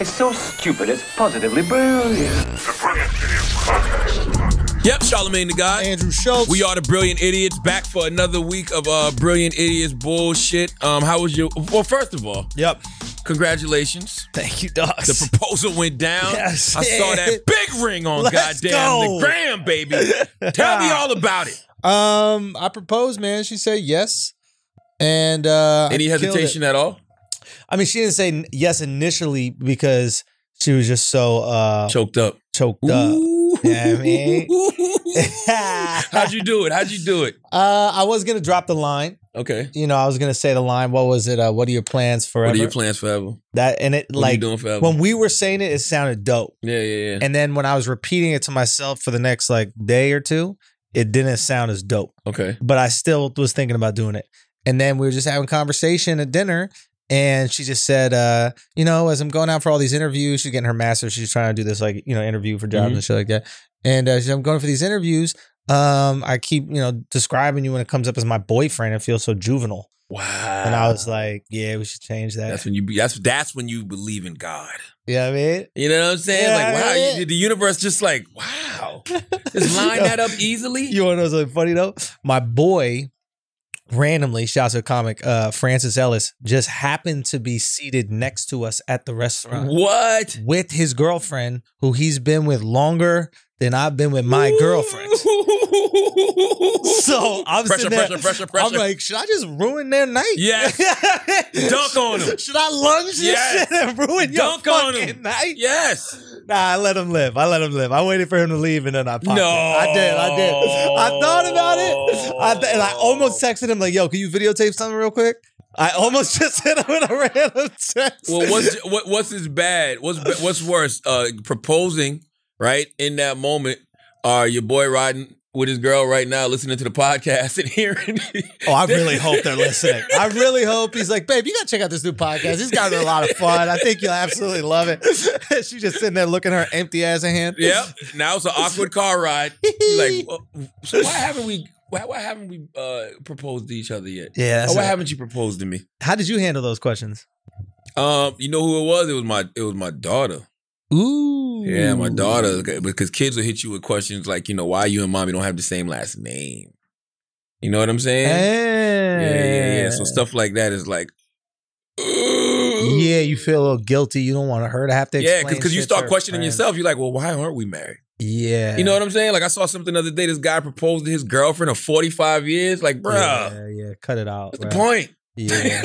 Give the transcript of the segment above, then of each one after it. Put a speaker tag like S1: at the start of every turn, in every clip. S1: is so stupid it's positively brilliant.
S2: Yep, Charlemagne the guy.
S3: Andrew Schultz.
S2: We are the Brilliant Idiots back for another week of uh Brilliant Idiots bullshit. Um, how was your well first of all,
S3: Yep.
S2: congratulations.
S3: Thank you, docs.
S2: The proposal went down.
S3: Yes.
S2: I saw that big ring on
S3: Let's
S2: goddamn
S3: go.
S2: the gram, baby. Tell me all about it.
S3: um, I proposed, man. She said yes, and uh,
S2: Any
S3: I killed it.
S2: hesitation at all?
S3: I mean, she didn't say n- yes initially because she was just so uh,
S2: Choked up.
S3: choked up.
S2: Ooh.
S3: Yeah, I mean.
S2: How'd you do it? How'd you do it?
S3: Uh, I was gonna drop the line.
S2: Okay.
S3: You know, I was gonna say the line. What was it? Uh, what are your plans forever?
S2: What are your plans forever? What
S3: That and it
S2: are you
S3: like
S2: doing forever?
S3: when we were saying it, it sounded dope.
S2: yeah, yeah, yeah.
S3: And then when I was repeating it to myself for the next like day or two, it didn't sound as dope.
S2: Okay.
S3: but I still was thinking about doing it. And then we were just having conversation at dinner, and she just said, uh, you know, as I'm going out for all these interviews, she's getting her master, she's trying to do this like you know interview for jobs
S2: Mhm.
S3: and shit like that. And uh, she said, I'm going for these interviews. Um, I keep you know describing you when it comes up as my boyfriend. It feels so juvenile,
S2: Wow.
S3: and I was like, yeah, we should change that.
S2: That's when you be, that's that's when you believe in God.
S3: yeah, you know what I mean.
S2: You know what I'm saying?
S3: Yeah,
S2: like wow,
S3: yeah.
S2: you- the universe just like wow, just line that up easily.
S3: You want to know something funny though? My boy, randomly shouts out comic uh, Francis Ellis, just happened to be seated next to us at the restaurant.
S2: what?
S3: with his girlfriend, who he's been with longer than I've been with my girlfriend. So I'm
S2: pressure,
S3: sitting there,
S2: pressure, pressure, pressure.
S3: I'm like, should I just ruin their night?
S2: Yes. Dunk on 'em.
S3: Should I lunge this
S2: Yes.
S3: shit and ruin
S2: Dunk
S3: your
S2: on
S3: fucking
S2: 'em.
S3: night?
S2: yes.
S3: Nah, I let him live. I let him live. I waited for him to leave and then I popped
S2: No.
S3: it. I did. I did. I thought about it. I th- and I almost texted him like, "Yo, can you videotape something real quick?" I almost just hit him with a random text.
S2: Well, what's what, what's as bad? What's ba- what's worse? Uh, proposing right in that moment. Are your boy riding with his girl right now, listening to the podcast and hearing?
S3: Oh, I really hope they're listening. I really hope he's like, babe, you gotta check out this new podcast. He's got a lot of fun. I think you'll absolutely love it. She's just sitting there looking her empty ass in hand.
S2: Yep. Now it's an awkward car ride. You're like, well, so why haven't we? Why, why haven't we uh, proposed to each other yet?
S3: Yeah.
S2: Or
S3: That's
S2: why
S3: it.
S2: haven't you proposed to me?
S3: How did you handle those questions?
S2: Um, you know who it was? It was my it was my daughter.
S3: Ooh.
S2: Yeah, my daughter. Because kids will hit you with questions like, you know, why you and mommy don't have the same last name. You know what I'm saying? Yeah, yeah, yeah.
S3: Eh.
S2: So stuff like that is like,
S3: Yeah, you feel a little guilty. You don't want her to have to
S2: yeah,
S3: explain
S2: because you
S3: shit to
S2: start
S3: her
S2: questioning
S3: friends.
S2: yourself. You're like, well, why aren't we married?
S3: Yeah.
S2: You know what I'm saying? Like I saw something the other day. This guy proposed to his girlfriend of 45 years. Like, bruh,
S3: Yeah, yeah. Cut it out.
S2: what's the
S3: bruh.
S2: point?
S3: Yeah.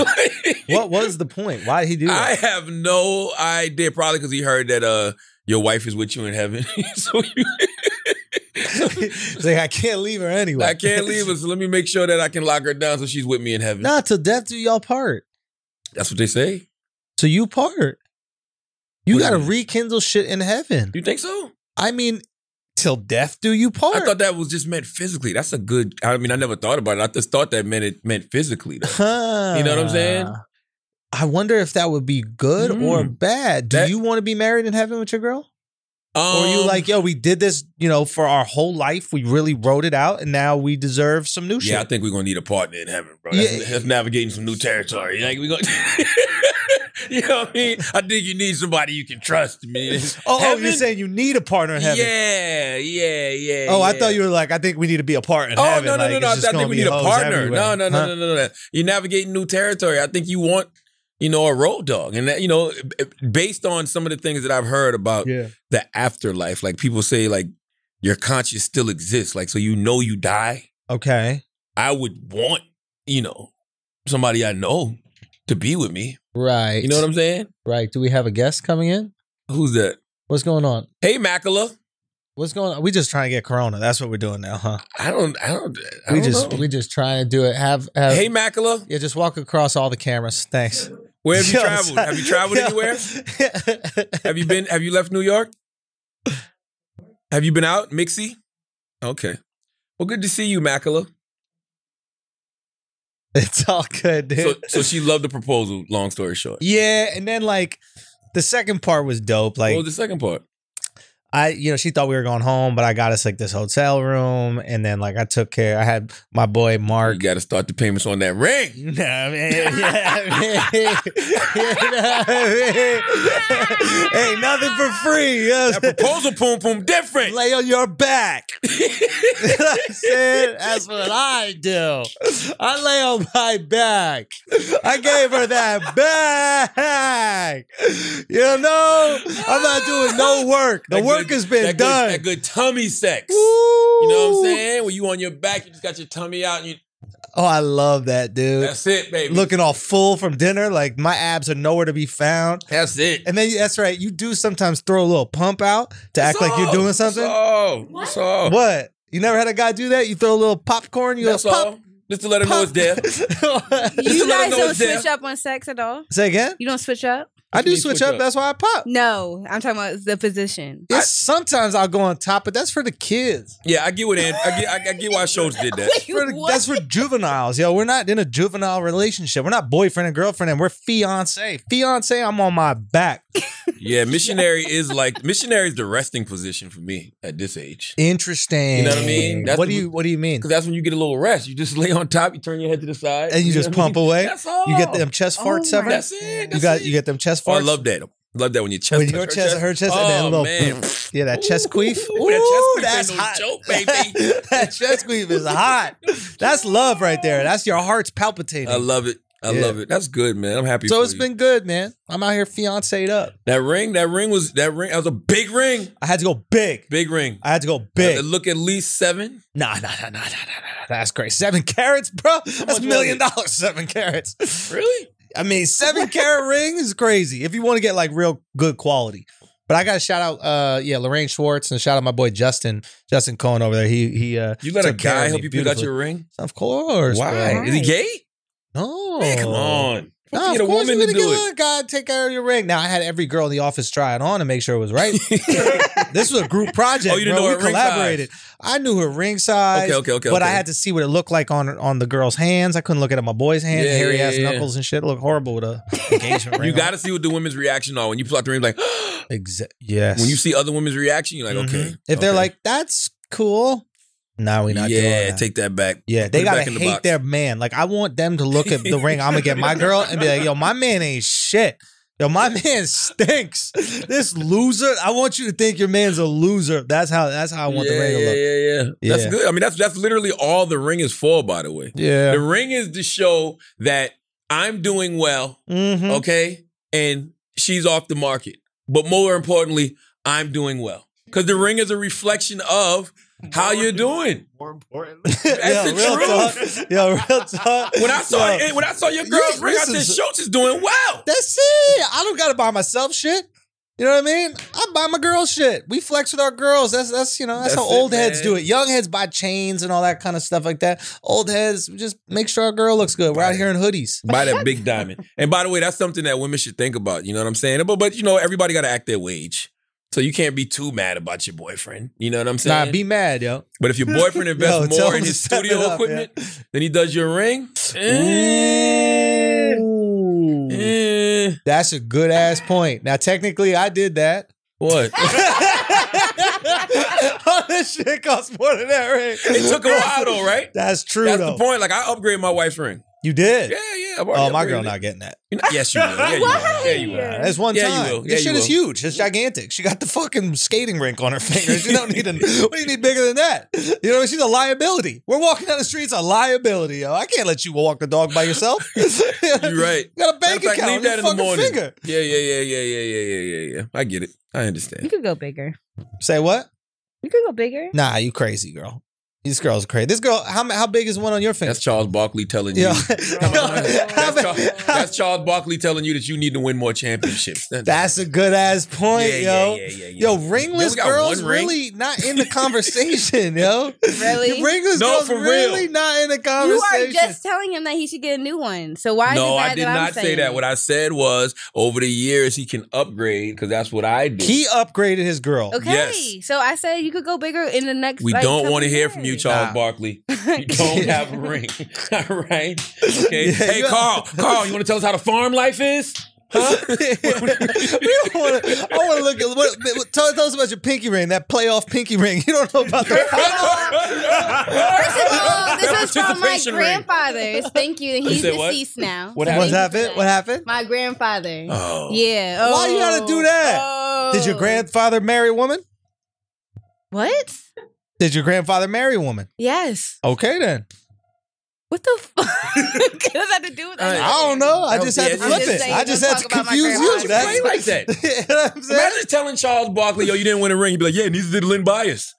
S3: what was the point? Why did he do
S2: I
S3: that?
S2: have no idea. Probably because he heard that uh your wife is with you in heaven. so you,
S3: He's like, I can't leave her anyway.
S2: I can't leave her. So let me make sure that I can lock her down so she's with me in heaven.
S3: Nah, till death do y'all part.
S2: That's what they say.
S3: So you part. You
S2: What
S3: got to
S2: do you mean?
S3: rekindle shit in heaven.
S2: You think so?
S3: I mean, till death do you part.
S2: I thought that was just meant physically. That's a good. I mean, I never thought about it. I just thought that meant it meant physically. though.
S3: Huh.
S2: You know what I'm saying?
S3: I wonder if that would be good or
S2: Mm.
S3: bad. Do
S2: That-
S3: you want to be married in heaven with your girl? or you
S2: Um,
S3: like, yo, we did this, you know, for our whole life. We really wrote it out, and now we deserve some new
S2: Yeah, I
S3: shit.
S2: think we're gonna need a partner in heaven, bro. That's,
S3: Yeah.
S2: that's navigating some new territory. Like we gonna, you know what I mean? I think you need somebody you can trust. Man.
S3: Oh, oh,
S2: Heaven?
S3: you're saying you need a partner in heaven?
S2: Yeah, yeah, yeah.
S3: oh, I
S2: yeah.
S3: thought you were like, I think we need to be a partner. In
S2: Oh
S3: heaven.
S2: no no
S3: like,
S2: no
S3: it's
S2: no! I
S3: just gonna
S2: think we
S3: be
S2: need a
S3: hoes
S2: partner.
S3: everywhere.
S2: No no no
S3: Huh?
S2: no no no. You're navigating new territory. I think you want, you know, a road dog, and that, you know, based on some of the things that I've heard about
S3: Yeah.
S2: the afterlife, like people say, like your conscience still exists, like so you know you die.
S3: Okay.
S2: I would want, you know, somebody I know to be with me.
S3: Right.
S2: You know what I'm saying?
S3: Right. Do we have a guest coming in?
S2: Who's that?
S3: What's going on?
S2: Hey, Macula.
S3: What's going on? We just trying to get corona. That's what we're doing now, huh?
S2: I don't. I don't. I
S3: We
S2: don't
S3: just
S2: know.
S3: we just trying to do it. Have, have
S2: hey, Macula.
S3: yeah, just walk across all the cameras. Thanks.
S2: Where have you
S3: Yo,
S2: traveled? Have you traveled
S3: yo.
S2: anywhere? Have you been? Have you left New York? Have you been out, Mixie? Okay. Well, good to see you, Macula.
S3: it's all good, dude.
S2: So, so she loved the proposal. Long story short.
S3: yeah, and then like the second part was dope. Like
S2: what was the second part?
S3: I, you know, she thought we were going home, but I got us like this hotel room, and then like I took care. I had my boy Mark.
S2: You got to start the payments on that ring.
S3: No, man. Yeah, man. You know what I mean? Ain't nothing for free. You know
S2: That
S3: what I'm
S2: proposal poom poom
S3: saying?
S2: different.
S3: Lay on your back. You know what I'm saying? That's what I do. I lay on my back. I gave her that back. You know, I'm not doing no work. The
S2: That
S3: work
S2: good-
S3: has been
S2: that good-
S3: done.
S2: that good tummy sex.
S3: Woo.
S2: You know what I'm saying? When you on your back, you just got your tummy out. And you,
S3: Oh, I love that, dude.
S2: that's it, baby.
S3: Looking all full from dinner, like my abs are nowhere to be found.
S2: that's it.
S3: And then that's right. You do sometimes throw a little pump out to act like you're doing something.
S2: Oh, that's all.
S3: What? You never had a guy do that? You throw a little popcorn. You
S2: That's
S3: go, pop.
S2: all. Just to let her know it's there.
S3: there.
S2: Just
S4: You
S2: let her
S4: guys
S2: know
S4: don't
S2: it's there.
S4: switch up on sex at all.
S3: Say again.
S4: You don't switch up.
S3: I do
S2: mean
S3: switch
S2: switch
S3: up.
S2: up?
S3: That's why I pop.
S4: No, I'm talking about the position.
S3: It's sometimes I'll go on top, but that's for the kids.
S2: Yeah, I get what An- I get. I, I get why Schultz did that.
S3: For the- that's for juveniles, yo. We're not in a juvenile relationship. We're not boyfriend and girlfriend, and we're fiance. Fiance, I'm on my back.
S2: Yeah, missionary is like missionary is the resting position for me at this age.
S3: Interesting.
S2: You know what I mean? That's
S3: what
S2: the-
S3: do you What do you mean?
S2: Because that's when you get a little rest. You just lay on top, you turn your head to the side,
S3: And you just
S2: know what I
S3: pump away?
S2: That's all.
S3: You get them chest
S4: Oh
S3: farts
S4: my
S3: ever?
S2: That's it. That's
S3: You got
S2: it.
S3: you get them chest
S2: Oh,
S3: farts.
S2: I love that. Love that when your chest.
S3: when
S2: touch
S3: your
S2: her
S3: chest, her chest,
S2: oh,
S3: and that little
S2: man.
S3: yeah, that chest queef.
S2: Ooh, that
S3: Ooh,
S2: chest queef ain't no joke, baby.
S3: that chest queef is hot. That's love right there. That's your heart's palpitating.
S2: I love it. I
S3: Yeah.
S2: love it. That's good, man. I'm happy.
S3: so
S2: for
S3: it's
S2: you.
S3: been good, man. I'm out here fiancéed up.
S2: that ring. That ring was that ring. That was a big ring.
S3: I had to go big.
S2: Big ring.
S3: I had to go
S2: Uh,
S3: big.
S2: Look at least seven.
S3: Nah, nah, nah, nah, nah, nah, nah. nah. That's great. Seven carats, bro. That's
S2: much
S3: a million dollars. Seven carats.
S2: Really?
S3: I mean, seven carat ring is crazy. If you want to get like real good quality. But I got to shout out, uh, yeah, Lorraine Schwartz and shout out my boy Justin, Justin Cohen over there. He he. Uh,
S2: You let a
S3: took care of
S2: guy
S3: me
S2: help you pick out
S3: beautifully.
S2: your ring?
S3: Of course.
S2: Why?
S3: bro. Oh.
S2: Is he gay?
S3: No.
S2: Man, come on.
S3: No,
S2: you
S3: of
S2: get a
S3: course
S2: woman
S3: you
S2: to
S3: gotta
S2: do
S3: get
S2: it.
S3: a guy to take care of your ring. Now I had every girl in the office try it on to make sure it was right. this was a group project.
S2: Oh, you didn't
S3: bro.
S2: know
S3: we
S2: her ring
S3: collaborated. I knew her ring size.
S2: Okay, okay, okay,
S3: But I
S2: okay.
S3: had to see what it looked like on on the girl's hands. I couldn't look at my boy's hands,
S2: Yeah,
S3: hairy
S2: yeah,
S3: ass
S2: yeah.
S3: knuckles and shit. It looked horrible with a engagement ring.
S2: You
S3: on.
S2: got to see what the women's reaction are when you pull out the ring. Like
S3: Exa- yes.
S2: when you see other women's reaction, you're like,
S3: Mhm.
S2: okay.
S3: If they're
S2: okay.
S3: like, that's cool. Nah, we not doing
S2: yeah,
S3: that.
S2: take that back.
S3: Yeah,
S2: Put
S3: they
S2: it
S3: gotta
S2: back in the
S3: hate
S2: box.
S3: their man. Like I want them to look at the ring I'm gonna get my girl and be like, "Yo, my man ain't shit. Yo, my man stinks. This loser. I want you to think your man's a loser. That's how. That's how I want
S2: yeah,
S3: the ring to
S2: yeah,
S3: look.
S2: yeah, yeah,
S3: Yeah.
S2: That's good. I mean, that's that's literally all the ring is for. By the way,
S3: Yeah.
S2: the ring is to show that I'm doing well,
S3: Mhm.
S2: okay, and she's off the market. But more importantly, I'm doing well because the ring is a reflection of how you're doing.
S5: More importantly,
S2: That's
S3: Yo,
S2: the
S3: real
S2: truth.
S3: talk. Yo, real talk.
S2: When I saw
S3: Yo,
S2: it, when I saw your girl's
S3: you-
S2: ring, I said
S3: listen-
S2: Schultz is doing well.
S3: that's it. I don't gotta buy myself shit. You know what I mean? I buy my girl shit. We flex with our girls. That's that's you know that's,
S2: That's
S3: how old
S2: it,
S3: heads
S2: man.
S3: do it. Young heads buy chains and all that kind of stuff like that. Old heads we just make sure our girl looks good. We're out here in hoodies.
S2: Buy that big diamond. And by the way, that's something that women should think about. You know what I'm saying? But but you know, everybody got to act their wage. So you can't be too mad about your boyfriend. You know what I'm saying?
S3: Nah, be mad, yo.
S2: but if your boyfriend
S3: Yo,
S2: invests
S3: tell
S2: more
S3: him
S2: in
S3: to
S2: his
S3: step
S2: studio
S3: it up,
S2: equipment than he does your ring, eh,
S3: Ooh.
S2: eh,
S3: That's a good ass point. Now, technically, I did that.
S2: what?
S3: All this shit costs more than that ring.
S2: it took a while though, right?
S3: That's true,
S2: That's
S3: though.
S2: the point. Like I upgraded my wife's ring.
S3: You did.
S2: Yeah, yeah. I've already
S3: oh, my
S2: upgraded
S3: girl
S2: it.
S3: not getting that.
S2: You know- Yes, you will. Yeah, you will. Yeah, you will.
S4: Why?
S3: That's one
S2: Yeah, you
S3: time.
S2: will. Yeah,
S3: this
S2: you
S3: shit is
S2: will.
S3: huge. It's gigantic. She got the fucking skating rink on her fingers. You don't need a, what do you need bigger than that? You know, she's a liability. We're walking down the streets, a liability. Yo. I can't let you walk the dog by yourself.
S2: You're right.
S3: You got a bank
S2: Matter of fact,
S3: account.
S2: leave that in the
S3: fucking
S2: morning.
S3: Finger.
S2: Yeah, yeah, yeah, yeah, yeah, yeah, yeah, yeah, yeah. I get it. I understand.
S4: You could go bigger.
S3: Say what?
S4: You could go bigger.
S3: Nah, you crazy girl. This girl's crazy. This girl, how how big is one on your finger?
S2: That's Charles Barkley telling you.
S3: Yo, yo, how
S2: That's,
S3: big-
S2: Charles, that's Charles Barkley telling you that you need to win more championships. That-
S3: that's a good ass point, yo.
S2: yeah,
S3: Yo, ringless
S2: You only got
S3: girls
S2: one ring?
S3: really not in the conversation, yo.
S4: Really?
S3: Ringless
S2: No,
S3: girls
S2: for real.
S3: really not in the
S4: You
S3: conversation.
S4: are just telling him that he should get a new one. So why?
S2: no,
S4: is it bad
S2: I did
S4: that I'm
S2: not say
S4: saying
S2: that.
S4: it?
S2: What I said was over the years he can upgrade because that's what I do.
S3: he upgraded his girl.
S4: Okay,
S2: Yes.
S4: so I said you could go bigger in the next.
S2: we
S4: like,
S2: don't
S4: couple
S2: want to hear from you,
S4: years.
S2: Charles
S3: Nah.
S2: Barkley. You don't have a ring. All right. Okay.
S3: Yeah,
S2: hey,
S3: you-
S2: Carl. Carl, you want to tell us how the farm life is?
S3: Huh? we don't want to. I want to look at what. what- Tell, tell us about your pinky ring, that playoff pinky ring. You don't know about the final.
S4: First of all, this is from my
S2: Participation ring.
S4: grandfather's. Thank you.
S2: You
S4: He's
S2: said what?
S4: deceased now.
S2: What
S4: So
S2: happened?
S3: What
S4: thank you for
S3: happened?
S4: that.
S3: What happened?
S4: My grandfather.
S2: Oh.
S4: Yeah.
S3: Why you gotta
S4: oh,
S3: do that?
S4: oh.
S3: Did your grandfather marry a woman?
S4: What?
S3: Did your grandfather marry a woman?
S4: Yes.
S3: Okay then.
S4: What the fuck? what does that have to do with
S2: Uh,
S4: that?
S3: I don't know. I just had
S2: Yeah,
S3: to flip
S2: I'm just
S3: it.
S4: saying,
S3: I just
S4: don't
S3: had to
S4: talk about my
S3: confuse you.
S4: grandma.
S2: Why
S3: That's
S2: you like that?
S3: you know what I'm saying.
S2: Imagine telling Charles Barkley, yo, you didn't win a ring. You'd be like, yeah, neither did Lynn Bias.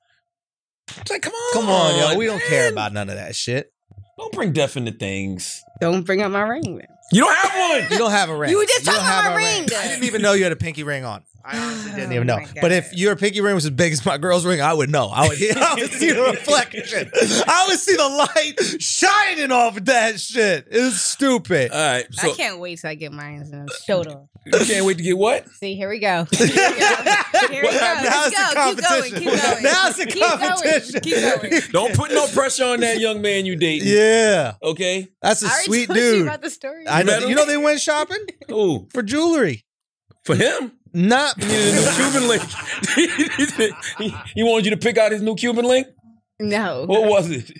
S2: It's like, come on.
S3: Come on, yo. We don't care
S2: man.
S3: about none of that shit.
S2: Don't bring definite things.
S4: Don't bring up my ring. Then.
S2: You don't have one.
S3: You don't have a ring.
S4: You were just
S3: don't
S4: talking about
S3: have
S4: my
S3: a
S4: ring.
S3: I didn't even know you had a pinky ring on. I honestly didn't
S4: Oh
S3: even know.
S4: my
S3: But if
S4: God.
S3: your pinky ring was as big as my girl's ring, I would know. I would, I would see the reflection. I would see the light shining off of that shit. It's stupid.
S2: All right. So
S4: I can't wait till I get mine and show it off.
S2: you can't wait to get what?
S4: See, here we go. Here we go. Here we go.
S3: Now it's
S4: Let's
S3: a
S4: go.
S3: competition.
S4: Keep going. Keep going.
S3: Now it's a
S4: Keep going.
S3: competition.
S4: Keep going.
S2: Don't put no pressure on that young man you dating.
S3: Yeah,
S2: Okay.
S3: that's a
S4: I already
S3: sweet
S4: told you
S3: dude.
S4: about the story.
S3: I know.
S2: Met him?
S3: You know they went shopping
S2: Ooh,
S3: for jewelry.
S2: for him,
S3: Not
S2: he needed a new Cuban link. He- he wanted you to pick out his new Cuban link.
S4: No.
S2: What was it?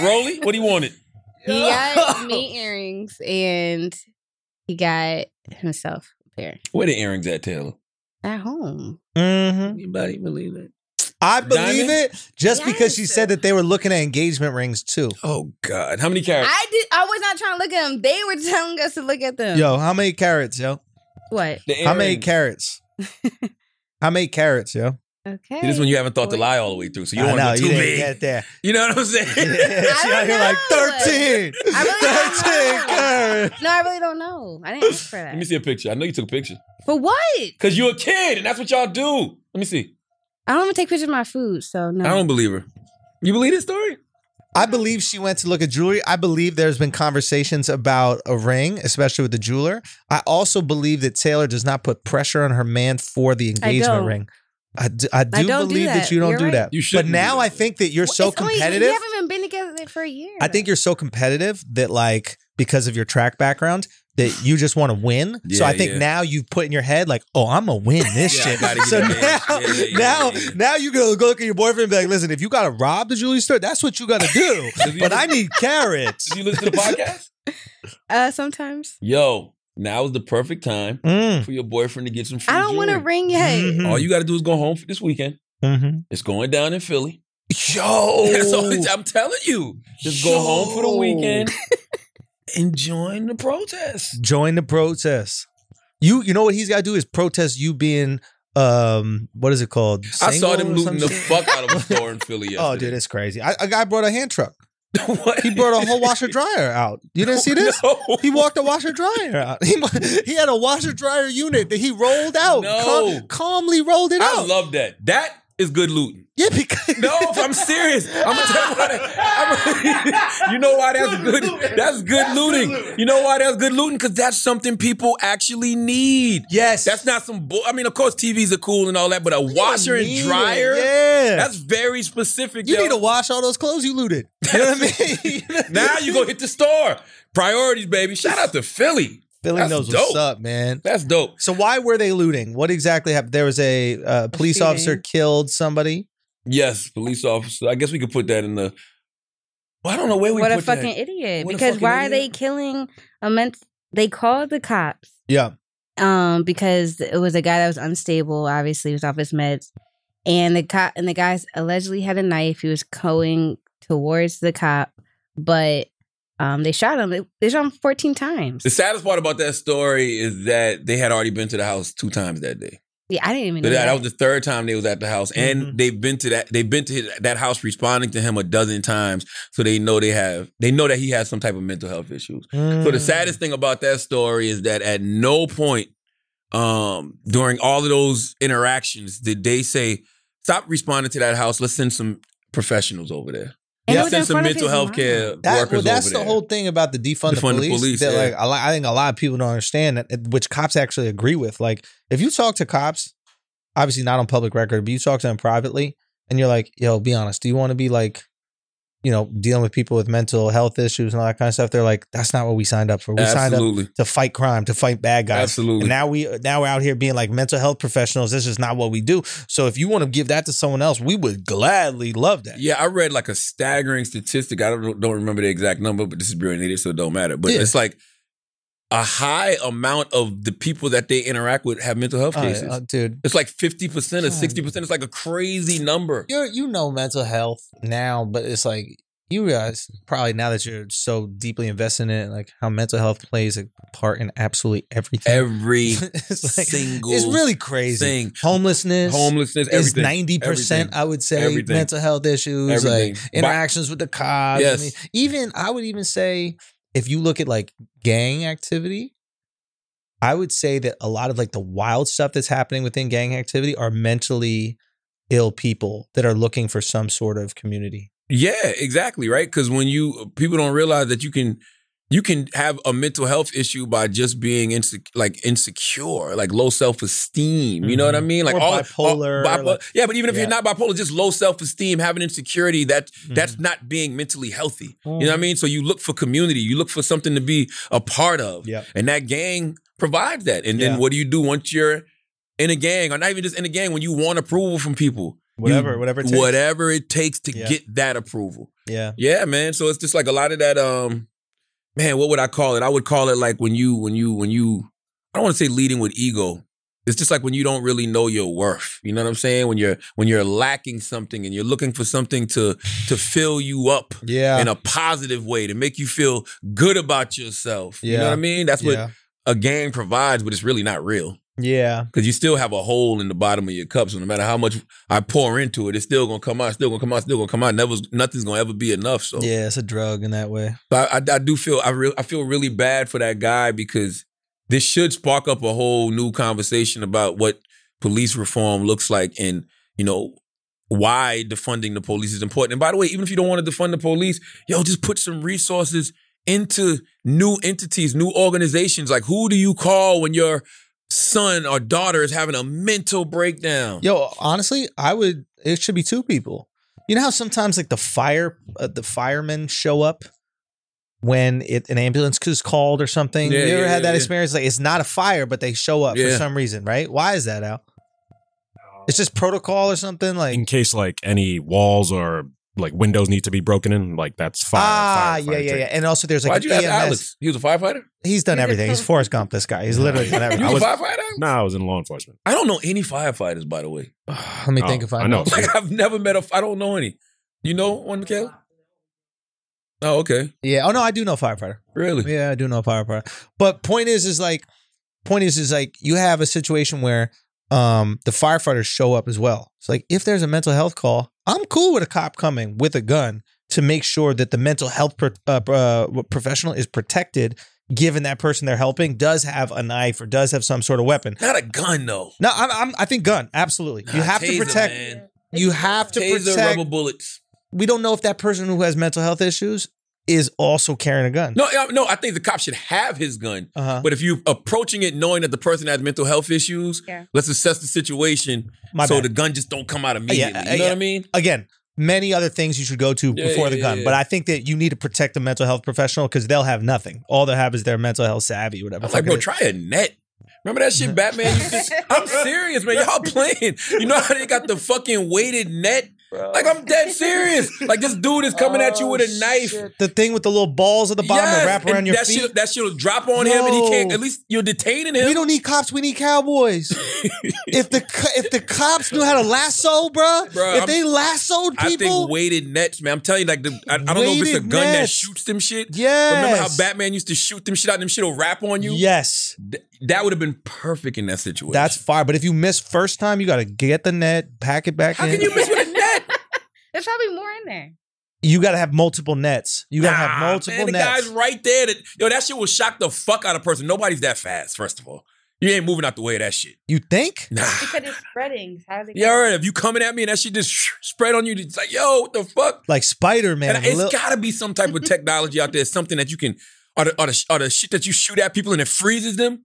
S2: Rolly? What he wanted?
S4: He got me earrings and he got himself a pair
S2: Where the earrings at, Taylor?
S4: at home.
S3: Mhm.
S2: Anybody believe that?
S3: I believe it just because she
S4: Yes.
S3: said that they were looking at engagement rings too.
S2: Oh God! How many carats?
S4: I did. I was not trying to look at them. They were telling us to look at them.
S3: Yo, how many carrots, yo?
S4: What?
S2: The
S3: How many
S2: earrings.
S3: carrots? how many carrots, yo?
S4: Okay.
S2: See, this one you haven't thought the lie all the way through, so you
S3: I
S2: don't
S3: know,
S2: want to
S3: you
S2: be too
S3: didn't
S2: big.
S3: get there.
S2: You know what I'm saying?
S3: she out here like
S4: know.
S3: 13.
S4: I really don't
S3: 13
S4: know.
S3: carrots.
S4: No, I really don't know. I didn't ask for
S2: Let me
S4: that.
S2: see a picture. I know you took a picture
S4: For what?
S2: because you're a kid, and that's what y'all do. Let me see.
S4: I don't even take pictures of my food, so no.
S2: I don't believe her. You believe this story?
S3: I believe she went to look at jewelry. I believe there's been conversations about a ring, especially with the jeweler. I also believe that Taylor does not put pressure on her man for the engagement
S4: don't.
S3: ring. I do, I do
S4: I don't do
S3: believe that.
S4: that.
S3: you don't
S4: You're
S3: do
S4: right.
S3: that.
S2: You
S3: but
S2: shouldn't do
S3: now
S2: that.
S3: I think that you're
S4: Well,
S3: so
S4: it's only-
S3: competitive.
S4: we haven't been together for a year.
S3: I think you're so competitive that like because of your track background that you just want to win. so
S2: Yeah,
S3: I think
S2: yeah.
S3: now you put in your head like, oh, I'm gonna win this
S2: Yeah, I
S3: shit.
S2: gotta get
S3: So now,
S2: it, man. Yeah, yeah, yeah,
S3: now,
S2: yeah, yeah.
S3: now you go go look at your boyfriend and be like, listen, if you gotta rob the jewelry store, that's what you gotta do.
S2: Did you-
S3: but I need carrots.
S2: Did you listen to the podcast?
S4: uh, sometimes
S2: Yo, now is the perfect time
S3: Mm.
S2: for your boyfriend to get some free
S4: I don't want to
S2: jewelry.
S4: ring yet.
S3: Mhm.
S2: All you got to do is go home for this weekend.
S3: Mhm.
S2: It's going down in Philly.
S3: Yo,
S2: That's all it's- I'm telling you. Just go home for the
S3: Oh. Yo.
S2: weekend and join the protest.
S3: Join the protest. You you know what he's gotta do is protest you being um what is it called?
S2: I saw
S3: Single
S2: them
S3: or some
S2: looting the
S3: shit?
S2: fuck out of a store in Philly
S3: Oh, dude,
S2: yesterday.
S3: it's crazy. I, a guy brought a hand truck.
S2: Oh, dude. what?
S3: He brought a whole washer dryer out. You didn't see this?
S2: No.
S3: He walked a washer dryer out. He, he had a washer dryer unit that he rolled out.
S2: No.
S3: Cal- calmly rolled it
S2: I
S3: out.
S2: love that. That is good looting.
S3: yeah, because
S2: No, if I'm serious. I'm gonna tell you why that, I'm- You know why that's good? That's good looting. You know why that's good looting? Because that's something people actually need.
S3: yes,
S2: That's not some bull. I mean, of course, TVs are cool and all that, but a
S3: You
S2: washer and
S3: need it.
S2: dryer.
S3: Yeah,
S2: That's very specific.
S3: you
S2: yo.
S3: need to wash all those clothes you looted. You know what I mean?
S2: now you go hit the store. Priorities, baby. Shout out to Philly.
S3: Billy
S2: That's
S3: knows
S2: dope.
S3: what's up, man.
S2: That's dope.
S3: So why were they looting? What exactly happened? There was a uh, police
S4: shooting.
S3: officer killed somebody.
S2: Yes, police officer. I guess we could put that in the. Well, I don't know where we
S4: what
S2: put
S4: a fucking
S2: that.
S4: idiot!
S2: What a
S4: Because
S2: fucking
S4: why are they
S2: idiot.
S4: killing a men? They called the cops
S3: Yeah,
S4: um because it was a guy that was unstable. Obviously, he was off his meds, and the cop and the guy allegedly had a knife. He was going towards the cop, but um they shot him. They, they shot him fourteen times.
S2: The saddest part about that story is that they had already been to the house two times that day.
S4: yeah, I didn't even know.
S2: That,
S4: that.
S2: that was the third time they was at the house, and
S4: Mm-hmm.
S3: Mhm.
S2: they've been to that. They've been to his, that house, responding to him a dozen times, so they know they have. They know that he has some type of mental health issues. So
S3: Hmm.
S4: Mm.
S2: the saddest thing about that story is that at no point um, during all of those interactions did they say, "Stop responding to that house. Let's send some professionals over there.
S4: And it
S3: Yeah.
S4: was in
S2: Send some
S4: front of
S2: mental
S4: his
S2: health
S4: mom.
S2: care
S3: That,
S2: workers
S3: well, that's
S2: over
S3: the
S2: there."
S3: whole thing about the defund, the,
S2: Defund the
S3: police,
S2: police,
S3: that
S2: yeah.
S3: like a lot, I think a lot of people don't understand that, which cops actually agree with. Like if you talk to cops, obviously not on public record, but you talk to them privately, and you're like, "Yo, be honest, do you want to be like you know, dealing with people with mental health issues and all that kind of stuff, they're like, that's not what we signed up for. We signed up
S2: Absolutely.
S3: to fight crime, to fight bad guys.
S2: Absolutely.
S3: And now we now we're out here being like mental health professionals. This is not what we do. So if you want to give that to someone else, we would gladly love that.
S2: Yeah, I read like a staggering statistic. I don't don't remember the exact number, but this is Bureau Native, so it don't matter. But
S3: Yeah.
S2: it's like a high amount of the people that they interact with have mental health
S3: Oh,
S2: cases.
S3: yeah, dude.
S2: it's like fifty percent or
S3: God.
S2: sixty percent. It's like a crazy number.
S3: You you know mental health now, but it's like you realize probably now that you're so deeply invested in it, like how mental health plays a part in absolutely everything.
S2: Every
S3: it's
S2: single
S3: it's really crazy.
S2: thing,
S3: Homelessness,
S2: homelessness,
S3: is
S2: everything.
S3: ninety percent.
S2: Everything.
S3: I would say
S2: Everything.
S3: mental health issues,
S2: Everything.
S3: like interactions with the cops.
S2: Yes.
S3: I mean, even I would even say if you look at like gang activity, I would say that a lot of like the wild stuff that's happening within gang activity are mentally ill people that are looking for some sort of community.
S2: Yeah, exactly, right? Cuz when you uh, people don't realize that you can you can have a mental health issue by just being insec- like insecure, like low self-esteem. You know what I
S3: Mhm.
S2: mean? Like
S3: Or bipolar,
S2: bipo-
S3: like-
S2: yeah, but even if
S3: yeah.
S2: you're not bipolar, just low self-esteem, having insecurity, that that's
S3: Mm-hmm.
S2: not being mentally healthy.
S3: Mm.
S2: You know what I mean? So you look for community, you look for something to be a part of.
S3: Yep.
S2: And that gang provides that. And
S3: Yeah.
S2: then what do you do once you're in a gang or not even just in a gang when you want approval from people? You-
S3: Whatever, whatever it takes.
S2: Whatever it takes to
S3: Yeah.
S2: get that approval.
S3: Yeah.
S2: Yeah, man. So it's just like a lot of that. Um, man, what would I call it? I would call it like when you, when you, when you. I don't want to say leading with ego. It's just like when you don't really know your worth. You know what I'm saying? When you're when you're lacking something and you're looking for something to to fill you up
S3: Yeah.
S2: in a positive way to make you feel good about yourself. You know
S3: Yeah.
S2: what I mean? That's what
S3: yeah.
S2: a gang provides, but it's really not real
S3: Yeah.
S2: because you still have a hole in the bottom of your cup. So no matter how much I pour into it, it's still gonna come out. Still gonna come out. Still gonna come out. Never, nothing's gonna ever be enough. So
S3: Yeah, it's a drug in that way.
S2: so I, I, I do feel I real I feel really bad for that guy because this should spark up a whole new conversation about what police reform looks like and you know why defunding the police is important. And by the way, even if you don't want to defund the police, yo, just put some resources into new entities, new organizations. Like who do you call when your son or daughter is having a mental breakdown?
S3: Yo, honestly, I would. It should be two people. You know how sometimes like the fire, uh, the firemen show up when it, an ambulance is called or something.
S2: Yeah,
S3: you ever
S2: yeah,
S3: had
S2: yeah,
S3: that
S2: yeah.
S3: experience? Like it's not a fire, but they show up for
S2: Yeah.
S3: some reason, right? Why is that out? It's just protocol or something like.
S5: in case like any walls or like windows need to be broken in, like that's fire.
S3: ah,
S5: fire,
S3: yeah,
S5: fire
S3: yeah,
S5: too.
S3: yeah. And also, there's like
S2: Why'd
S3: an E
S2: you ask
S3: EMS.
S2: Alex? He was a firefighter.
S3: He's done
S4: He's a
S3: everything. He's
S4: pro-
S3: Forrest Gump. This guy. He's literally done
S2: You
S3: everything.
S5: I
S2: was
S5: was-
S2: a firefighter.
S5: No, I was in law enforcement.
S2: I don't know any firefighters, by the way.
S3: Let me
S5: Oh,
S3: think if I,
S5: I know.
S2: Like I've never met a. I don't know any. You know one, Caleb? Oh, okay.
S3: Yeah. Oh no, I do know firefighter.
S2: Really?
S3: Yeah, I do know Power Power. But point is, is like, point is, is like you have a situation where um the firefighters show up as well. It's like if there's a mental health call, I'm cool with a cop coming with a gun to make sure that the mental health pro- uh, uh, professional is protected, given that person they're helping does have a knife or does have some sort of weapon.
S2: Not a gun though.
S3: No, I'm, I'm I think gun absolutely. You
S2: Nah,
S3: have to
S2: taser,
S3: protect.
S2: man.
S3: You have to
S2: Taser,
S3: protect.
S2: rubber bullets.
S3: We don't know if that person who has mental health issues is also carrying a gun.
S2: No, I- no. I think the cop should have his gun.
S3: Uh-huh.
S2: But if you approaching it knowing that the person has mental health issues,
S4: Yeah.
S2: let's assess the situation
S3: My
S2: so
S3: bad.
S2: the gun just don't come out
S3: yeah,
S2: immediately. you know
S3: yeah.
S2: what I mean?
S3: again, many other things you should go to
S2: Yeah,
S3: before
S2: yeah,
S3: the gun.
S2: yeah,
S3: But
S2: yeah.
S3: I think that you need to protect the mental health professional because they'll have nothing. All they'll have is their mental health savvy, whatever.
S2: I'm
S3: the fuck
S2: like, bro,
S3: it is.
S2: try a net. Remember that shit, Batman? used to- I'm serious, man. Y'all playing. You know how they got the fucking weighted net? Like, I'm dead serious. Like, this dude is coming at you with a knife.
S3: the thing with the little balls at Oh, the bottom
S2: Yes,
S3: that wrap around
S2: and
S3: your
S2: that
S3: feet.
S2: Shit, that shit will drop on him, and he
S3: No.
S2: can't. At least you're detaining him.
S3: we don't need cops. We need cowboys. if the co- if the cops knew how to lasso, bro,
S2: Bruh,
S3: if
S2: I'm-
S3: they lassoed
S2: I
S3: people,
S2: think weighted nets, man. I'm telling you, like the I, I don't know if it's a
S3: Weighted
S2: gun that
S3: nets.
S2: shoots them shit.
S3: yes,
S2: Remember how Batman used to shoot them shit out, and them shit will wrap on you.
S3: Yes,
S2: Th- that would have been perfect in that situation.
S3: that's fire. But if you miss first time, you got to get the net, pack it back
S2: how
S3: in.
S2: can you miss with a net?
S4: There's probably more in there.
S3: you got to have multiple nets. You got to have
S2: Nah,
S3: multiple
S2: man, the
S3: nets.
S2: guy's right there. That, yo, that shit will shock the fuck out of a person. Nobody's that fast. First of all, you ain't moving out the way of that shit.
S3: you think?
S2: Nah.
S4: Because it's spreading. How's it
S2: Yeah, all right. If you coming at me and that shit just spread on you, it's like, yo, what the fuck?
S3: like Spider Man.
S2: And it's got to be some type of technology out there, something that you can, or the, or, the, or the shit that you shoot at people and it freezes them.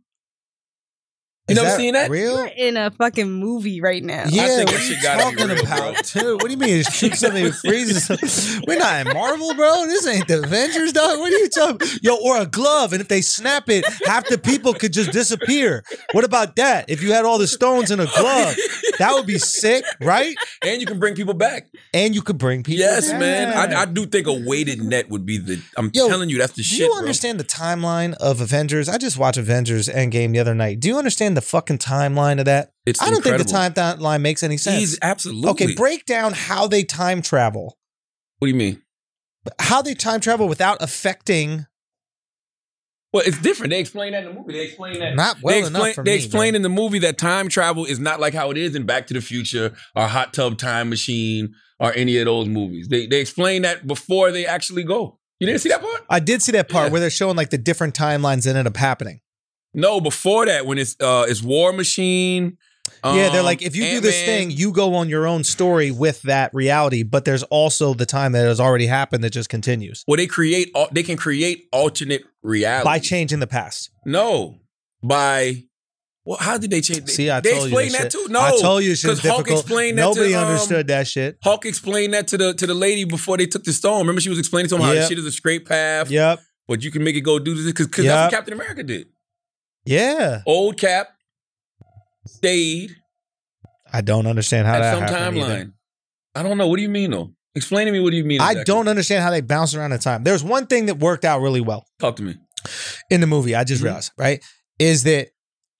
S2: You
S3: Is
S2: never seen that?
S3: Real?
S4: We're in a fucking movie right now.
S3: Yeah,
S2: think that
S3: what are you
S2: shit gotta be
S3: talking
S2: real,
S3: about,
S2: bro.
S3: dude? What do you mean? His cheeks something that freezes. We're not in Marvel, bro. This ain't the Avengers, dog. What are you talking? Yo, or a glove, and if they snap it, half the people could just disappear. What about that? If you had all the stones in a glove, that would be sick, right?
S2: and you can bring people back.
S3: And you could bring people.
S2: Yes,
S3: back.
S2: man. I, I do think a weighted net would be the. I'm
S3: Yo,
S2: telling you, that's the
S3: Do
S2: shit.
S3: you
S2: bro.
S3: understand the timeline of Avengers? I just watched Avengers Endgame the other night. Do you understand the fucking timeline of that?
S2: It's
S3: I don't think
S2: incredible.
S3: the timeline makes any sense.
S2: He's absolutely
S3: okay, break down how they time travel.
S2: What do you mean?
S3: how they time travel without affecting
S2: Well, it's different. They explain that in the movie. They explain that.
S3: not well
S2: they explain,
S3: enough for
S2: they
S3: me.
S2: explain
S3: bro.
S2: in the movie that time travel is not like how it is in Back to the Future or Hot Tub Time Machine or any of those movies. They they explain that before they actually go. You didn't see that part?
S3: I did see that part
S2: Yeah.
S3: where they're showing like the different timelines that end up happening.
S2: No, before that when it's uh it's War Machine.
S3: yeah, they're
S2: um,
S3: like, if you do this
S2: Ant-Man.
S3: thing, you go on your own story with that reality, but there's also the time that has already happened that just continues
S2: well, they create al- they can create alternate reality
S3: by changing the past.
S2: No, by well, how did they change? They,
S3: See, I
S2: they
S3: told you
S2: explained
S3: this
S2: that
S3: shit.
S2: too. No,
S3: I told you, shit's
S2: 'cause Hulk
S3: difficult.
S2: explained that to,
S3: Nobody
S2: um,
S3: understood that shit.
S2: Hulk explained that to the to the lady before they took the stone. Remember, she was explaining to him how
S3: Yeah.
S2: this shit is a straight path,
S3: Yep.
S2: but you can make it go do this because that's what Captain America did.
S3: Yeah.
S2: Old Cap stayed
S3: I don't understand how
S2: at
S3: that
S2: some
S3: happened either.
S2: timeline. I don't know. What do you mean though? Explain to me what do you mean.
S3: I
S2: exactly.
S3: don't understand how they bounce around in time. There's one thing that worked out really well.
S2: talk to me.
S3: in the movie, I just
S2: Mhm.
S3: realized, right? Is that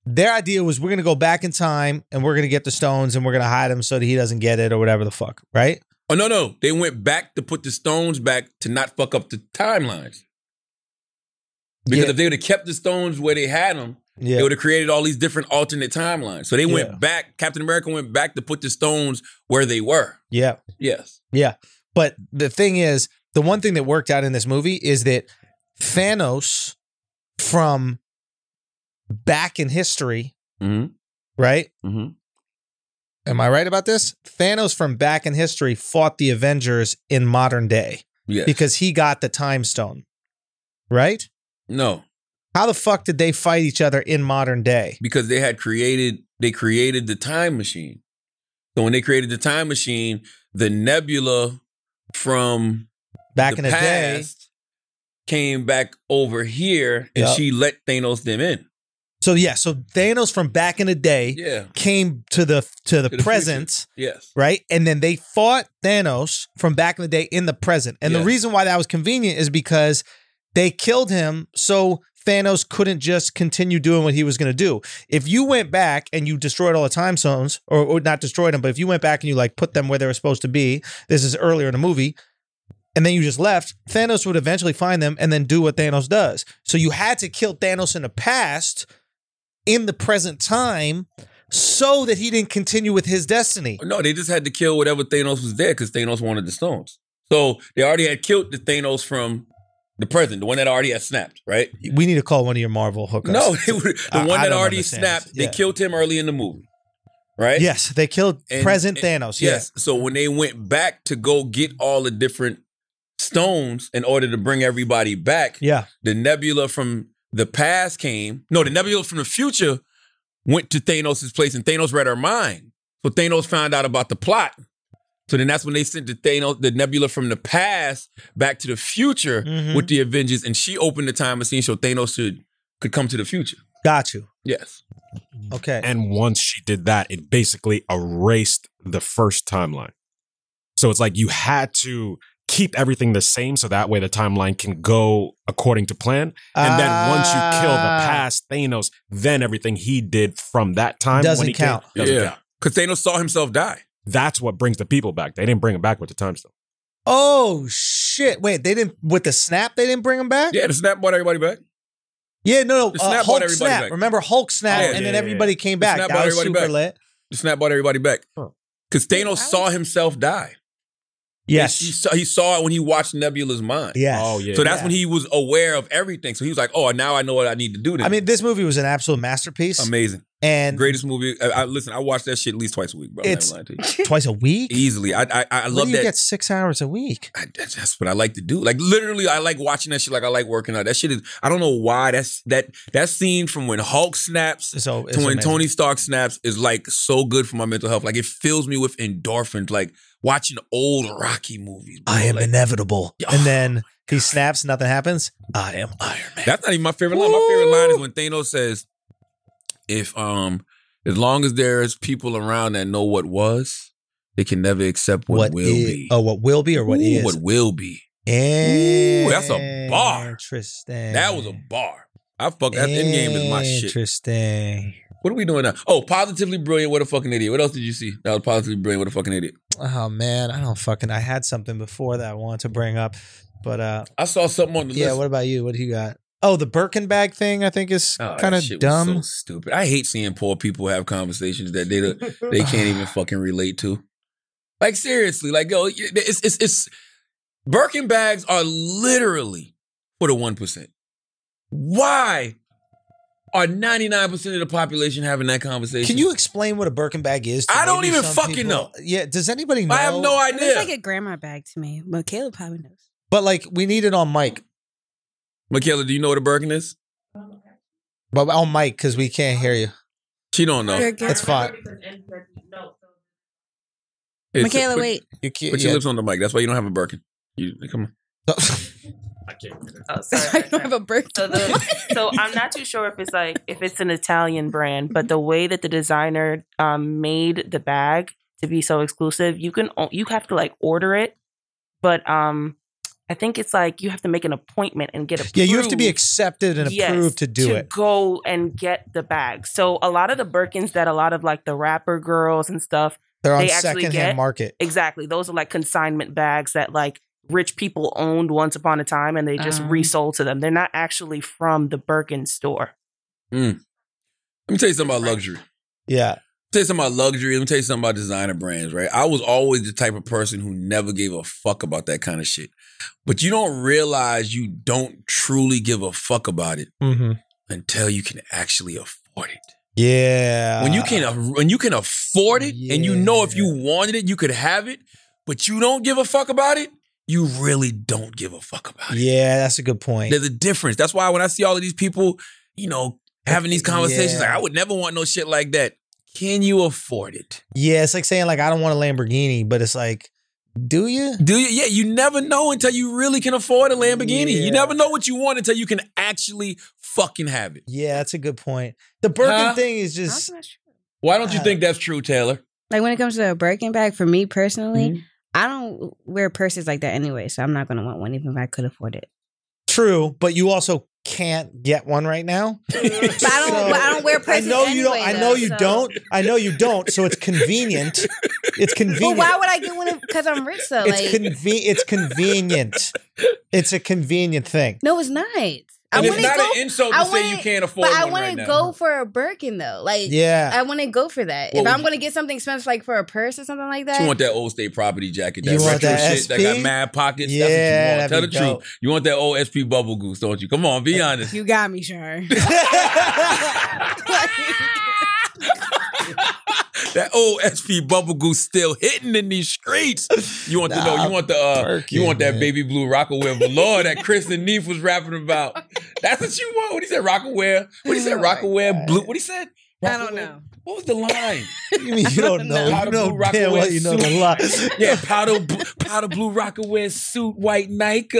S3: their idea was we're gonna go back in time and we're gonna get the stones and we're gonna hide them so that he doesn't get it or whatever the fuck, right?
S2: Oh no, no, they went back to put the stones back to not fuck up the timelines. Because
S3: Yeah.
S2: if they would have kept the stones where they had them, it
S3: Yeah.
S2: would have created all these different alternate timelines. So they
S3: Yeah.
S2: went back. Captain America went back to put the stones where they were.
S3: Yeah.
S2: Yes.
S3: But the thing is, the one thing that worked out in this movie is that Thanos from back in history,
S2: Mm-hmm.
S3: right?
S2: Mm-hmm.
S3: Am I right about this? Thanos from back in history fought the Avengers in modern day
S2: Yes.
S3: because he got the time stone. Right?
S2: no,
S3: How the fuck did they fight each other in modern day?
S2: because they had created they created the time machine. So when they created the time machine, the nebula from
S3: Back in the day,
S2: past came back over here and
S3: Yup.
S2: she let Thanos them in.
S3: So yeah, so Thanos from back in the day
S2: Yeah.
S3: came to the to the,
S2: To the
S3: present,
S2: Yes.
S3: right? And then they fought Thanos from back in the day in the present. And the
S2: Yeah.
S3: reason why that was convenient is because they killed him so Thanos couldn't just continue doing what he was going to do. If you went back and you destroyed all the time zones, or, or not destroyed them, but if you went back and you like put them where they were supposed to be, this is earlier in the movie, and then you just left, Thanos would eventually find them and then do what Thanos does. So you had to kill Thanos in the past, in the present time, so that he didn't continue with his destiny.
S2: No, they just had to kill whatever Thanos was there because Thanos wanted the stones. So they already had killed the Thanos from the present, the one that already had snapped, right?
S3: We need to call one of your Marvel hookups.
S2: No, they were, the
S3: I-
S2: one
S3: I
S2: that
S3: don't
S2: already
S3: understand
S2: snapped,
S3: this. Yeah.
S2: they killed him early in the movie, right?
S3: Yes, they killed
S2: And-
S3: present
S2: and-
S3: Thanos.
S2: Yes. So when they went back to go get all the different stones in order to bring everybody back,
S3: Yeah.
S2: the nebula from the past came. No, the nebula from the future went to Thanos' place and Thanos read her mind. So Thanos found out about the plot. So then that's when they sent the Thanos, the nebula from the past back to the future
S3: Mhm.
S2: with the Avengers, and she opened the time machine so Thanos should could come to the future.
S3: Got you.
S2: Yes.
S3: Okay.
S5: And once she did that, it basically erased the first timeline. So it's like you had to keep everything the same so that way the timeline can go according to plan. And then once you kill the
S3: Ah.
S5: past Thanos, then everything he did from that time
S3: Doesn't
S5: when he came-
S3: count.
S5: doesn't
S2: Yeah.
S5: count.
S2: Because Thanos saw himself die.
S5: That's what brings the people back. They didn't bring him back with the time stone.
S3: Oh shit! Wait, they didn't with the snap. They didn't bring him back.
S2: Yeah, the snap brought everybody back.
S3: Yeah, no, no.
S2: The
S3: uh,
S2: snap brought
S3: Hulk
S2: everybody
S3: snap.
S2: back.
S3: Remember Hulk snap,
S2: Oh, yeah,
S3: and
S5: yeah,
S3: then
S5: yeah.
S3: everybody came
S2: The
S3: back.
S2: snap
S3: That
S2: brought
S3: was
S2: everybody back.
S3: super lit.
S2: The snap brought everybody back.
S5: Huh.
S2: Because
S3: I
S2: Thanos
S3: was-
S2: saw himself die.
S3: Yes.
S2: He saw, he saw it when he watched Nebula's mind.
S3: Yes.
S5: Oh, yeah.
S2: So that's
S3: Yeah.
S2: when he was aware of everything. So he was like, "Oh, now I know what I need to do." Then.
S3: I mean, this movie was an absolute masterpiece.
S2: amazing.
S3: and
S2: Greatest movie. I, I- listen. I watch that shit at least twice a week, bro. I'm
S3: It's-
S2: not lying to you.
S3: twice a week.
S2: Easily, I I, I
S3: Where do
S2: love
S3: you
S2: that.
S3: get six hours a week.
S2: I, that's, that's what I like to do. Like literally, I like watching that shit. Like I like working out. That shit is. I don't know why. That's that that scene from when Hulk snaps
S3: So
S2: to when Tony Stark snaps is like so good for my mental health. Like it fills me with endorphins. Like watching old Rocky movies. bro.
S3: I am
S2: Like,
S3: inevitable,
S2: Yeah. Oh
S3: and then he snaps, nothing happens. I am Iron Man.
S2: That's not even my favorite line. My favorite line is when Thanos says, "If um, as long as there's people around that know what was, they can never accept what,
S3: What
S2: will
S3: i-
S2: be.
S3: Oh, what will be or what
S2: Ooh,
S3: is?
S2: What will be?
S3: Ooh,
S2: that's a bar.
S3: Interesting.
S2: That was a bar. I fuck that. Endgame is my shit.
S3: Interesting.
S2: What are we doing now? Oh, positively brilliant. What a fucking idiot. What else did you see? That was positively brilliant. What a fucking idiot.
S3: Oh man, I don't fucking. I had something before that I wanted to bring up, but uh,
S2: I saw something on the
S3: yeah.
S2: list.
S3: What about you? What do you got? Oh, the Birkin bag thing. I think is
S2: Oh, that
S3: kind of
S2: shit was
S3: dumb.
S2: so stupid. I hate seeing poor people have conversations that they don't- they can't even fucking relate to. Like seriously, like yo, it's it's it's Birkin bags are literally for the one percent. Why are ninety nine percent of the population having that conversation?
S3: Can you explain what a Birkin bag is? to
S2: I don't
S3: maybe
S2: even
S3: some
S2: fucking
S3: people?
S2: know.
S3: Yeah, does anybody know?
S2: I have no
S4: It looks
S2: idea.
S4: like a grandma bag to me, but Caleb probably knows.
S3: But like, we need it on mic,
S2: Michaela, do you know what a Birkin is?
S3: but on mic because we can't hear you.
S2: She don't know.
S3: It's fine.
S2: It's-
S4: Michaela,
S2: put-
S4: wait.
S3: You can't.
S2: Put your lips on the mic. That's why you don't have a Birkin. You come on.
S5: I can't get it.
S6: Oh,
S4: I
S6: sorry.
S4: don't have a
S6: so,
S4: birthday.
S6: the, so I'm not too sure if it's like if it's an Italian brand, but the way that the designer um, made the bag to be so exclusive, you can o- you have to like order it, but um, I think it's like you have to make an appointment and get approved.
S3: yeah, you have to be accepted and
S6: Yes,
S3: approved to do it.
S6: Go and get the bag. So a lot of the Birkins that a lot of like the rapper girls and stuff
S3: They're on
S6: they actually
S3: secondhand
S6: get-
S3: market.
S6: Exactly. Those are like consignment bags that like rich people owned once upon a time and they just
S3: Mm-hmm.
S4: Um.
S6: resold to them. They're not actually from the Birkin store.
S2: Let me tell you something about luxury.
S3: Yeah,
S2: tell you something about luxury. Let me tell you something about designer brands, right? I was always the type of person who never gave a fuck about that kind of shit. But you don't realize you don't truly give a fuck about it
S3: mm-hmm.
S2: until you can actually afford it.
S3: yeah.
S2: when you can when you can afford it and you know if you wanted it, you could have it, but you don't give a fuck about it, you really don't give a fuck about it.
S3: Yeah, that's a good point.
S2: There's a difference. That's why when I see all of these people, you know, having these conversations,
S3: Yeah.
S2: like I would never want no shit like that. Can you afford it?
S3: Yeah, it's like saying like I don't want a Lamborghini, but it's like, do you?
S2: Do you? Yeah, you never know until you really can afford a Lamborghini.
S3: Yeah.
S2: You never know what you want until you can actually fucking have it.
S3: Yeah, that's a good point. The Birkin
S2: Huh?
S3: thing is just
S2: Why don't you
S3: Uh,
S2: think that's true, Taylor?
S4: like when it comes to a Birkin bag, for me personally, I don't wear purses like that anyway, so I'm not gonna want one even if I could afford it.
S3: true, but you also can't get one right now.
S4: But I don't.
S3: So-
S4: but I don't wear
S3: I
S4: purses.
S3: know you don't.
S4: anyway,
S3: I know
S4: though,
S3: you
S4: so-
S3: don't. I know you don't. So it's convenient. It's
S4: But
S3: convenient.
S4: why would I get one? Because I'm rich, though.
S3: it's
S4: like,
S3: conven- It's convenient. It's a convenient thing.
S4: no, it's not. I
S2: And it's not
S4: wouldn't go,
S2: an insult
S4: I
S2: to say you
S4: wouldn't-
S2: can't afford
S4: but I
S2: one right
S4: wouldn't
S2: now.
S4: go for a Birkin though. Like,
S3: Yeah.
S4: I wouldn't go for that.
S2: What
S4: if
S2: would
S4: I'm
S2: you-
S4: going to get something expensive, like for a purse or something like that,
S2: You want that old state property jacket, that
S3: You want
S2: retro
S3: that
S2: shit that got
S3: SP?
S2: mad pockets.
S3: Yeah,
S2: that's what you
S3: that'd
S2: want.
S3: be
S2: Tell the
S3: dope.
S2: truth. You want that old SP bubble goose, don't you? Come on, be honest.
S4: you got me, sure.
S2: that old SP bubble goose still hitting in these streets. You want to know?
S3: Nah,
S2: You want the? Uh,
S3: Birkin,
S2: you want that
S3: man.
S2: baby blue Rockaware velour that Chris and Neef was rapping about? That's what you want. What he said, Rockaware. What he said,
S4: Oh my
S2: Rockaware blue. What he said?
S4: I don't
S2: Rockaware-
S4: know.
S2: What was the line?
S3: you mean you don't know?
S2: Powder
S3: You know
S2: blue rock
S3: damn
S2: away
S3: well you know the
S2: suit.
S3: lot.
S2: Yeah, powder bl- powder blue Rockaware suit, white Nike.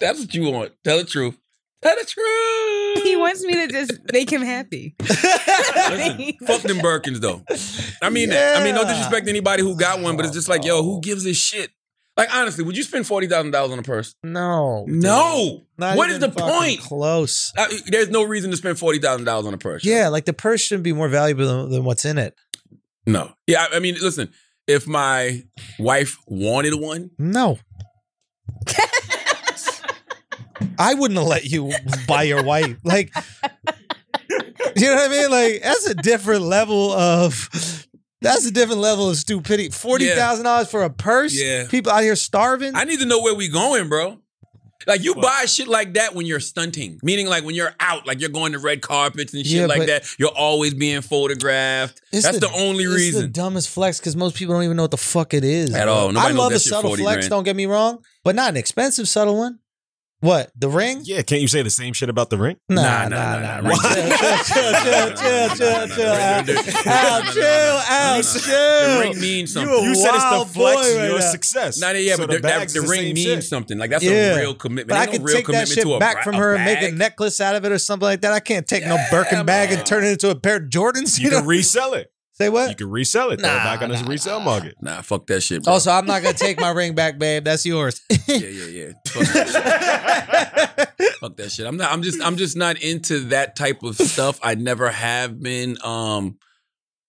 S2: That's what you want. Tell the truth. Tell the truth.
S4: he wants me to just make him happy.
S2: Fuck them Birkins though. I mean that. I mean, no
S3: Yeah.
S2: disrespect to anybody who got one, but it's just like, yo, who gives a shit? Like honestly, would you spend forty thousand dollars on a purse?
S3: No.
S2: No.
S3: Not
S2: what is
S3: even
S2: the
S3: fucking
S2: point?
S3: Close.
S2: Uh, there's no reason to spend forty thousand dollars on a purse.
S3: Yeah, like the purse shouldn't be more valuable than, than what's in it.
S2: No. Yeah. I, I mean, listen. If my wife wanted one,
S3: No. I wouldn't have let you buy your wife. Like, you know what I mean? Like, that's a different level of. That's a different level of stupidity. Forty thousand dollars for a purse.
S2: Yeah.
S3: People out here starving.
S2: I need to know where we going, bro. Like you
S5: Well-
S2: buy shit like that when you're stunting, meaning like when you're out, like you're going to red carpets and shit
S3: Yeah,
S2: like
S3: but-
S2: that. You're always being photographed.
S3: It's
S2: That's the only
S3: it's the
S2: reason.
S3: dumbest flex because most people don't even know what the fuck it is
S2: At
S3: bro.
S2: all. Nobody
S3: I
S2: knows
S3: love
S2: that
S3: a
S2: shit
S3: subtle
S2: 40
S3: flex.
S2: grand.
S3: Don't get me wrong, but not an expensive subtle one. What the ring?
S5: Yeah, can't you say the same shit about the ring?
S2: Nah, nah, nah,
S3: Chill,
S2: ring.
S3: chill, chill, chill, chill,
S2: Nah, nah, nah,
S3: chill. Al,
S2: nah, nah, nah, nah,
S3: Al,
S2: nah,
S3: chill,
S2: nah, nah,
S3: Al,
S2: nah.
S3: chill.
S2: The ring means something.
S3: You a
S5: You said it's the
S3: wild
S5: flex,
S3: boy
S5: your
S3: right now.
S5: success.
S2: Not yeah,
S5: So
S2: but the, that,
S5: bags
S2: the
S5: is
S2: ring
S5: same
S2: means
S5: shit.
S2: something. Like that's
S3: Yeah.
S2: a real commitment.
S3: But I
S2: Ain't no
S3: can
S2: real
S3: take that
S2: commitment
S3: shit
S2: to a
S3: back
S2: bra-
S3: from
S2: a
S3: her and make a
S2: bag.
S3: necklace out of it or something like that. I can't take no
S2: Yeah,
S3: Birkin bag
S2: man.
S3: and turn it into a pair of Jordans.
S5: You
S3: You know?
S5: can resell it.
S3: Say
S5: You
S3: what?
S5: can resell it. Throw it
S3: Nah,
S5: back on this
S3: nah,
S5: resale
S3: nah.
S5: market.
S2: Nah, fuck that shit. Bro.
S3: Also, I'm not gonna take my ring back, babe. That's yours.
S2: yeah, yeah, yeah. Fuck that shit. Fuck that shit. I'm not. I'm just. I'm just not into that type of stuff. I never have been. Um,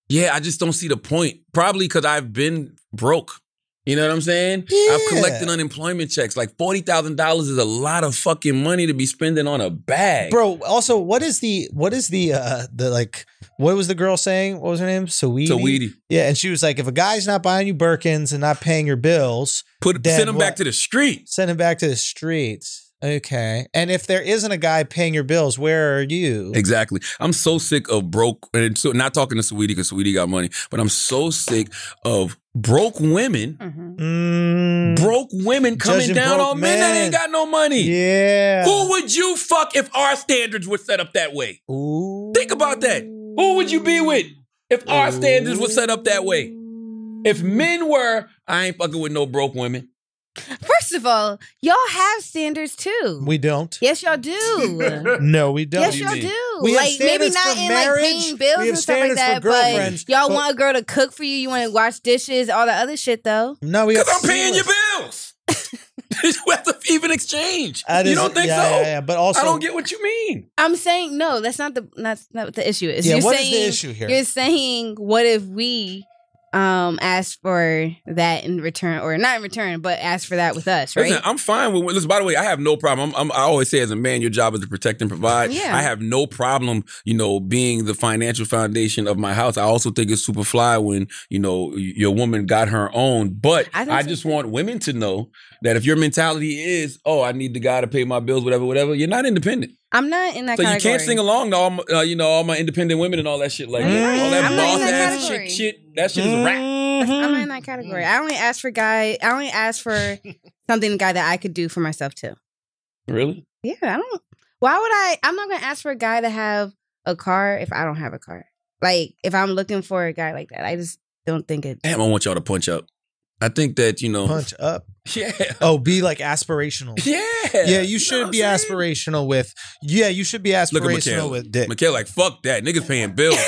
S2: yeah, I just don't see the point. Probably because I've been broke. You know what I'm saying? I've
S3: Yeah.
S2: collected unemployment checks. Like forty thousand dollars is a lot of fucking money to be spending on a bag,
S3: Bro, also, what is the what is the uh the like what was the girl saying? What was her name? Saweetie.
S2: To weedy,
S3: Yeah, and she was like, if a guy's not buying you Birkins and not paying your bills,
S2: put
S3: Then
S2: send them back
S3: what?
S2: to the streets.
S3: send him back to the streets. Okay. And if there isn't a guy paying your bills, where are you?
S2: Exactly. I'm so sick of broke and so not talking to Sweetie because Sweetie got money, but I'm so sick of broke women.
S4: Mhm.
S3: Mm,
S2: Broke women coming
S3: Judging
S2: down
S3: broke
S2: on men that
S3: men.
S2: ain't got no money.
S3: Yeah.
S2: Who would you fuck if our standards were set up that way? Think about that. Who would you be with if our standards were set up that way? If men were, I ain't fucking with no broke women.
S4: First of all, y'all have standards too.
S3: We don't.
S4: yes, y'all do.
S3: No, we don't.
S4: yes,
S2: you
S4: y'all
S2: mean?
S4: do.
S3: We have
S4: like maybe
S3: standards
S4: not
S3: for
S4: in like
S3: marriage.
S4: paying bills
S3: We have
S4: and stuff like
S3: standards for
S4: that, but
S3: girlfriends,
S4: y'all
S3: but-
S4: want a girl to cook for you. You want to wash dishes, all the other shit though.
S3: No, we
S2: Because
S3: have
S2: I'm paying your
S3: ceilings.
S2: bills. we have to even exchange.
S3: That
S2: you
S3: is-
S2: don't think
S3: yeah,
S2: so?
S3: Yeah, yeah, But also,
S2: I don't get what you mean.
S4: I'm saying no. That's not the that's not what the issue is.
S3: Yeah,
S4: you're
S3: what is
S4: saying,
S3: the issue here?
S4: You're saying what if we um ask for that in return or not in return, but ask for that with us, right?
S2: Listen, I'm fine with. Listen, by the way, I have no problem. I'm, I'm, I always say, as a man, your job is to protect and provide.
S4: Yeah.
S2: I have no problem, you know, being the financial foundation of my house. I also think it's super fly when you know y- your woman got her own. But
S4: I
S2: I,
S4: think so,
S2: just want women to know that if your mentality is, oh, I need the guy to pay my bills, whatever, whatever, you're not independent.
S4: I'm not in that
S2: So you
S4: category.
S2: can't sing along to all, my, uh, you know, all my independent women and all that shit like that.
S3: Mm.
S2: all that
S3: I'm not
S2: boss
S3: in that
S2: ass
S4: category.
S2: shit. Shit, that shit is rap.
S3: Mm-hmm.
S4: That's- I'm
S3: Mm.
S4: not in that category. I only ask for guy. I only ask for something guy that I could do for myself too. Mm.
S2: Really?
S4: Yeah, I don't. Why would I? I'm not gonna ask for a guy to have a car if I don't have a car. Like if I'm looking for a guy like that, I just don't think it.
S2: Damn, I want y'all to punch up. I think that you know,
S3: punch up.
S2: yeah.
S3: Oh, be like aspirational.
S2: Yeah.
S3: Yeah, you
S2: know
S3: should
S2: what
S3: be
S2: I'm saying?
S3: aspirational with. Yeah, you should be
S2: Look at
S3: aspirational
S2: Mikhail.
S3: with dick.
S2: Mikhail like, fuck that. Niggas paying bills.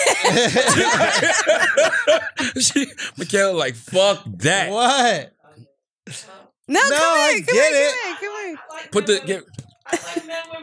S2: she, Mikhail like, fuck that.
S3: what?
S4: No,
S3: No,
S4: come
S3: I
S4: here, come
S3: get
S4: here,
S3: it.
S4: come here, come here.
S2: Put the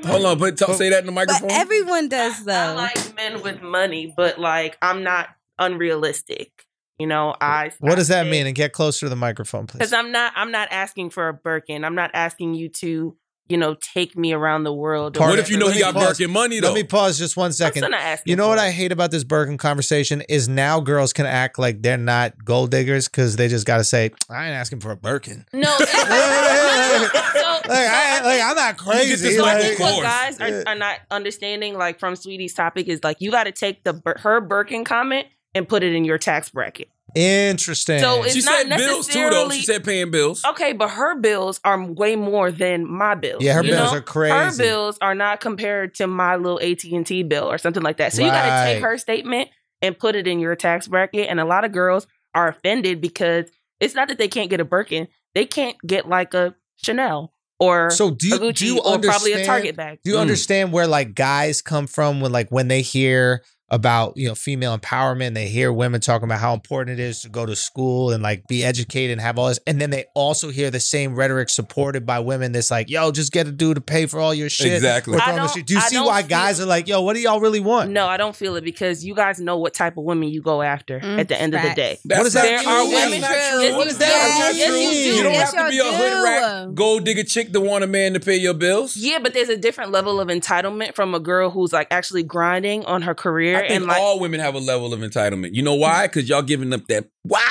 S2: get, hold on, but tell, say that in the
S4: But
S2: microphone.
S4: everyone does though.
S6: I like men with money, but like I'm not unrealistic. You know, I.
S3: What does that
S6: I-
S3: mean? And get closer to the microphone, please.
S6: Because I'm not. I'm not asking for a Birkin. I'm not asking you to, you know, take me around the world. or
S3: Part
S2: what
S3: of-
S2: if you know
S3: Let
S2: he
S3: me
S2: got
S3: pause.
S2: Birkin money though?
S3: Let me pause just one
S6: I'm
S3: second.
S6: still not asking
S3: You know
S6: for
S3: what
S6: it.
S3: I hate about this Birkin conversation is now girls can act like they're not gold diggers because they just got to say, I ain't asking for a Birkin.
S6: No.
S3: like,
S6: so-
S3: I, like, I'm not
S2: me get this
S3: crazy.
S6: So I
S2: Michael
S6: think
S3: Like,
S2: Kors.
S6: what guys
S3: Yeah.
S6: are, are not understanding, like from Sweetie's topic, is like you got to take the Bir- her Birkin comment and put it in your tax bracket.
S3: interesting.
S6: So it's
S2: she
S6: not
S2: said bills too though.
S6: necessarily-
S2: She said paying bills.
S6: Okay, but her bills are way more than my bills.
S3: yeah, her
S6: you
S3: bills
S6: know?
S3: are crazy.
S6: Her bills are not compared to my little AT and T bill or something like that. So you got to take
S3: Right.
S6: her statement and put it in your tax bracket. And a lot of girls are offended because it's not that they can't get a Birkin; they can't get like a Chanel or
S3: So do
S6: a
S3: you,
S6: Gucci
S3: do you
S6: or
S3: understand?
S6: probably a Target bag.
S3: Do you
S2: Mm.
S3: understand where like guys come from when like when they hear about you know female empowerment, they hear women talking about how important it is to go to school and like be educated and have all this, and then they also hear the same rhetoric supported by women that's like, "Yo, just get a dude to pay for all your shit."
S2: Exactly.
S3: We're
S6: I
S3: throwing this
S6: don't-
S3: shit. Do you
S6: I
S3: see
S6: don't
S3: why
S6: feel-
S3: guys are like, "Yo, what do y'all really want?"
S6: No, I don't feel it because you guys know what type of women you go after
S4: Mm,
S6: at the end of
S4: facts.
S6: the day.
S2: That's
S3: What does
S2: not
S3: that
S2: true.
S3: mean?
S2: That's
S3: That's
S2: not
S4: true.
S2: true.
S4: Yes,
S2: What is that?
S4: yes,
S2: That's
S4: yes,
S2: not
S4: you
S2: true.
S4: do.
S2: You don't
S4: Yes,
S2: have to be a
S4: y'all
S2: hood rat
S4: do.
S2: gold digger chick to want a man to pay your bills.
S6: Yeah, but there's a different level of entitlement from a girl who's like actually grinding on her career
S2: I think
S6: and like
S2: all women have a level of entitlement. You know why? Because y'all giving up that wop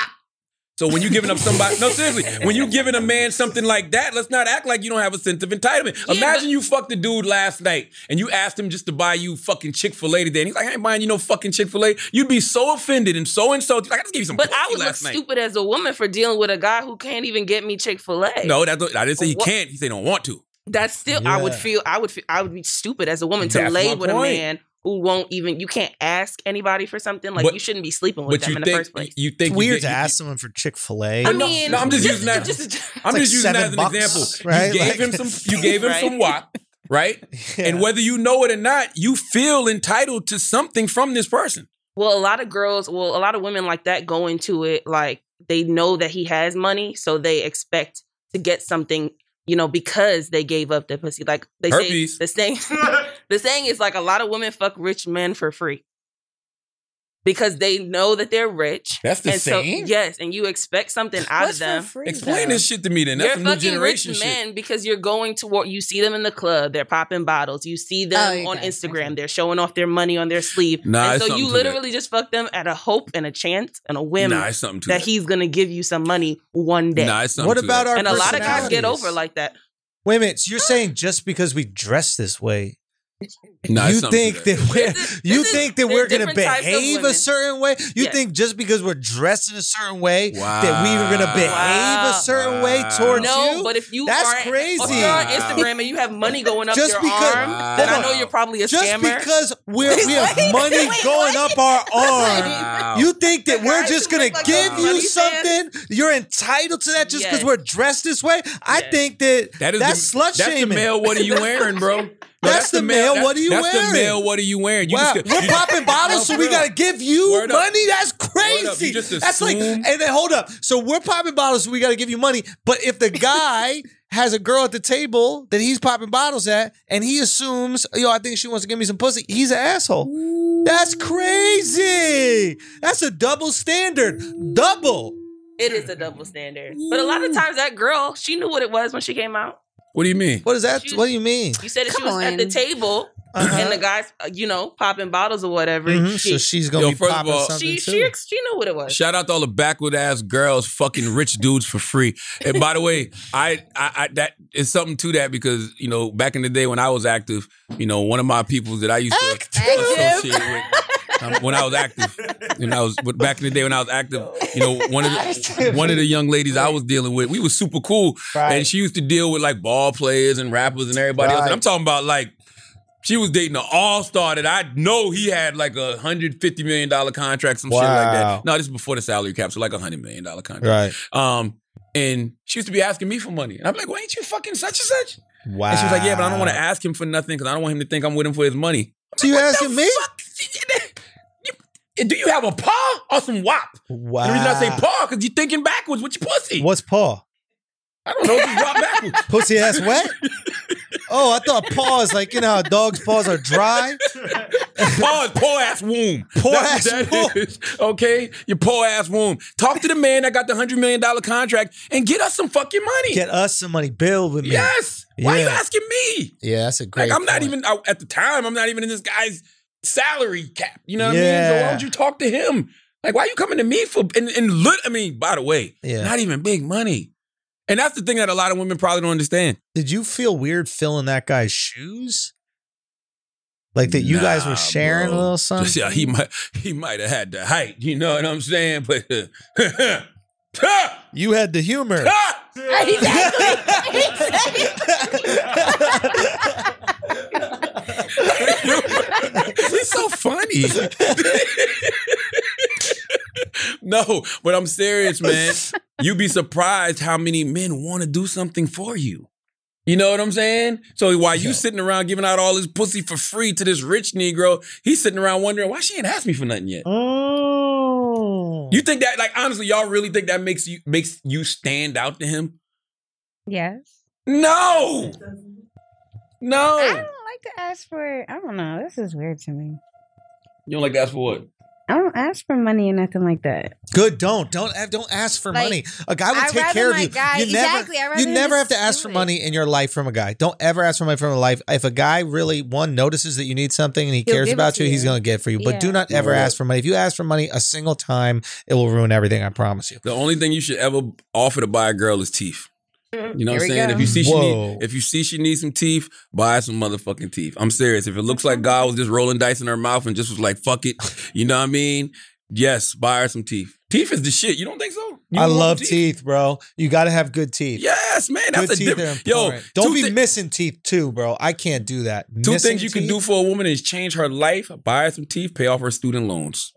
S2: So when you giving up somebody, no seriously, when you giving a man something like that, let's not act like you don't have a sense of entitlement.
S6: Yeah,
S2: Imagine
S6: but-
S2: you fucked a dude last night and you asked him just to buy you fucking Chick Fil A today, and he's like, I ain't buying you no fucking Chick Fil A. You'd be so offended and so insulted. Like I just gave you some
S6: But
S2: pussy
S6: I would look
S2: last night.
S6: stupid as a woman for dealing with a guy who can't even get me Chick Fil A.
S2: No, that's I didn't say he
S6: What-
S2: can't. He said he don't want to.
S6: that's still I would
S3: Yeah.
S6: feel I would feel, I would be stupid as a woman to
S2: That's
S6: lay
S2: my
S6: with a
S2: point.
S6: man who won't even you can't ask anybody for something like
S2: But-
S6: you shouldn't be sleeping with
S2: But
S6: them
S2: you
S6: in the
S2: think
S6: first place.
S2: you think
S3: It's
S2: you
S3: weird
S2: get-
S3: to
S2: you-
S3: ask someone for Chick Fil A.
S6: I
S2: no,
S6: mean,
S2: no, I'm just
S6: just-
S2: using that.
S6: just-
S2: I'm
S3: It's
S2: just using
S3: like
S2: that as an
S3: seven
S2: example.
S3: bucks, right?
S2: You gave
S3: Like-
S2: him some. You gave him some
S6: Right.
S2: wop, right? And whether you know it or not, you feel entitled to something from this person.
S6: Well, a lot of girls, well, a lot of women like that go into it like they know that he has money, so they expect to get something, you know, because they gave up their pussy. Like they
S2: Herpes.
S6: say the saying the saying is like a lot of women fuck rich men for free. Because they know that they're rich.
S2: That's the
S6: and so-
S2: saying?
S6: yes, and you expect something out
S4: What's
S6: of
S4: for
S6: them.
S4: free,
S2: Explain
S4: though?
S2: this shit to me, then. That's
S6: You're
S2: some new
S6: fucking rich
S2: generation shit.
S6: men because you're going toward. You see them in the club; they're popping bottles. You see
S4: Oh,
S6: them
S4: you
S6: on
S4: got it.
S6: Instagram;
S4: Okay.
S6: they're showing off their money on their sleeve.
S2: Nah,
S6: and
S2: it's
S6: so
S2: something
S6: you
S2: to that.
S6: literally just fuck them at a hope and a chance and a whim
S2: Nah, it's something to
S6: that
S2: that.
S6: he's gonna give you some money one day.
S2: Nah, it's something
S3: What
S2: to
S3: about
S2: that.
S3: our
S6: and a lot of guys get
S3: personalities?
S6: over like that.
S3: Wait a minute. So you're saying just because we dress this way,
S2: Nah, it's
S3: you
S2: something
S3: think
S2: to
S3: that we're
S6: This is-
S3: you
S6: this is-
S3: think that
S6: they're
S3: we're gonna
S6: different types of
S3: behave a
S6: women.
S3: certain way? You
S6: Yes.
S3: think just because we're dressed in a certain way
S2: Wow.
S3: that we were gonna behave a
S6: Wow.
S3: certain way
S2: Ah. Wow.
S3: towards
S6: No,
S3: you?
S6: but if you
S3: That's
S6: are
S3: crazy.
S6: If you're on
S2: Wow.
S6: Instagram and you have money going up
S3: Just
S6: your
S3: because-
S6: arm,
S2: Wow.
S6: then I
S3: Hold
S6: know
S2: on.
S6: you're probably a
S3: just
S6: scammer.
S3: because we're, we have
S6: Wait,
S3: money
S6: wait,
S3: going
S6: what?
S3: up our arm,
S2: Wow.
S3: you think that
S6: The
S3: we're
S6: guys
S3: just
S6: who
S3: gonna
S6: look like
S3: give
S2: those
S3: you
S6: money
S3: something? You're entitled to that just because
S6: Yes.
S3: we're dressed this way? I
S6: Yes.
S3: think that,
S2: That is
S3: that's
S2: the,
S3: slut
S2: that's
S3: shaming.
S2: the male. What are you wearing, bro? No,
S3: That's the male,
S2: that-
S3: what are you
S2: That's
S3: wearing?
S2: the male. What are you wearing? You
S3: wow,
S2: just-
S3: we're
S2: you-
S3: popping bottles,
S2: No,
S3: so
S2: for
S3: we
S2: real.
S3: gotta give you
S2: Word up.
S3: money. That's
S2: Word up.
S3: crazy.
S2: You just
S3: That's like,
S2: assume-
S3: and then hold up. So we're popping bottles, so we gotta give you money. But if the guy has a girl at the table that he's popping bottles at, and he assumes, yo, I think she wants to give me some pussy, he's an asshole. That's crazy. That's a double standard. Double.
S6: it is a double standard. But a lot of times that girl, she knew what it was when she came out.
S2: What do you mean?
S3: What is that?
S6: She's-
S3: What do you mean?
S6: You said that she
S4: Come
S6: was at the
S4: on.
S6: table and the guys, uh, you know, popping bottles or whatever.
S3: Mhm,
S6: She,
S3: Uh-huh. So she's gonna
S2: Yo,
S3: be
S2: first of
S3: popping
S2: all-
S3: something
S6: she,
S3: too.
S6: she, ex- she knew what it was.
S2: Shout out to all the backward ass girls fucking rich dudes for free. And by the way, I, I, I that is something to that because you know back in the day when I was active, you know one of my peoples that I used to associate with um, when I was active, when I was but back in the day when I was active, you know one of the, one of the young ladies I was dealing with, we was super cool,
S3: Right.
S2: and she used to deal with like ball players and rappers and everybody else.
S3: Right.
S2: And I'm talking about like. She was dating an all star that I know he had like a hundred fifty million dollar contract, some shit like
S3: Wow.
S2: that. No, this is before the salary cap, so like a hundred million dollar contract.
S3: right.
S2: Um, and she used to be asking me for money, and I'm like, "Well, ain't you fucking such and such?"
S3: Wow.
S2: And she was like, "Yeah, but I don't want to ask him for nothing because I don't want him to think I'm with him for his money."
S3: So you asking me?
S2: Fuck. You- Do you have a paw or some wop?
S3: Wow.
S2: And The reason I say paw because you're thinking backwards with your pussy.
S3: What's Paul?
S2: I don't know, just drop backwards.
S3: Pussy ass wet? Oh, I thought paws, like, you know how dogs' paws are dry?
S2: Paw is poor ass womb.
S3: Poor
S2: That's
S3: ass
S2: what that
S3: womb.
S2: is, Okay, your poor ass womb. Talk to the man that got the hundred million dollar contract and get us some fucking money.
S3: Get us some money. Build with me.
S2: Yes. Why you
S3: Yeah.
S2: asking me?
S3: Yeah, that's a great
S2: Like I'm not
S3: point.
S2: even I, at the time. I'm not even in this guy's salary cap. You know what I mean? So
S3: Yeah.
S2: why don't you talk to him? Like why you coming to me for? And and lit, I mean, by the way,
S3: Yeah.
S2: not even big money. And that's the thing that a lot of women probably don't understand.
S3: Did you feel weird filling that guy's shoes? Like that you guys
S2: Nah,
S3: were sharing
S2: bro.
S3: a little something?
S2: Just, yeah, he might he might have had the height. You know what I'm saying? But.
S3: you had the humor.
S2: He's so funny. no, but I'm serious, man. You'd be surprised how many men want to do something for you. You know what I'm saying? So while you
S3: Yeah.
S2: sitting around giving out all this pussy for free to this rich Negro, he's sitting around wondering why she ain't asked me for nothing yet.
S3: Oh.
S2: You think that, like, honestly, y'all really think that makes you makes you stand out to him?
S4: Yes.
S2: No, no.
S3: Oh.
S4: I don't like to ask for. I don't know. This is weird to me.
S2: You don't like to ask for what?
S4: I don't ask for money or nothing like that.
S3: Good. Don't don't don't ask for
S4: Like,
S3: money. A guy will
S4: I'd
S3: take
S4: rather
S3: care of
S4: my
S3: you.
S4: guy-
S3: you
S4: exactly, I'd
S3: never,
S4: rather
S3: you
S4: him
S3: never have
S4: just
S3: to ask
S4: do
S3: for
S4: it.
S3: money in your life from a guy. Don't ever ask for money from a life. If a guy really one notices that you need something and he
S4: He'll
S3: cares
S4: give it
S3: about
S4: to
S3: you, he's
S4: you.
S3: gonna get it for you. But do
S4: Yeah.
S3: not ever
S2: Yeah.
S3: ask for money. If you ask for money a single time, it will ruin everything. I promise you.
S2: The only thing you should ever offer to buy a girl is teeth. You know what I'm
S4: Here we
S2: saying?
S4: go.
S2: If you see she
S3: Whoa.
S2: need, if you see she needs some teeth, buy some motherfucking teeth. I'm serious. If it looks like God was just rolling dice in her mouth and just was like, fuck it, you know what I mean? Yes, buy her some teeth. Teeth is the shit. You don't think so? You
S3: I
S2: want
S3: love
S2: some
S3: teeth. bro. You got to have good teeth.
S2: Yes, man. That's
S3: good
S2: a
S3: teeth are
S2: different. Yo,
S3: important. don't
S2: two
S3: be
S2: thi-
S3: missing teeth too, bro. I can't do that.
S2: Two
S3: Missing
S2: things you can
S3: teeth?
S2: do for a woman is change her life, buy her some teeth, pay off her student loans.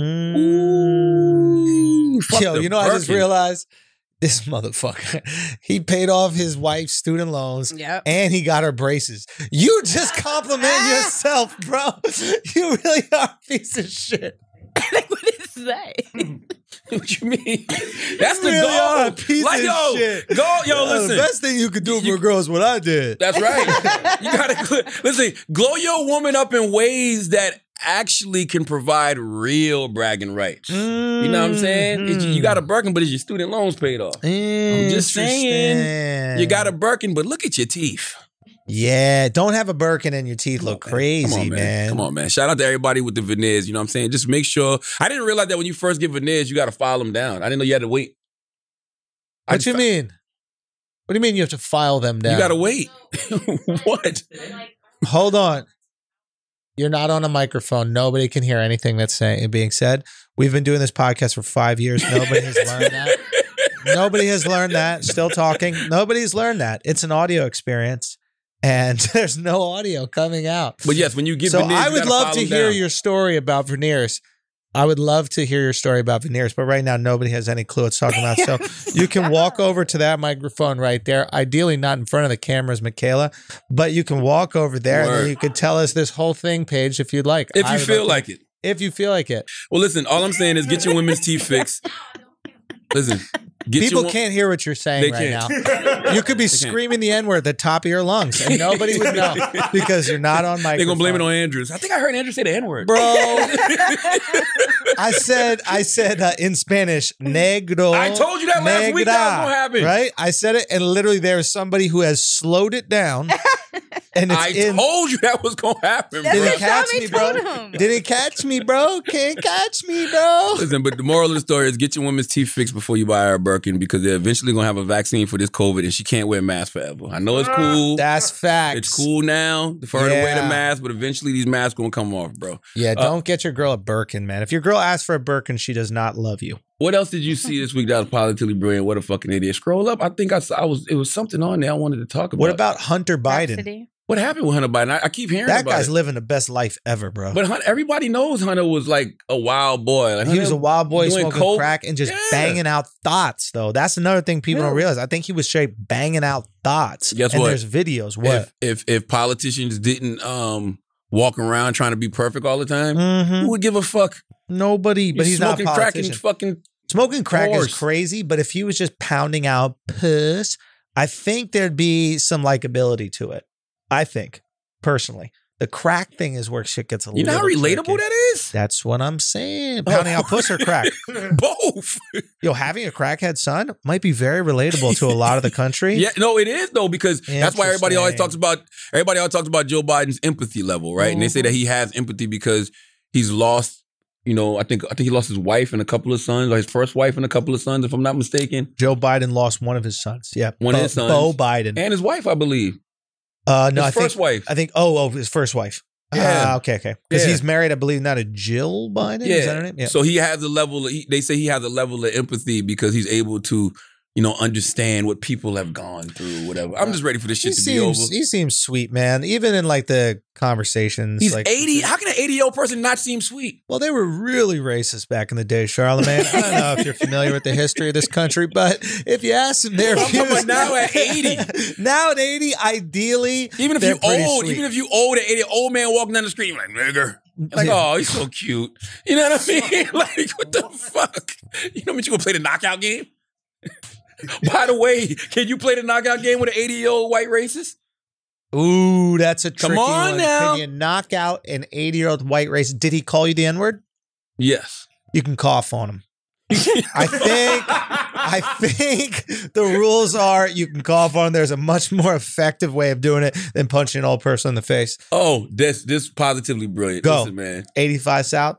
S3: Mm.
S2: Ooh, fuck
S3: Yo,
S2: the
S3: you know, I just
S2: Birkin.
S3: realized this motherfucker. He paid off his wife's student loans
S4: Yep.
S3: and he got her braces. You just compliment yourself, bro. You really are a piece of shit.
S4: what is that?
S2: what you mean? That's the
S3: You really
S2: goal.
S3: are a piece
S2: like
S3: of
S2: yo,
S3: shit.
S2: go yo,
S3: the
S2: listen.
S3: best thing you could do for a girl is what I did.
S2: That's right. you gotta cl- listen. Glow your woman up in ways that actually can provide real bragging rights. You know what I'm saying? It's-
S3: Mm-hmm.
S2: you got a Birkin, but it's your student loans paid off.
S3: I'm
S2: just saying. You got a Birkin, but look at your teeth.
S3: Yeah, don't have a Birkin and your teeth look crazy,
S2: Come on, man. Come on, man. Shout out to everybody with the veneers. You know what I'm saying? Just make sure. I didn't realize that when you first get veneers, you got to file them down. I didn't know you had to wait. I
S3: What
S2: just-
S3: you mean? What do you mean you have to file them down?
S2: You got to wait. what?
S3: Hold on. You're not on a microphone. Nobody can hear anything that's saying being said. We've been doing this podcast for five years. Nobody has learned that. Nobody has learned that. Still talking. Nobody's learned that. It's an audio experience, and there's no audio coming out.
S2: But yes, when you get
S3: so
S2: veneers,
S3: I
S2: you
S3: would
S2: gotta
S3: love
S2: file
S3: to
S2: them
S3: hear
S2: down.
S3: your story about veneers. I would love to hear your story about veneers, but right now nobody has any clue what's talking about. So you can walk over to that microphone right there. Ideally, not in front of the cameras, Michaela, but you can walk over there and
S2: Word.
S3: then you could tell us this whole thing, Paige, if you'd like.
S2: If
S3: I
S2: you
S3: would
S2: feel
S3: to-
S2: like it.
S3: if you feel like it,
S2: Well, listen, all I'm saying is get your women's teeth fixed. Listen, get
S3: people
S2: your wo-
S3: can't hear what you're saying
S2: They
S3: right
S2: can't.
S3: now. You could be screaming the N word at the top of your lungs, and nobody would know because you're not on mic.
S2: They're going to blame it on Andrews. I think I heard Andrews say the N word.
S3: bro. I said, I said uh, in Spanish, negro.
S2: I told you that last week that was
S3: negra,
S2: gonna happen.
S3: Right? I said it, and literally there is somebody who has slowed it down, and it's
S2: I
S3: in.
S2: told you that was going to happen,
S4: That's
S2: bro.
S3: Didn't
S4: what
S3: catch
S4: Tommy
S3: me, bro.
S4: told him.
S3: Didn't catch me, bro. Can't catch me, bro.
S2: Listen, but the moral of the story is get your woman's teeth fixed before you buy her a Birkin because they're eventually gonna have a vaccine for this COVID and she can't wear masks forever. I know it's cool.
S3: That's facts.
S2: It's cool now for her to wear the
S3: Yeah.
S2: mask, but eventually these masks gonna come off, bro.
S3: Yeah, don't get your girl a Birkin, man. If your girl asks for a Birkin, she does not love you.
S2: What else did you see this week that was positively brilliant? What a fucking idiot! Scroll up. I think I, saw, I was. It was something on there I wanted to talk about.
S3: What about Hunter Biden?
S4: Rhapsody.
S2: what happened with Hunter Biden? I, I keep hearing
S3: That
S2: about
S3: guy's
S2: it.
S3: living the best life ever, bro.
S2: but Hunter, everybody knows Hunter was like a wild boy. Like,
S3: he was a
S2: Hunter-
S3: wild boy
S2: doing
S3: smoking
S2: coke.
S3: crack and just
S2: Yeah.
S3: banging out thoughts, though. That's another thing people
S2: Yeah.
S3: don't realize. I think he was straight banging out thoughts.
S2: Guess
S3: and
S2: what?
S3: there's videos. What?
S2: If, if if politicians didn't um walk around trying to be perfect all the time,
S3: Mhm.
S2: who would give a fuck?
S3: Nobody, but
S2: You
S3: he's not a
S2: smoking crack and
S3: politician.
S2: fucking
S3: smoking crack
S2: Horse.
S3: is crazy, but if he was just pounding out puss, I think there'd be some likability to it. I think, personally. The crack thing is where shit gets a
S2: You know
S3: little
S2: how relatable
S3: tricky.
S2: that is?
S3: That's what I'm saying.
S2: Oh.
S3: Pounding out puss or crack.
S2: Both.
S3: Yo, having a crackhead son might be very relatable to a lot of the country.
S2: Yeah, no, it is though because that's why everybody always
S3: Interesting.
S2: talks about everybody always talks about Joe Biden's empathy level, right? And they say that he has empathy because he's lost, you know, I think I think he lost his wife and a couple of sons, or his first wife and a couple of sons, if I'm not mistaken,
S3: Joe Biden lost one of his sons. Yeah,
S2: One of his
S3: Bo-
S2: sons.
S3: Bo Biden.
S2: and his wife, I believe,
S3: Uh, no,
S2: his
S3: I
S2: first
S3: think
S2: wife.
S3: I think. Oh, oh, his first wife.
S2: Yeah.
S3: Yeah. okay, okay. Because
S2: Yeah.
S3: he's married, I believe, not a Jill Biden. Is that her name? Yeah.
S2: So he has a level. Of, he, they say he has a level of empathy because he's able to, you know, understand what people have gone through, whatever. I'm just ready for this
S3: he
S2: shit to be over.
S3: seems he seems sweet, man. Even in like the conversations,
S2: He's
S3: like
S2: 80. How can an 80 year old person not seem sweet?
S3: Well, they were really racist back in the day, Charlemagne. I don't know if you're familiar with the history of this country, but if you ask them, their
S2: I'm talking
S3: views-
S2: about now at 80.
S3: now at eighty, ideally,
S2: Even if
S3: they're
S2: you
S3: pretty
S2: old,
S3: sweet.
S2: even if you old, an 80 old man walking down the street, you're like nigger. You're Like,
S3: Yeah.
S2: oh, he's so cute. You know what I mean? like, what the fuck? You know what you gonna play the knockout game? By the way, can you play the knockout game with an 80 year old white racist?
S3: Ooh, that's a tricky
S2: on
S3: one.
S2: now.
S3: Can you knock out an 80 year old white race? Did he call you the N word?
S2: Yes.
S3: You can cough on them. I think I think the rules are you can cough on. 'em. There's a much more effective way of doing it than punching an old person in the face.
S2: Oh, this this positively brilliant.
S3: Go.
S2: Listen, man.
S3: 85 South.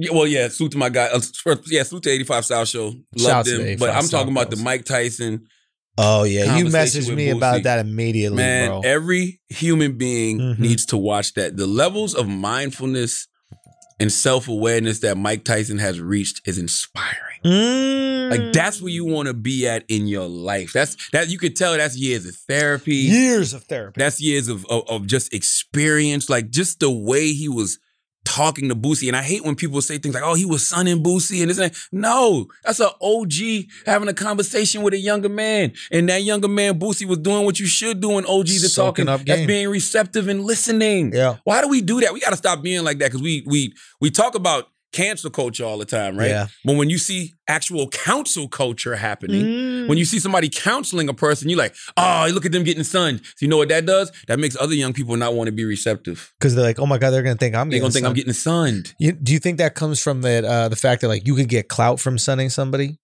S2: Yeah, well, yeah, salute to my guy. Uh, first- yeah, salute to 85 South Show. Love
S3: Shouts to
S2: them.
S3: 85
S2: But I'm
S3: South
S2: talking about the
S3: Shows.
S2: Mike Tyson.
S3: Oh yeah, you
S2: Conversation
S3: messaged
S2: with
S3: me
S2: Boosie.
S3: about that immediately,
S2: Man, eh,
S3: bro.
S2: every human being
S3: Mhm.
S2: needs to watch that. The levels of mindfulness and self-awareness that Mike Tyson has reached is inspiring.
S3: Mm.
S2: Like that's where you want to be at in your life. That's that you could tell that's years of therapy.
S3: years of therapy.
S2: That's years of, of of just experience. Like just the way he was talking to Boosie. And I hate when people say things like, oh, he was sonning Boosie and this and that. No, that's an OG having a conversation with a younger man. And that younger man, Boosie, was doing what you should do in OGs are
S3: Soaking
S2: talking.
S3: up
S2: That's
S3: game.
S2: being receptive and listening.
S3: yeah,
S2: Why do we do that? We got to stop being like that because we we we talk about cancel culture all the time, right?
S3: Yeah.
S2: But when you see actual counsel culture
S4: Mm-hmm.
S2: happening,
S3: Mm.
S4: Mm.
S2: when you see somebody counseling a person, you're like, oh, look at them getting sunned. So you know what that does? That makes other young people not want to be receptive.
S3: because they're like, oh my god, they're gonna think I'm.
S2: They're
S3: Getting
S2: gonna think I'm
S3: sunned.
S2: getting sunned.
S3: You, do you think that comes from that uh, the fact that like you could get clout from sunning somebody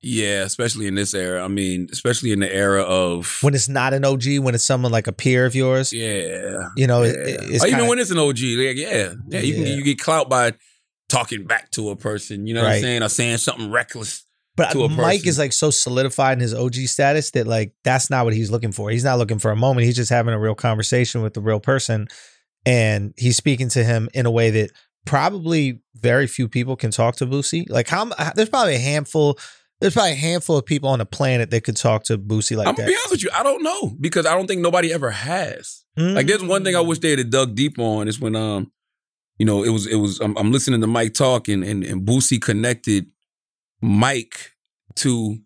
S2: Yeah, especially in this era. I mean, especially in the era of
S3: when it's not an OG, when it's someone like a peer of yours?
S2: yeah,
S3: You know,
S2: yeah.
S3: Oh, it, it's
S2: or even
S3: kinda-
S2: when it's an OG, like, yeah, yeah, you
S3: Yeah.
S2: can you get clout by talking back to a person. You know what
S3: Right.
S2: I'm saying? Or saying something reckless.
S3: But
S2: to a
S3: Mike
S2: person.
S3: is like so solidified in his OG status that like that's not what he's looking for. He's not looking for a moment. He's just having a real conversation with the real person, and he's speaking to him in a way that probably very few people can talk to Boosie. Like how m- there's probably a handful. There's probably a handful of people on the planet that could talk to Boosie like
S2: I'm
S3: that.
S2: gonna be honest with you. I don't know because I don't think nobody ever has.
S3: Mm.
S2: Like, there's one thing I wish they had dug deep on is when, um, you know, it was it was. I'm, I'm listening to Mike talk and and, and Boosie connected Mike to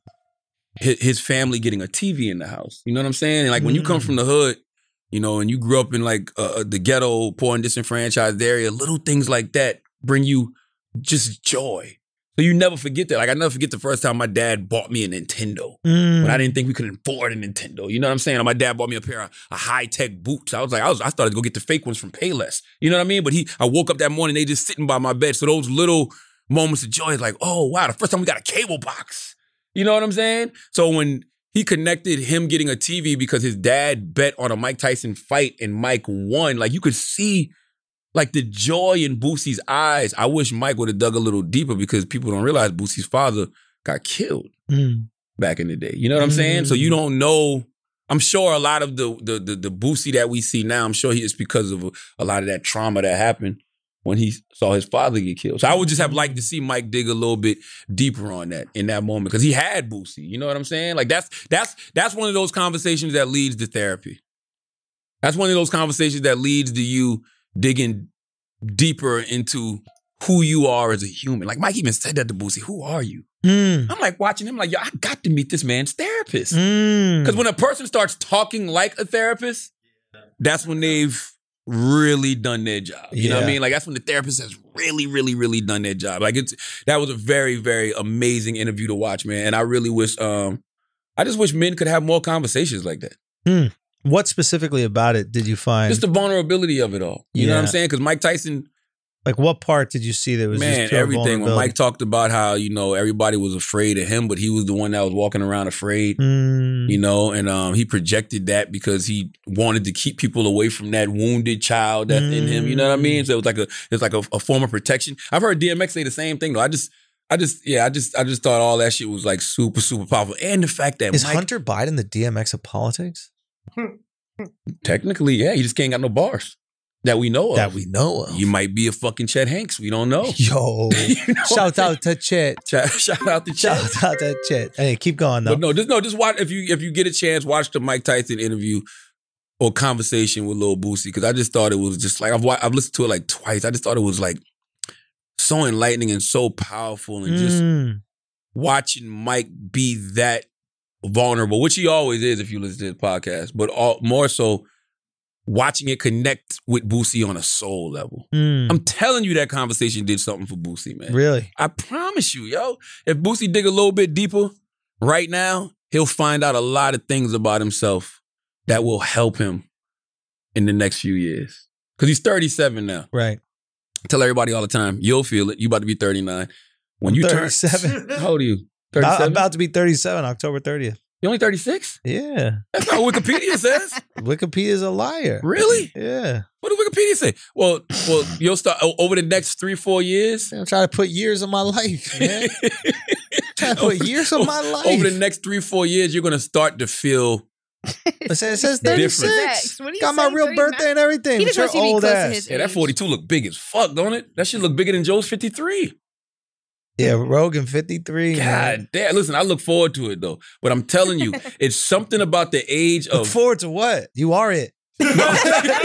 S2: his, his family getting a TV in the house. You know what I'm saying? And like when you come
S3: Mm.
S2: from the hood, you know, and you grew up in like uh, the ghetto, poor and disenfranchised area, little things like that bring you just joy. So you never forget that. Like I never forget the first time my dad bought me a Nintendo
S3: Mm.
S2: when I didn't think we could afford a Nintendo. You know what I'm saying? And my dad bought me a pair of high tech boots. I was like, I was I started to go get the fake ones from Payless. You know what I mean? But he, I woke up that morning, they just sitting by my bed. So those little moments of joy is like, oh wow, the first time we got a cable box. You know what I'm saying? So when he connected him getting a TV because his dad bet on a Mike Tyson fight and Mike won, like you could see. Like the joy in Boosie's eyes. I wish Mike would have dug a little deeper because people don't realize Boosie's father got killed
S3: Mm.
S2: back in the day. You know what I'm saying? So you
S3: Mm.
S2: don't know. I'm sure a lot of the the the, the Boosie that we see now, I'm sure he is because of a, a lot of that trauma that happened when he saw his father get killed. So I would just have liked to see Mike dig a little bit deeper on that in that moment because he had Boosie. You know what I'm saying? Like that's that's that's one of those conversations that leads to therapy. That's one of those conversations that leads to you digging deeper into who you are as a human. Like Mike even said that to Boosie, who are you?
S3: Mm.
S2: I'm like watching him, like, yo, I got to meet this man's therapist.
S3: Mm.
S2: Because when a person starts talking like a therapist, that's when they've really done their job. You know what I
S3: Yeah.
S2: mean? Like that's when the therapist has really, really, really done their job. Like it's that was a very, very amazing interview to watch, man. And I really wish, um, I just wish men could have more conversations like that.
S3: what specifically about it did you find?
S2: Just the vulnerability of it all. You know what I'm
S3: Yeah.
S2: saying? Because Mike Tyson
S3: like what part did you see that was
S2: man,
S3: just pure
S2: everything. When Mike
S3: vulnerability?
S2: talked about how you know everybody was afraid of him, but he was the one that was walking around afraid.
S3: Mm.
S2: you know and um he projected that because he wanted to keep people away from that wounded child that's in him you know what i
S3: Mm.
S2: mean so it was like a it's like a, a form of protection i've heard dmx say the same thing though i just i just yeah i just i just thought all that shit was like super super powerful and the fact that
S3: Is
S2: Mike,
S3: Hunter Biden the DMX of politics?
S2: technically yeah he just can't got no bars that we know of
S3: that we know of.
S2: you might be a fucking chet hanks we don't know
S3: Yo.
S2: You know what
S3: Shout
S2: I'm
S3: out to Chet.
S2: saying? shout, shout out to chet
S3: Shout out to Chet. Hey, keep going though.
S2: But no, just no, just watch if you if you get a chance, watch the Mike Tyson interview or conversation with Lil Boosie because I just thought it was just like I've wa- I've listened to it like twice. I just thought it was like so enlightening and so powerful, and just
S3: Mm.
S2: watching Mike be that vulnerable, which he always is if you listen to his podcast, but all, more so watching it connect with Boosie on a soul level.
S3: Mm.
S2: I'm telling you, that conversation did something for Boosie, man.
S3: really?
S2: I promise you, yo. If Boosie dig a little bit deeper right now, he'll find out a lot of things about himself that will help him in the next few years. Cause he's 37 now.
S3: Right.
S2: Tell everybody all the time. You'll feel it. You about to be 39. When you turn
S3: 37.
S2: how old are you?
S3: I,
S2: 37?
S3: am about to be 37, October 30th.
S2: you only 36?
S3: Yeah.
S2: That's not what Wikipedia says.
S3: Wikipedia's a liar.
S2: Really?
S3: Yeah.
S2: What does Wikipedia say? Well, well, you'll start o- over the next three, four years.
S3: I'm trying to put years of my life, man. trying to put years of my life.
S2: Over the next three, four years, you're gonna start to feel
S3: it says, it says
S2: Different.
S3: 36.
S4: What do you
S3: Got my
S4: say,
S3: real
S4: 39?
S3: birthday and everything.
S4: He
S3: but
S4: just
S3: you're
S4: wants you to be
S3: old
S4: close to
S3: ass.
S4: his
S2: Yeah, that
S4: age.
S2: 42 look big as fuck, don't it? That shit look bigger than Joe's 53.
S3: Yeah, Rogan 53. man.
S2: God damn. Listen, I look forward to it though. But I'm telling you, it's something about the age
S3: Look
S2: of
S3: forward to what? You are it.
S2: No,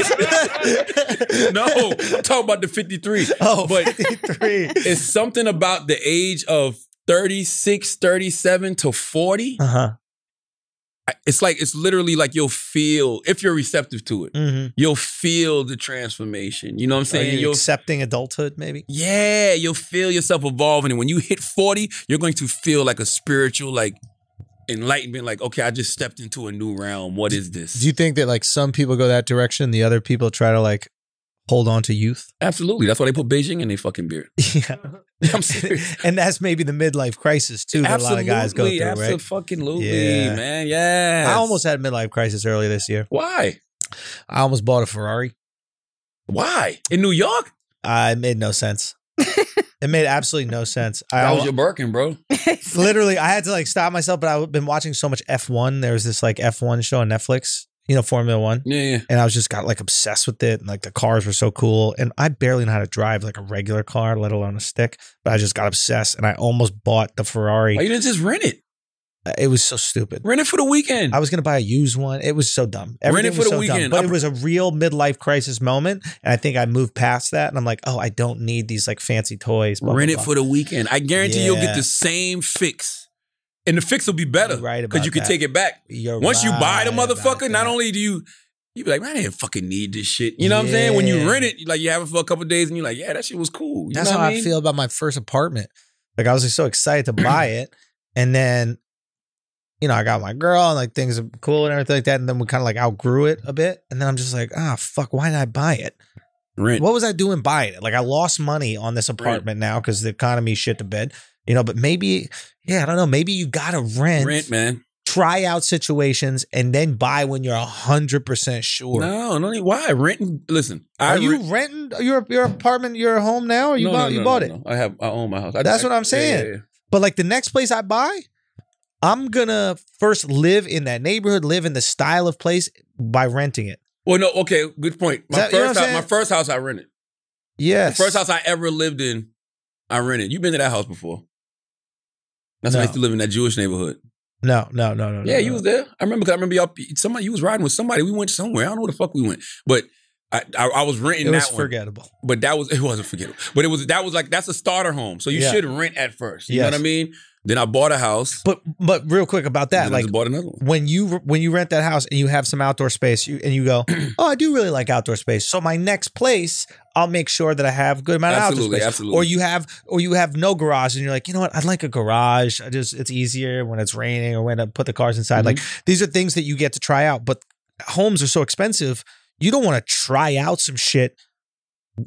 S2: I'm talking about the 53.
S3: Oh,
S2: But-
S3: 53.
S2: It's something about the age of 36, 37 to 40.
S3: Uh-huh.
S2: I- It's like it's literally like you'll feel if you're receptive to it,
S3: Mm-hmm.
S2: you'll feel the transformation. You know what I'm
S3: Are
S2: saying?
S3: you
S2: You'll
S3: accepting adulthood, maybe?
S2: Yeah, you'll feel yourself evolving. And when you hit 40, you're going to feel like a spiritual, like enlightenment, like, okay, I just stepped into a new realm. What is this?
S3: Do you think that like some people go that direction, and the other people try to like hold on to youth?
S2: Absolutely. That's why they put Beijing in their fucking beard.
S3: Yeah,
S2: I'm serious.
S3: and that's maybe the midlife crisis too that a lot of guys go through, right?
S2: Absolutely,
S3: Yeah.
S2: man. Yeah.
S3: I almost had a midlife crisis earlier this year.
S2: Why?
S3: I almost bought a Ferrari.
S2: Why? In New York?
S3: Uh, it made no sense. it made absolutely no sense. I
S2: That
S3: al-
S2: was your Birkin, bro.
S3: literally I had to like stop myself, but I've been watching so much F1. There was this like F1 show on Netflix, you know, Formula One.
S2: Yeah, yeah.
S3: And I was just got like obsessed with it. And like the cars were so cool. And I barely know how to drive like a regular car, let alone a stick. But I just got obsessed and I almost bought the Ferrari.
S2: Why you didn't just rent it?
S3: It was so stupid.
S2: Rent it for the weekend.
S3: I was going to buy a used one. It was so dumb.
S2: Rent it
S3: Everything
S2: for
S3: was
S2: the
S3: so
S2: weekend. I
S3: Dumb. But it
S2: pr-
S3: was a real midlife crisis moment. And I think I moved past that. And I'm like, oh, I don't need these like fancy toys. blah,
S2: rent
S3: blah,
S2: it
S3: blah.
S2: for the weekend. I guarantee you'll get
S3: Yeah.
S2: the same fix. And the fix will be better.
S3: You're right
S2: Because
S3: about
S2: you can
S3: that.
S2: take it back.
S3: You're
S2: Once you buy the
S3: right about
S2: motherfucker,
S3: that.
S2: not only do you you be like, man, I didn't fucking need this shit. You know what I'm saying? When you
S3: Yeah.
S2: rent it, you like you have it for a couple days, and you're like, yeah, that shit was cool. You
S3: That's
S2: know
S3: how
S2: what
S3: I
S2: mean?
S3: feel about my first apartment. Like I was like, so excited to buy it, and then, you know, I got my girl, and like things are cool and everything like that. And then we kind of like outgrew it a bit, and then I'm just like, ah, fuck, why did I buy it?
S2: Rent.
S3: What was I doing buying it? Like I lost money on this apartment now because the economy shit to bed. You know, but maybe, yeah, I don't know. Maybe you gotta rent,
S2: Rent, man.
S3: try out situations, and then buy when you're hundred percent sure.
S2: No, no need. Why? Rent and listen. I
S3: Are you
S2: rent-
S3: renting your your apartment, your home now, or you
S2: No,
S3: bought
S2: no,
S3: you
S2: no,
S3: bought
S2: no,
S3: it?
S2: no. I have I own my house. I-
S3: That's
S2: I-
S3: what I'm
S2: yeah,
S3: saying.
S2: yeah, yeah.
S3: But like the next place I buy, I'm gonna first live in that neighborhood, live in the style of place by renting it.
S2: Well, no, okay, good point. My
S3: that- you know
S2: first
S3: what I'm
S2: house, my
S3: saying?
S2: first house I rented.
S3: Yes.
S2: The first house I ever lived in, I rented. You've been to that house before. That's when I
S3: No.
S2: used to live in that Jewish neighborhood.
S3: No, no, no, no. no,
S2: Yeah, you
S3: no.
S2: was there. I remember. Cause I remember y'all. Somebody you was riding with somebody. We went somewhere. I don't know where the fuck we went, but I I, I was renting
S3: It was
S2: that one.
S3: forgettable.
S2: But that was it wasn't forgettable. But it was that was like that's a starter home. So you
S3: Yeah.
S2: should rent at first. You know
S3: Yes.
S2: what I mean? Then I bought a house.
S3: But but real quick about that,
S2: and then I
S3: like
S2: just bought another one.
S3: when you when you rent that house and you have some outdoor space, you and you go, oh, I do really like outdoor space. So my next place, I'll make sure that I have good amount of outdoor
S2: Absolutely,
S3: space.
S2: absolutely.
S3: Or you have or you have no garage and you're like, you know what, I'd like a garage. I just it's easier when it's raining or when I put the cars inside. Like
S2: Mm-hmm.
S3: these are things that you get to try out, but homes are so expensive, you don't want to try out some shit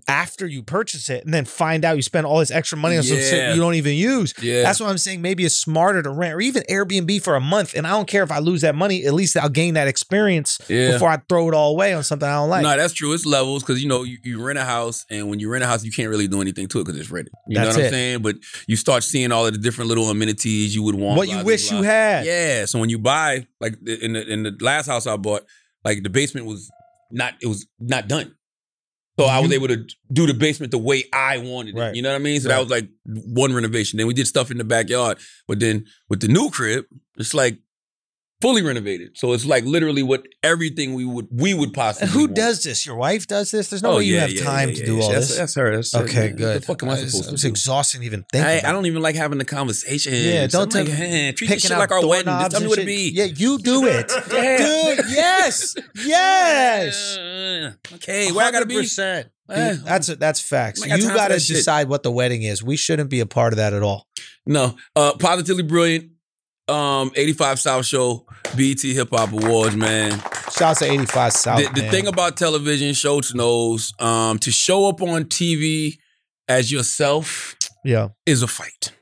S3: after you purchase it and then find out you spend all this extra money on some
S2: Yeah.
S3: shit you don't even use.
S2: yeah.
S3: That's what I'm saying. Maybe it's smarter to rent or even Airbnb for a month. And I don't care if I lose that money. At least I'll gain that experience
S2: Yeah.
S3: before I throw it all away on something I don't like.
S2: no, that's true. It's levels because you know you, you rent a house, and when you rent a house, you can't really do anything to it because it's rented. You
S3: That's
S2: know what I'm
S3: it.
S2: saying? But you start seeing all of the different little amenities you would want.
S3: what
S2: blah,
S3: you
S2: blah,
S3: wish
S2: blah.
S3: you had.
S2: Yeah. So when you buy, like the- in the in the last house I bought, like the basement was not it was not done. So I was
S3: Mhm.
S2: able to do the basement the way I wanted it.
S3: Right.
S2: You know what I mean? So
S3: Right.
S2: that was like one renovation. Then we did stuff in the backyard. But then with the new crib, it's like fully renovated. So it's like literally what everything we would we would possibly
S3: And who
S2: want. Oh,
S3: does this? Your wife does this? There's no way you have time
S2: yeah,
S3: to
S2: yeah,
S3: do
S2: yeah.
S3: all
S2: that's,
S3: this.
S2: That's her. That's her,
S3: okay,
S2: man.
S3: good.
S2: What the fuck am I
S3: Uh, it's-
S2: supposed
S3: It's
S2: to do?
S3: exhausting to even think.
S2: I,
S3: about
S2: I don't even like having the conversation.
S3: Yeah, don't
S2: I'm like,
S3: take-
S2: hey, treat this
S3: picking
S2: shit
S3: out
S2: like our wedding. Just
S3: doorknobs
S2: tell me
S3: and
S2: what it
S3: shit.
S2: be.
S3: Yeah, you do it,
S2: Yeah.
S3: dude. Yes, yes.
S2: Okay, where I gotta be?
S3: 100%. Dude,
S2: Eh,
S3: that's that's facts.
S2: I got
S3: You
S2: time for
S3: got to
S2: that shit.
S3: decide what the wedding is. We shouldn't be a part of that at all.
S2: No, uh, E positively brilliant. Um, 85 South Show, BT Hip Hop Awards, man.
S3: Shout out to 85 South.
S2: the, the
S3: man.
S2: thing about television, Schultz knows, um, to show up on TV as yourself
S3: yeah.
S2: is a fight.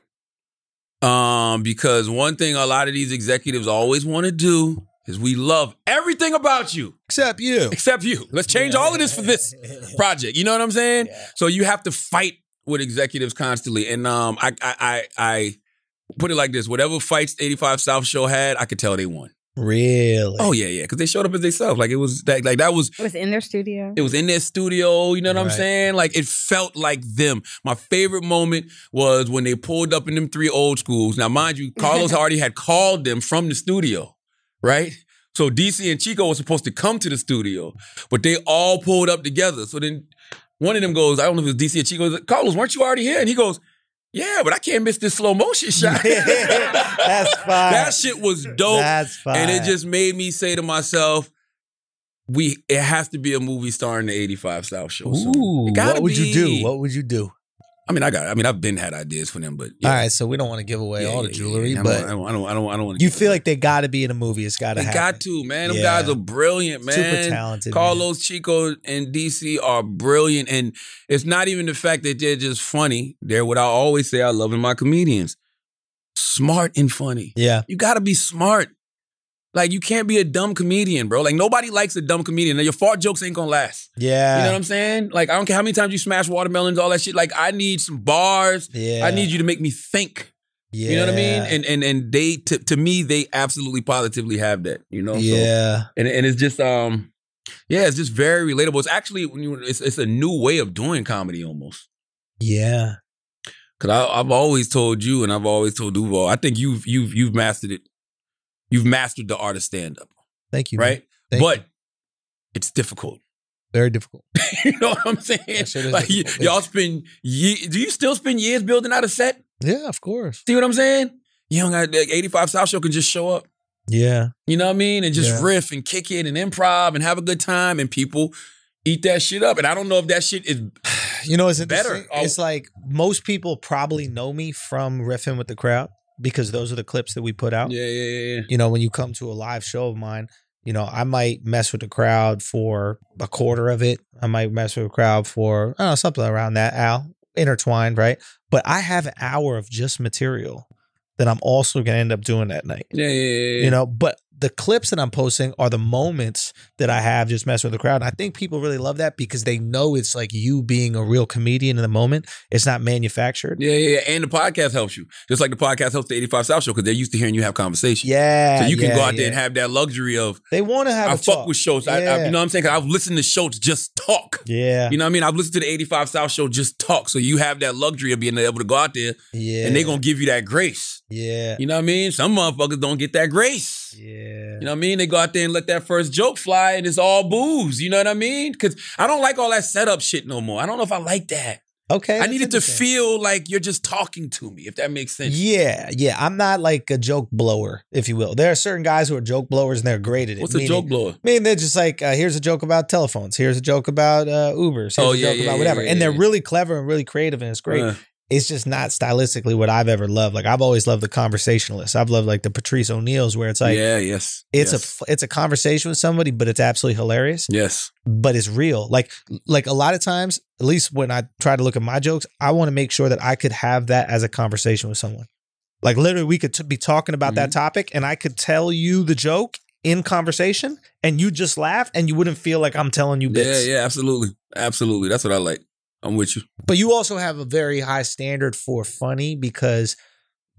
S2: Um, because one thing a lot of these executives always want to do is we love everything about you
S3: Except you.
S2: except you. Let's change all of this for this project. You know what I'm saying?
S3: Yeah.
S2: So you have to fight with executives constantly. And um, I, I, I, I put it like this: whatever fights 85 South show had, I could tell they won.
S3: Really?
S2: Oh yeah, yeah, because they showed up as themselves. Like it was like, like that was
S4: It was in their studio.
S2: it was in their studio, you know what I'm
S3: Right.
S2: saying? Like it felt like them. My favorite moment was when they pulled up in them three old schools. Now, mind you, Carlos already had called them from the studio, right? So DC and Chico were supposed to come to the studio, but they all pulled up together. So then one of them goes, I don't know if it was DC or Chico, he's like, Carlos, weren't you already here? And he goes, Yeah, but I can't miss this slow motion shot.
S3: That's fine.
S2: That shit was dope.
S3: That's fine.
S2: And it just made me say to myself, we it has to be a movie starring the 85 South show. soon.
S3: Ooh,
S2: It gotta
S3: what would you
S2: be.
S3: do? What would you do?
S2: I mean, I got I mean, I've been had ideas for them, but
S3: All right, so we don't want to give away
S2: Yeah,
S3: all the
S2: yeah,
S3: jewelry,
S2: yeah, yeah. I
S3: but
S2: don't- I don't I don't I don't, I don't want
S3: you feel like they got to be in a movie. It's got to
S2: they
S3: happen.
S2: got to, man. Them
S3: Yeah.
S2: guys are brilliant, man.
S3: Super talented. man.
S2: Carlos Chico and DC are brilliant, and it's not even the fact that they're just funny. They're what I always say I love in my comedians: smart and funny.
S3: Yeah.
S2: You gotta be smart. Like you can't be a dumb comedian, bro. Like nobody likes a dumb comedian. Now your fart jokes ain't gonna last.
S3: Yeah.
S2: You know what I'm saying? Like I don't care how many times you smash watermelons, all that shit. Like I need some bars.
S3: yeah.
S2: I need you to make me think.
S3: Yeah.
S2: You know what I mean? And and and they to, to me they absolutely positively have that. You know? So-
S3: yeah.
S2: and and it's just um yeah, it's just very relatable. It's actually when you it's it's a new way of doing comedy almost.
S3: Yeah.
S2: Cause I, I've always told you, and I've always told Duval, I think you've you've you've mastered it. You've mastered the art of stand up,
S3: Thank you. man.
S2: right?
S3: Thank
S2: but
S3: you.
S2: it's difficult.
S3: very difficult.
S2: you know what I'm saying?
S3: That shit is
S2: like y-
S3: difficult.
S2: y'all spend ye- do you still spend years building out a set?
S3: Yeah, of course.
S2: See what I'm saying? You don't got like 85 South Show can just show up.
S3: Yeah.
S2: You know what I mean? And just
S3: Yeah.
S2: riff and kick it and improv and have a good time and people eat that shit up. And I don't know if that shit is
S3: You know, it's
S2: Better. Oh.
S3: interesting. It's like most people probably know me from riffing with the crowd because those are the clips that we put out.
S2: yeah, yeah, yeah.
S3: You know, when you come to a live show of mine, you know, I might mess with the crowd for a quarter of it. I might mess with the crowd for I don't know, something around that, Al. Intertwined, right? But I have an hour of just material that I'm also gonna end up doing that night.
S2: Yeah, yeah, yeah. yeah.
S3: You know, but the clips that I'm posting are the moments that I have just messing with the crowd. And I think people really love that because they know it's like you being a real comedian in the moment. It's not manufactured.
S2: Yeah, yeah, yeah. And the podcast helps you. Just like the podcast helps the 85 South Show because they're used to hearing you have conversation.
S3: Yeah.
S2: so you can
S3: yeah,
S2: go out there
S3: yeah.
S2: and have that luxury of
S3: They want to have
S2: I
S3: a
S2: fuck
S3: talk.
S2: with Schultz. I, I,
S3: Yeah.
S2: you know what I'm saying? 'Cause I've listened to Schultz just talk.
S3: Yeah.
S2: You know what I mean? I've listened to the 85 South Show just talk. So you have that luxury of being able to go out there
S3: Yeah.
S2: and they're going to give you that grace.
S3: Yeah.
S2: You know what I mean? Some motherfuckers don't get that grace.
S3: Yeah.
S2: You know what I mean? They go out there and let that first joke fly and it's all booze. You know what I mean? Because I don't like all that setup shit no more. I don't know if I like that.
S3: Okay.
S2: I
S3: that's
S2: need it to
S3: interesting.
S2: feel like you're just talking to me, if that makes sense.
S3: Yeah, yeah. I'm not like a joke blower, if you will. There are certain guys who are joke blowers and they're great at it.
S2: What's a
S3: meaning-
S2: joke blower?
S3: I mean, they're just like, uh, here's a joke about telephones. Here's a joke about uh, Ubers. Here's
S2: Oh,
S3: a
S2: yeah,
S3: joke
S2: yeah,
S3: about
S2: yeah,
S3: whatever.
S2: yeah,
S3: and they're
S2: yeah.
S3: really clever and really creative, and it's great.
S2: Uh,
S3: it's just not stylistically what I've ever loved. Like I've always loved the conversationalists. I've loved like the Patrice O'Neill's, where it's like
S2: yeah, yes.
S3: it's
S2: yes,
S3: a it's a conversation with somebody, but it's absolutely hilarious.
S2: Yes.
S3: But it's real. Like like a lot of times, at least when I try to look at my jokes, I want to make sure that I could have that as a conversation with someone. Like literally, we could t- be talking about that
S2: Mm-hmm.
S3: topic, and I could tell you the joke in conversation, and you just laugh, and you wouldn't feel like I'm telling you
S2: Yeah,
S3: bits.
S2: yeah, absolutely. Absolutely. That's what I like. I'm with you.
S3: But you also have a very high standard for funny because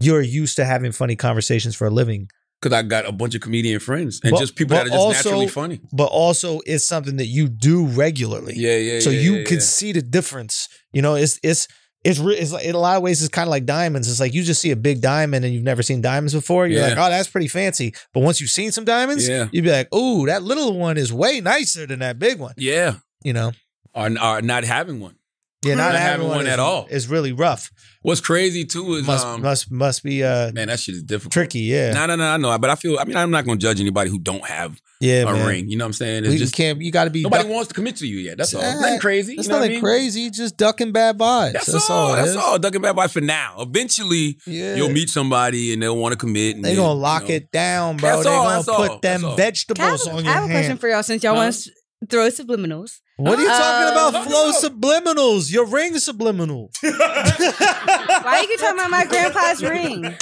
S3: you're used to having funny conversations for a living.
S2: Because I got a bunch of comedian friends and
S3: But-
S2: just people that
S3: but
S2: are just
S3: also-
S2: naturally funny.
S3: But also, it's something that you do regularly.
S2: Yeah, yeah,
S3: so
S2: yeah,
S3: you
S2: yeah,
S3: can
S2: yeah.
S3: see the difference. You know, it's it's it's re- it's like, in a lot of ways it's kind of like diamonds. It's like you just see a big diamond and you've never seen diamonds before. You're
S2: Yeah.
S3: like, oh, that's pretty fancy. But once you've seen some diamonds,
S2: Yeah.
S3: you'd be like, oh, that little one is way nicer than that big one.
S2: Yeah.
S3: You know,
S2: Or, or not having one.
S3: Yeah, not,
S2: Not
S3: having one
S2: at
S3: is-
S2: all.
S3: is really rough.
S2: What's crazy too is
S3: Must
S2: um,
S3: must must be uh
S2: man, that shit is difficult.
S3: tricky. Yeah,
S2: No, no, no, I know, but I feel. I mean, I'm not gonna judge anybody who don't have
S3: yeah,
S2: a
S3: man.
S2: ring. You know what I'm saying? It's
S3: We
S2: just
S3: can't. You got to be.
S2: nobody
S3: duck-
S2: wants to commit to you yet. That's all.
S3: Nah,
S2: nothing crazy.
S3: That's
S2: you know what I
S3: nothing
S2: mean?
S3: crazy. Just ducking bad vibes.
S2: That's, all.
S3: it
S2: That's
S3: is.
S2: all. Ducking bad boy for now. Eventually,
S3: Yeah.
S2: you'll meet somebody and they'll want to commit. And
S3: They
S2: then,
S3: gonna lock
S2: you know.
S3: it down, bro.
S2: That's
S3: they
S2: all,
S3: gonna
S2: that's all,
S3: put them
S2: that's all.
S4: I have,
S3: vegetables
S4: a-
S3: on
S4: I
S3: your
S4: have a question
S3: hand.
S4: for y'all since y'all
S2: Huh?
S4: want to throw subliminals.
S3: What are you talking
S4: Uh,
S3: about? Flow subliminals. Your ring subliminal.
S4: Why you keep talking about my grandpa's ring?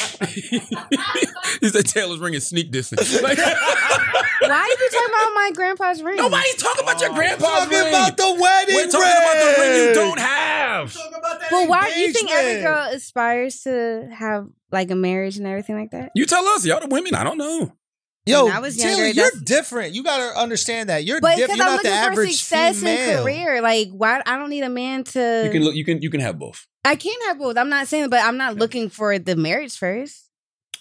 S2: he said Taylor's ringing sneak distance. Like,
S4: Why you keep talking about my grandpa's ring?
S2: nobody's talking about your grandpa's
S3: talking
S2: ring.
S3: about the wedding
S2: We're talking about the ring you don't have.
S4: But why do you think every girl aspires to have like a marriage and everything like that?
S2: You tell us, y'all the women. I don't know.
S3: Yo,
S4: When I was younger,
S3: Taylor, you're
S4: that's-
S3: different. You gotta understand that you're
S4: But
S3: different.
S4: because
S3: You're
S4: I'm
S3: not the
S4: looking for
S3: average
S4: success
S3: female.
S4: in career, like why I don't need a man to.
S2: You can look. You can. You can have both.
S4: I can have both. I'm not saying, but I'm not looking for the marriage first.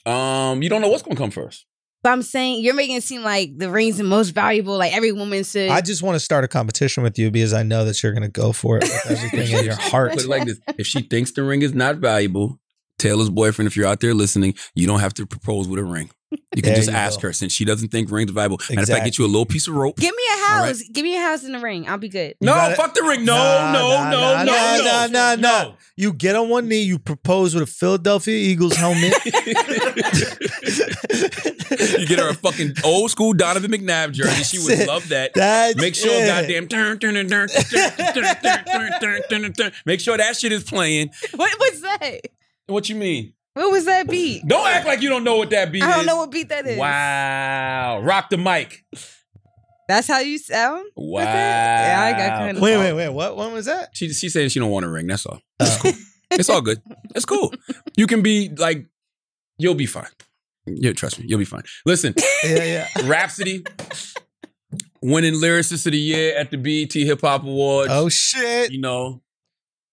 S2: Um, you don't know what's gonna come first.
S4: But I'm saying you're making it seem like the ring's the most valuable. Like every woman should.
S3: I just want to start a competition with you because I know that you're gonna go for it with everything in your heart.
S2: Put it like this: If she thinks the ring is not valuable, Taylor's boyfriend, if you're out there listening, you don't have to propose with a ring. You can
S3: There
S2: just
S3: you
S2: ask
S3: go.
S2: her since she doesn't think rings valuable. And if I get
S3: Exactly.
S2: you a little piece of rope.
S4: give me a
S2: All right.
S4: house. Give me a house and a ring. I'll be good.
S2: No,
S3: gotta-
S2: fuck the ring. No,
S3: Nah,
S2: no,
S3: nah,
S2: no,
S3: nah,
S2: no,
S3: nah,
S2: no,
S3: nah, nah, nah. You get on one knee, you propose with a Philadelphia Eagles helmet.
S2: you get her a fucking old school Donovan McNabb jersey. she would
S3: That's it.
S2: love that.
S3: That's
S2: Make sure
S3: it.
S2: goddamn turn, turn, turn, turn, turn, turn, turn, turn, turn, turn, turn. Make sure that shit is playing.
S4: What was that?
S2: What you mean?
S4: What was that beat?
S2: Don't act like you don't know what that beat
S4: I don't
S2: is.
S4: know what beat that is.
S2: Wow. Rock the mic.
S4: That's how you sound.
S2: Wow.
S4: Yeah, I got kinda-
S3: Wait, wait, wait. What? When was that?
S2: She she said she don't want a ring. That's all. It's cool. It's all good. It's cool. You can be like, you'll be fine. You trust me. You'll be fine. Listen,
S3: Yeah, yeah.
S2: Rhapsody winning lyricist of the year at the BET Hip Hop Awards.
S3: Oh shit!
S2: you know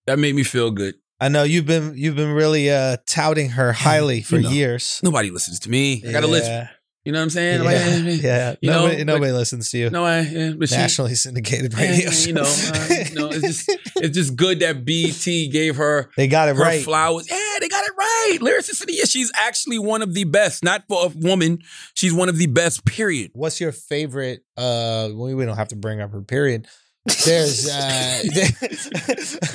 S2: that made me feel good.
S3: I know you've been you've been really uh, touting her highly for
S2: You know.
S3: years.
S2: Nobody listens to me. I gotta
S3: yeah.
S2: listen. You know what I'm saying?
S3: Yeah,
S2: Like, eh, eh,
S3: yeah.
S2: You
S3: nobody
S2: know,
S3: nobody listens to you.
S2: No, I. Yeah, but she,
S3: Nationally syndicated
S2: eh,
S3: radio.
S2: you know, uh, you know, it's just it's just good that BET gave her
S3: they got it
S2: her
S3: right.
S2: flowers. Yeah, they got it right. Lyricist of the year. She's actually one of the best. Not for a woman. She's one of the best. Period.
S3: What's your favorite? Uh, we, we don't have to bring up her period. There's uh, there-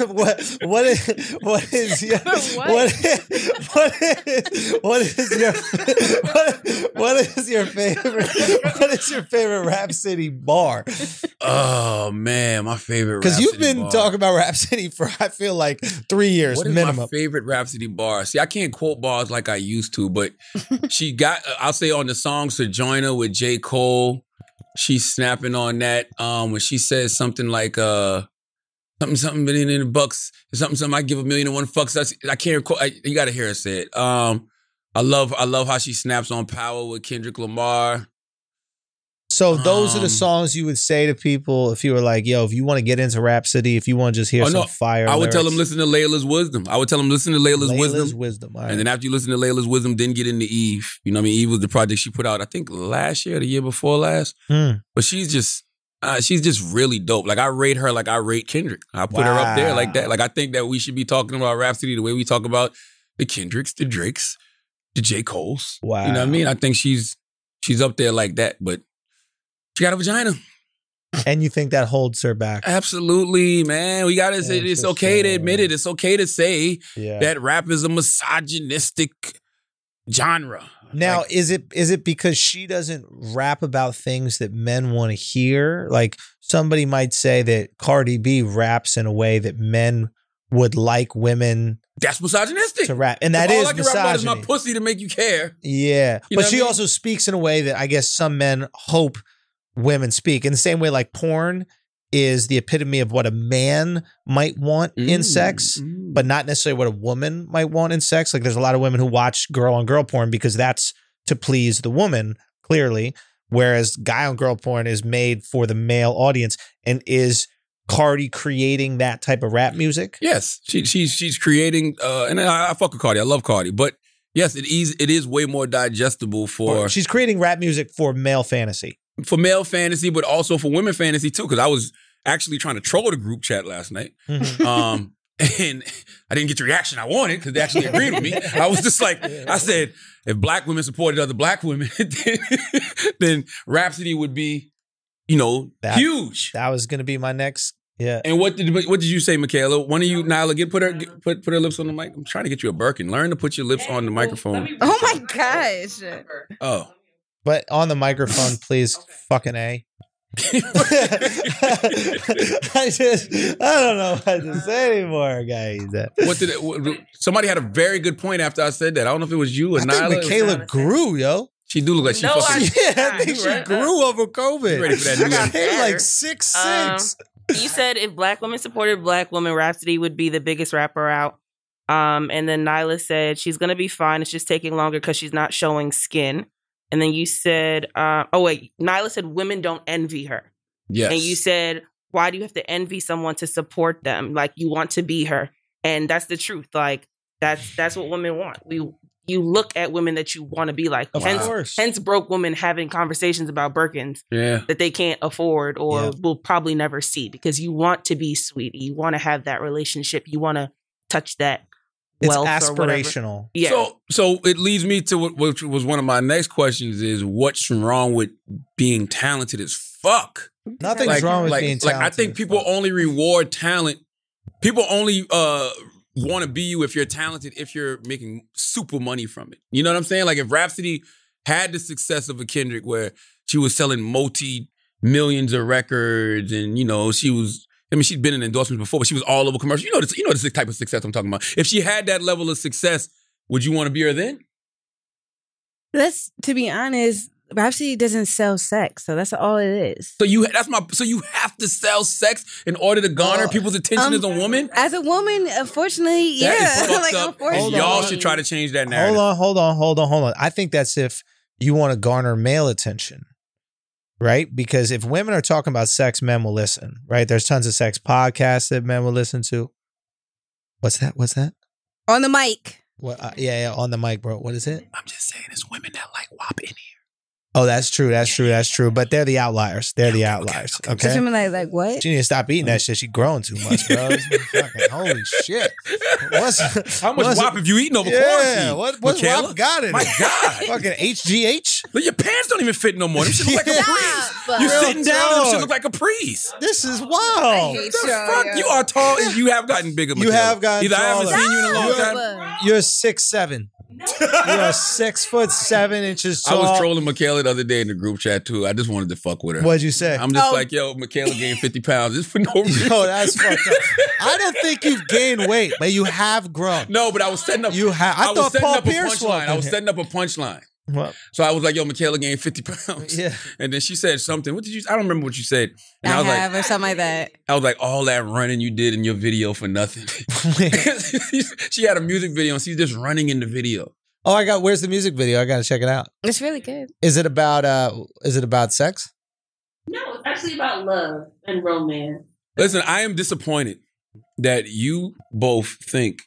S3: what what is what is your
S4: What?
S3: what is, what is, what is your what, what is your favorite what is your favorite Rap City bar?
S2: Oh man, my favorite.
S3: Because you've
S2: Rhapsody
S3: been
S2: bar.
S3: talking about Rap City for I feel like three years
S2: What is my
S3: minimum.
S2: favorite Rhapsody bar? See, I can't quote bars like I used to, but she got. uh, I'll say on the song "Sojourner" with J. Cole, she's snapping on that. Um, when she says something like uh. Something, something, million and bucks. Something, something. I give a million and one fucks. That's, I can't. quote- I, you got to hear her say it. Um, I love, I love how she snaps on power with Kendrick Lamar.
S3: so those are the
S2: Um,
S3: songs you would say to people if you were like, "Yo, if you want to get into Rap City, if you want to just hear
S2: Oh,
S3: some
S2: no.
S3: fire,"
S2: I would tell them
S3: lyrics."
S2: listen to Layla's wisdom. I would tell them listen to Layla's, wisdom.
S3: wisdom. all right.
S2: And then after you listen to Layla's Wisdom, then get into Eve. You know what I mean? Eve was the project she put out, I think last year, the year before last.
S3: Mm.
S2: But she's just uh, she's just really dope. Like I rate her like I rate Kendrick. I put her up there like that. Like I think that we should be talking about Rhapsody the way we talk about the Kendricks, the Drakes, the J. Coles.
S3: Wow.
S2: You know what I mean? I think she's she's up there like that, but she got a vagina.
S3: and you think that holds her back?
S2: Absolutely, man. We got to say it's okay to admit it. It's okay to say
S3: Yeah.
S2: that rap is a misogynistic genre.
S3: now,
S2: Like,
S3: is it is it because she doesn't rap about things that men want to hear? Like somebody might say that Cardi B raps in a way that men would like women
S2: that's misogynistic.
S3: to rap, and
S2: If
S3: that
S2: all
S3: is
S2: I can rap about is
S3: misogyny.
S2: my pussy to make you care.
S3: yeah,
S2: You know
S3: but
S2: what I
S3: she
S2: mean?
S3: also speaks in a way that I guess some men hope women speak. In the same way, like porn is the epitome of what a man might want
S2: Mm,
S3: in sex. but not necessarily what a woman might want in sex. Like there's a lot of women who watch girl on girl porn because that's to please the woman, clearly. Whereas guy on girl porn is made for the male audience. And is Cardi creating that type of rap music?
S2: yes, she, she's she's creating. Uh, and I, I fuck with Cardi. I love Cardi, but yes, it is it is way more digestible for
S3: She's creating rap music for male fantasy.
S2: for male fantasy, but also for women fantasy too. Because I was actually trying to troll the group chat last night. Um, and I didn't get the reaction I wanted because they actually agreed with me. I was just like, I said, if black women supported other black women, then, then Rhapsody would be, you know,
S3: That-
S2: huge.
S3: That was gonna be my next. Yeah.
S2: and what did what did you say, Michaela? One of you, Nyla, get put her get, put put her lips on the mic. I'm trying to get you a Birkin. Learn to put your lips on the microphone.
S4: Oh my gosh.
S2: Oh,
S3: But on the microphone, please. Fucking a. I just, I don't know what to say anymore, guys.
S2: what did it, what, somebody had a very good point after I said that? I don't know if it was you or
S3: I think
S2: Nyla.
S3: Michaela grew, yo.
S2: She do look like she
S6: No,
S2: fucking.
S6: I-
S3: Yeah, I think
S6: You
S3: she
S6: ready?
S3: grew over COVID.
S2: You ready for that
S3: I
S2: new
S3: got
S2: one?
S3: hit like six six.
S6: you said if black women supported black women, Rhapsody would be the biggest rapper out. Um, and then Nyla said she's gonna be fine. It's just taking longer because she's not showing skin. And then you said, uh, oh wait, Nyla said women don't envy her.
S2: yes.
S6: And you said, why do you have to envy someone to support them? Like you want to be her, and that's the truth. Like that's that's what women want. We you look at women that you want to be like.
S2: Oh,
S3: of
S6: Hence,
S3: course.
S6: hence broke women having conversations about Birkins
S2: yeah.
S6: that they can't afford or
S3: Yeah.
S6: will probably never see because you want to be sweetie. You want to have that relationship. You want to touch that
S3: it's
S6: wealth or whatever.
S3: aspirational.
S6: Yeah.
S2: So so it leads me to what which was one of my next questions is what's wrong with being talented as fuck?
S3: Nothing's
S2: Like-
S3: wrong with
S2: like,
S3: being
S2: like
S3: talented.
S2: I think people only reward talent. People only uh want to be you if you're talented if you're making super money from it. You know what I'm saying? Like if Rhapsody had the success of a Kendrick where she was selling multi millions of records and you know she was I mean, she'd been in endorsements before, but she was all over commercials. You know, this, you know, this is the type of success I'm talking about. If she had that level of success, would you want to be her then?
S4: That's to be honest, Rhapsody doesn't sell sex, so that's all it is.
S2: So you that's my so you have to sell sex in order to garner
S3: Oh,
S2: people's attention
S4: um,
S2: as a woman.
S4: As a woman, unfortunately,
S2: That is
S4: yeah,
S2: fucked up,
S4: like
S2: and
S4: unfortunately,
S2: y'all should try to change that narrative.
S3: Hold on, hold on, hold on, hold on. I think that's if you want to garner male attention, right? Because if women are talking about sex, men will listen, right? There's tons of sex podcasts that men will listen to. What's that? What's that?
S4: on the mic.
S3: What? Uh, yeah, yeah, on the mic, bro. What is it?
S2: I'm just saying, it's women that like WAP in here.
S3: Oh, that's true. That's true. That's true. But they're the outliers. They're the outliers.
S4: So
S3: Okay.
S4: women like, like what?
S3: She need to stop eating that shit. She growing too much, bro. It's been fucking- holy shit. What's,
S2: How much
S3: what's-
S2: WAP have you eaten over
S3: Yeah,
S2: quarantine?
S3: what, what's
S2: Michaela?
S3: WAP got in
S2: My
S3: it?
S2: God,
S3: Fucking HGH?
S2: Look, your pants don't even fit no more. Them shit look like
S3: Yeah.
S2: a priest. You
S3: Real
S2: sitting down, and them shit
S3: talk.
S2: look like a priest.
S3: This is wild.
S4: hate
S2: The
S4: Yeah,
S2: fuck?
S4: yeah.
S2: You are tall. and You have gotten bigger.
S3: You
S2: Michaela.
S3: have gotten
S2: Either I haven't
S3: taller.
S2: seen you in a long time.
S3: You're six seven. You're six foot seven inches
S2: I
S3: tall.
S2: was trolling Michaela the other day in the group chat too. I just wanted to fuck with her.
S3: What'd you say?
S2: I'm just
S4: Oh.
S2: like, yo, Michaela gained 50 pounds. It's for no reason.
S3: Yo, that's fucked up. I don't think you've gained weight, but you have grown.
S2: No, but I was setting up.
S3: You have. I,
S2: I, was
S3: thought
S2: setting
S3: Paul
S2: up a
S3: Pierce
S2: punchline. I was
S3: was.
S2: setting up a punchline.
S3: Well,
S2: So I was like, yo, Michaela gained 50 pounds.
S3: yeah.
S2: And then she said something. What did you I don't remember what you said. And I,
S4: I
S2: was
S4: have
S2: like,
S4: or something like that.
S2: I was like, all that running you did in your video for nothing. she had a music video and she's just running in the video.
S3: oh, I got. Where's the music video? I gotta check it out.
S4: It's really good.
S3: Is it about? uh Is it about sex?
S6: No, it's actually about love and romance.
S2: Listen, I am disappointed that you both think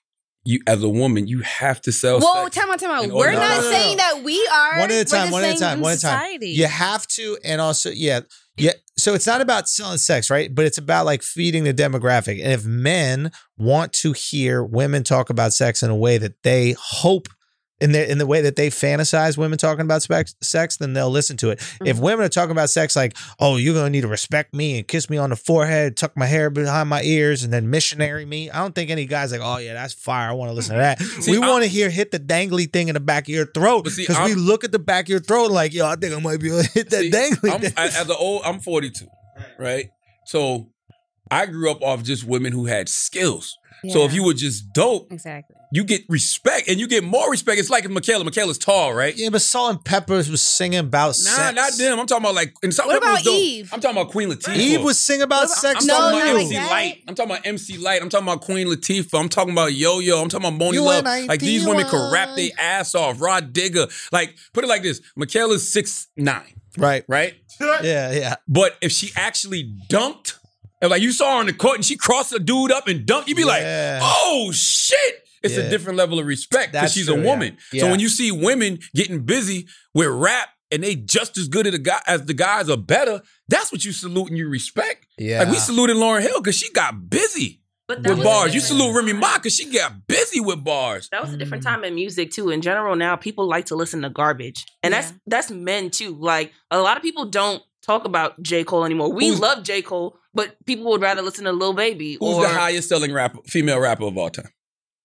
S2: you as a woman, you have to sell
S4: Whoa,
S2: Oh, sex.
S4: time out, time out.
S2: And
S4: We're
S2: order-
S4: not
S3: No, no, no,
S4: saying
S3: no.
S4: that we are.
S3: One at a
S4: We're
S3: time.
S4: just
S3: One at a
S4: saying
S3: time.
S4: in
S3: One at a time.
S4: society.
S3: You have to, and also, yeah, yeah. So it's not about selling sex, right? But it's about like feeding the demographic. And if men want to hear women talk about sex in a way that they hope. In the, in the way that they fantasize women talking about spex, sex, then they'll listen to it.
S2: Mm-hmm.
S3: If women are talking about sex like, oh, you're going to need to respect me and kiss me on the forehead, tuck my hair behind my ears, and then missionary me, I don't think any guy's like, oh, yeah, that's fire. I want to listen to that.
S2: See,
S3: we
S2: I-
S3: want to hear hit the dangly thing in the back of your throat
S2: But see,
S3: because we
S2: I'm-
S3: look at the back of your throat like, yo, I think I might be able to hit that
S2: See,
S3: dangly.
S2: I'm,
S3: thing.
S2: I, as an old, I'm 42, right? So I grew up off just women who had skills. So
S4: Yeah.
S2: if you were just dope,
S4: exactly.
S2: you get respect and you get more respect. It's like if Michaela, Michaela's tall, right?
S3: yeah, but Salt and Peppers was singing about
S2: Nah,
S3: sex.
S2: not them. I'm talking about like. And some
S4: What
S2: people was
S4: about
S2: dope.
S4: Eve?
S2: I'm talking about Queen Latifah.
S3: Eve was singing about
S2: I'm
S3: sex.
S2: talking
S4: No,
S3: to
S2: about
S4: not
S2: MC
S4: like that.
S2: Light. I'm talking about MC Light. I'm talking about Queen Latifah. I'm talking about Yo Yo. I'm talking about Moni
S3: You
S2: Love.
S3: and I
S2: Like these women
S3: DY.
S2: could rap their ass off. Rod Digger. Like put it like this: Michaela's six nine,
S3: Right.
S2: right?
S3: Yeah, yeah.
S2: But if she actually dunked, and like you saw her on the court and she crossed a dude up and dunked, you'd be
S3: Yeah.
S2: like, oh shit. It's
S3: Yeah.
S2: a different level of respect because
S3: That's
S2: she's
S3: true,
S2: a
S3: yeah.
S2: woman.
S3: Yeah.
S2: So when you see women getting busy with rap and they just as good at the guy as the guys are better, that's what you salute and you respect.
S3: Yeah.
S2: Like we saluted Lauren Hill because she got busy
S6: But
S2: with
S6: was a
S2: bars. You
S6: different-
S2: salute Remy Ma because she got busy with bars.
S6: That was a
S4: Mm.
S6: different time in music too. In general, now people like to listen to garbage, and that's that's men too. Like a lot of people don't talk about J Cole anymore. We
S2: Who's-
S6: love J Cole, but people would rather listen to Lil Baby
S2: Who's
S6: or
S2: the highest selling rapper, female rapper of all time?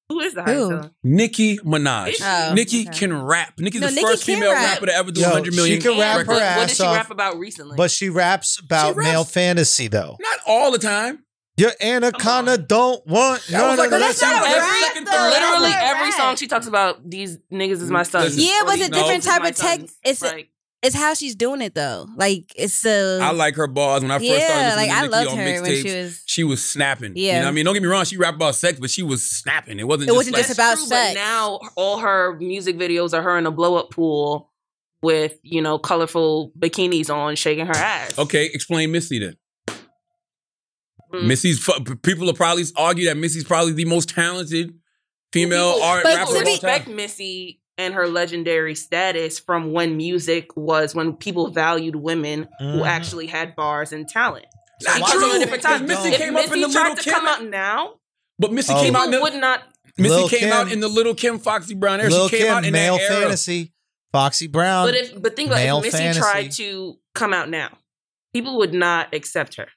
S6: who is the
S4: Who?
S6: highest?
S2: Nicki Minaj.
S4: Oh,
S2: Nicki
S4: okay.
S2: can rap. Nicki's
S4: No,
S2: the
S4: Nicki
S2: first
S4: can
S2: female
S4: rap.
S2: rapper to ever do
S3: Yo,
S2: 100 million.
S3: she can rap
S6: What,
S3: her
S2: records.
S3: ass
S6: what did she
S3: off.
S6: rap about recently?
S3: but she raps about
S2: raps-
S3: male fantasy though.
S2: Not all the time.
S3: Your anaconda don't want
S2: That
S3: none
S2: was like
S3: of
S2: her
S3: that.
S4: that's not
S2: second- her
S4: a rap,
S2: second,
S4: though.
S2: third
S4: That's
S2: album.
S6: Literally
S4: not
S6: every
S4: right.
S6: song she talks about these niggas is my son.
S2: Listen,
S4: Yeah, but it's a
S2: No.
S4: different type
S6: My
S4: of text.
S6: sons.
S4: It's
S6: like,
S4: it's how she's doing it though. Like it's a
S2: I like her bars. When I first
S4: Mm. yeah.
S2: started
S4: Like
S2: listening
S4: I
S2: to Nicki
S4: loved
S2: on
S4: her
S2: mixtapes,
S4: when
S2: she,
S4: she was.
S2: was snapping. Yeah. You
S4: Yeah.
S2: know what I mean? Don't get me wrong. She rapped about sex, but she was snapping. It wasn't
S4: It
S2: just
S4: wasn't
S2: like,
S4: just about
S6: true,
S4: sex.
S6: But now all her music videos are her in a blow up pool with you know colorful bikinis on, shaking her ass.
S2: Okay, explain Missy then.
S6: Mm.
S2: Missy's fu- people will probably argue that Missy's probably the most talented female
S6: People-
S2: art
S4: But
S2: rapper
S6: People
S2: of all
S6: respect
S2: time.
S6: Missy and her legendary status from when music was when people valued women who
S3: Mhm.
S6: actually had bars and talent.
S2: Not
S6: Because
S2: true.
S6: of a different
S2: because
S6: time.
S2: Missy
S6: if
S2: came
S6: Missy
S2: up in the
S6: tried
S2: little
S6: to
S2: Kim.
S6: come out now,
S2: but Missy
S3: Oh.
S2: came out.
S6: people
S2: In the,
S6: would not.
S2: Missy
S3: Lil
S2: came
S3: Kim.
S2: out in the little Kim Foxy Brown era.
S3: Lil
S2: she came
S3: Kim,
S2: out in
S3: male
S2: that era.
S3: fantasy, Foxy Brown.
S6: But if but think about
S3: male
S6: if Missy
S3: fantasy.
S6: tried to come out now, people would not accept her.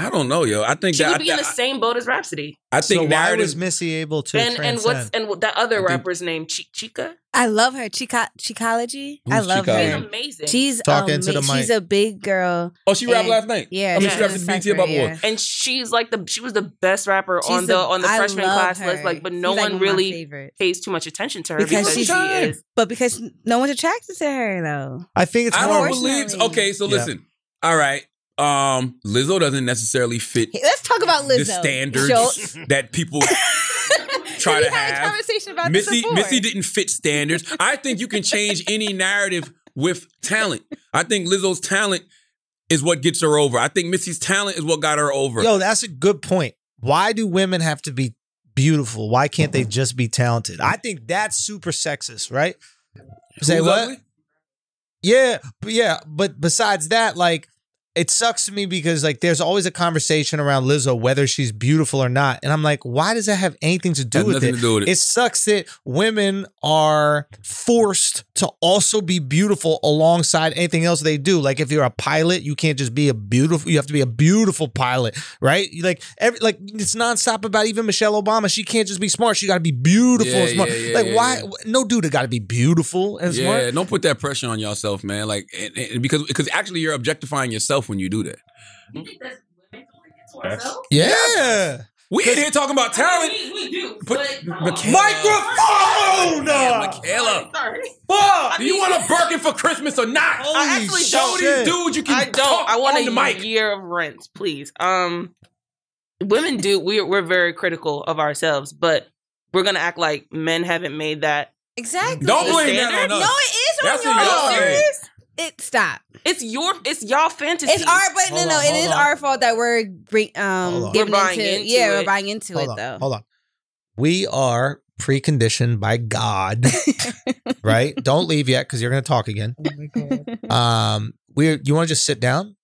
S2: I don't know, yo. I think
S6: She
S2: that
S6: would be
S2: I,
S6: in the same boat as Rhapsody.
S2: I
S3: so
S2: think
S3: why
S2: narrative.
S3: was Missy able to
S6: and and
S3: transcend?
S6: what's and what- the other
S2: I think-
S6: rapper's name Ch- Chica?
S4: I love her. Chica Chicology. I
S2: Who's
S4: love
S6: She's
S2: Chicology?
S4: her.
S6: amazing.
S4: She's
S3: Talk
S4: um,
S3: into the
S4: She's
S3: mic.
S4: a big girl.
S2: oh, she rapped
S4: and-
S2: last night.
S4: Yeah.
S2: I mean,
S4: she's
S2: she rapped
S4: a
S2: at the BT
S4: cipher,
S2: about
S4: yeah.
S2: war.
S6: and she's like the she was the best rapper
S4: She's
S6: on the
S4: a-
S6: on the
S4: I
S6: freshman
S4: love
S6: class
S4: her.
S6: list. Like, but no
S4: She's, like,
S6: one
S4: my
S6: really
S4: favorite.
S6: pays too much attention to her
S4: Because
S6: because,
S4: she's
S6: she
S2: fine.
S6: is.
S4: But because no one's attracted to her though.
S3: I think it's
S2: I
S3: more.
S2: don't
S4: Unfortunately.
S2: believe. Okay, so
S3: Yeah.
S2: listen. All right. Um, Lizzo doesn't necessarily fit
S4: Hey, Let's talk about Lizzo.
S2: the standards
S4: Schultz.
S2: that people try
S4: we
S2: to
S4: had a
S2: have.
S4: conversation about this
S2: Missy
S4: before.
S2: Missy didn't fit standards. I think you can change any narrative with talent. I think Lizzo's talent is what gets her over. I think Missy's talent is what got her over.
S3: Yo, that's a good point. Why do women have to be beautiful? Why can't they just be talented? I think that's super sexist, right? Say
S2: Who's
S3: what?
S2: ugly?
S3: Yeah, but yeah, but besides that, like it sucks to me because like there's always a conversation around Lizzo whether she's beautiful or not, and I'm like, why does that have anything to do
S2: Has
S3: with
S2: nothing
S3: it?
S2: to do with it.
S3: It sucks that women are forced to also be beautiful alongside anything else they do. Like if you're a pilot, you can't just be a beautiful. You have to be a beautiful pilot, right? You, Like every like it's nonstop about even Michelle Obama. She can't just be smart. She got to be beautiful
S2: Yeah,
S3: and smart.
S2: yeah, yeah,
S3: like
S2: yeah,
S3: why?
S2: yeah.
S3: No dude got to be beautiful and smart.
S2: Yeah, don't put that pressure on yourself, man. Like and, and- because because actually you're objectifying yourself when you do that.
S6: You think that's women doing it to
S5: That's-
S6: ourselves?
S3: Yeah.
S2: We in here talking about talent.
S6: We, we do.
S2: But-
S6: But,
S2: Michaela.
S3: Microphone!
S2: Yeah, Michaela.
S6: Sorry.
S2: Do you want a Birkin for Christmas or not?
S3: Holy
S6: I actually
S2: Show
S3: shit.
S2: these dudes you can
S6: Oh, I
S2: talk
S6: don't. I want
S2: on the mic.
S6: a year of rent, please. Um, women do. We're we're very critical of ourselves, but we're gonna act like men haven't made that.
S4: Exactly.
S2: Don't
S6: The
S2: blame that
S6: standard?
S2: on
S4: No,
S2: us.
S4: it is
S2: That's
S4: on
S2: what
S4: your
S2: y'all
S4: own.
S2: said.
S4: It stop.
S6: It's your. It's y'all fantasy.
S4: It's our, but no,
S3: Hold
S4: no,
S3: on,
S4: it
S3: hold
S4: is
S3: on.
S4: our fault that we're bring,
S3: Hold
S4: um
S3: on.
S4: giving
S6: We're buying
S4: into,
S6: into
S4: yeah,
S6: it.
S4: we're buying into
S3: hold
S4: it
S3: on,
S4: though.
S3: Hold on. We are preconditioned by God, right? Don't leave yet because you're going to talk again. Um, we you want to just sit down?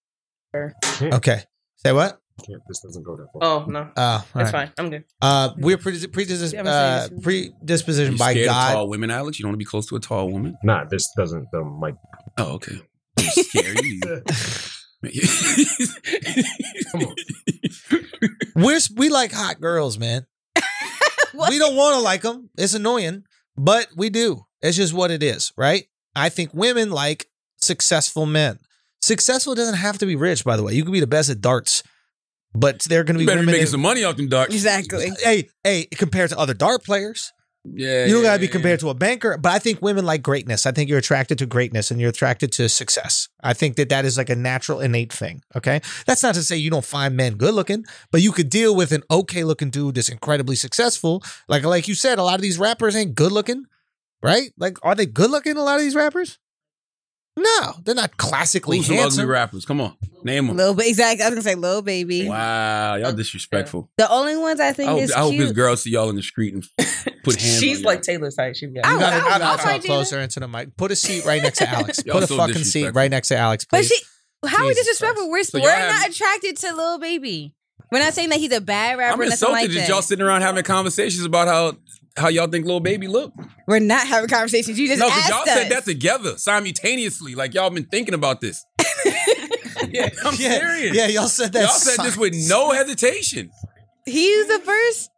S3: Okay. Say what?
S5: Can't- This doesn't go that far.
S6: Oh no,
S3: Oh, all right.
S6: that's fine. I'm good.
S3: Uh, we're predis- predis-
S4: Yeah, I'm
S3: uh,
S4: gonna say this.
S3: predispositioned
S2: You
S3: by
S2: scared of
S3: God.
S2: tall women, Alex? You don't want to be close to a tall woman?
S5: Nah, this doesn't. The mic.
S2: Oh, okay. I'm scared of you.
S5: Come on.
S3: We're s- we like hot girls, man.
S4: What?
S3: We don't want to like them. It's annoying, but we do. It's just what it is, right? I think women like successful men. Successful doesn't have to be rich, by the way. You can be the best at darts, but they're going to
S2: You
S3: be
S2: better be
S3: women.
S2: making
S3: in-
S2: some money off them dark.
S4: Exactly.
S3: hey, hey, compared to other dart players,
S2: Yeah.
S3: you don't
S2: yeah,
S3: got to be
S2: yeah,
S3: compared to a banker. But I think women like greatness. I think you're attracted to greatness and you're attracted to success. I think that that is like a natural, innate thing. Okay. That's not to say you don't find men good looking, but you could deal with an okay looking dude that's incredibly successful. Like, like you said, a lot of these rappers ain't good looking, right? Like, are they good looking, a lot of these rappers? No, they're not classically
S2: Who's some ugly
S3: handsome.
S2: rappers? Come on. Name them.
S4: Little ba- exactly. I was gonna say little baby.
S2: Wow. Y'all disrespectful.
S4: The only ones I
S2: I
S4: think
S2: hope,
S4: is
S2: I hope this
S4: cute.
S2: girl see y'all in the street and put hands
S6: She's
S2: on
S6: like
S2: y'all.
S6: Taylor's height. She
S3: You
S4: I
S6: got.
S4: would-
S3: gotta,
S4: I would-
S3: gotta
S4: I'll
S3: talk
S4: fight Gina.
S3: closer into the mic. Put a seat right next to Alex.
S2: Y'all
S3: Put a
S2: so
S3: fucking seat
S2: disrespectful.
S3: right next to Alex,
S4: but
S3: please.
S4: she How are we
S2: Jesus
S4: disrespectful?
S2: Christ.
S4: We're,
S2: So y'all
S4: we're
S2: have-
S4: not attracted to Lil Baby. We're not saying that he's a bad rapper
S2: I'm
S4: or nothing
S2: insulted
S4: like
S2: that
S4: that.
S2: y'all sitting around having conversations about how how y'all think little baby look.
S4: We're not having conversations. You just
S2: no,
S4: asked
S2: y'all
S4: us.
S2: said that together simultaneously. Like y'all been thinking about this. yeah, I'm
S3: yeah,
S2: serious.
S3: yeah, y'all said that.
S2: y'all said this with no hesitation.
S4: He's the first.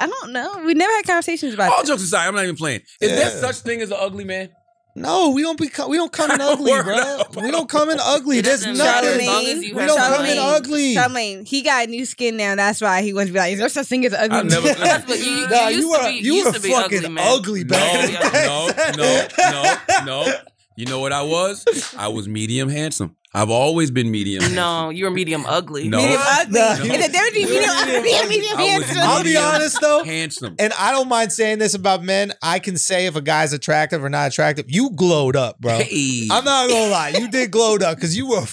S4: I don't know. We never had conversations about
S2: All
S4: that.
S2: jokes aside, I'm not even playing. Is there
S3: Yeah.
S2: such thing as an ugly man?
S3: No, we don't become. We don't come in ugly,
S2: Word
S3: bro.
S2: up.
S3: We don't come in ugly.
S6: It
S3: There's
S6: doesn't matter as long
S4: as
S3: nothing.
S4: you
S3: We
S4: have
S3: don't come in
S4: Charlamagne.
S3: ugly.
S4: Charlamagne, he got new skin now. That's why he wants to be like, is there such thing as ugly?
S2: I've never-
S6: That's what you, you
S3: Nah,
S6: used
S3: you were
S6: to be,
S3: you
S6: used
S3: were
S6: to be
S3: fucking
S6: ugly,
S3: ugly,
S6: man.
S3: back. in
S2: No,
S3: the day.
S2: no, no, no, no. You know what I was? I was medium handsome. I've always been medium. handsome.
S6: No, you were medium ugly.
S2: No.
S4: medium ugly.
S3: No.
S4: It's a difference between medium ugly and medium,
S2: I was
S4: handsome.
S3: I'll be honest though,
S2: handsome.
S3: and I don't mind saying this about men. I can say if a guy's attractive or not attractive. You glowed up, bro.
S2: Hey.
S3: I'm not gonna lie, you did glow up because you were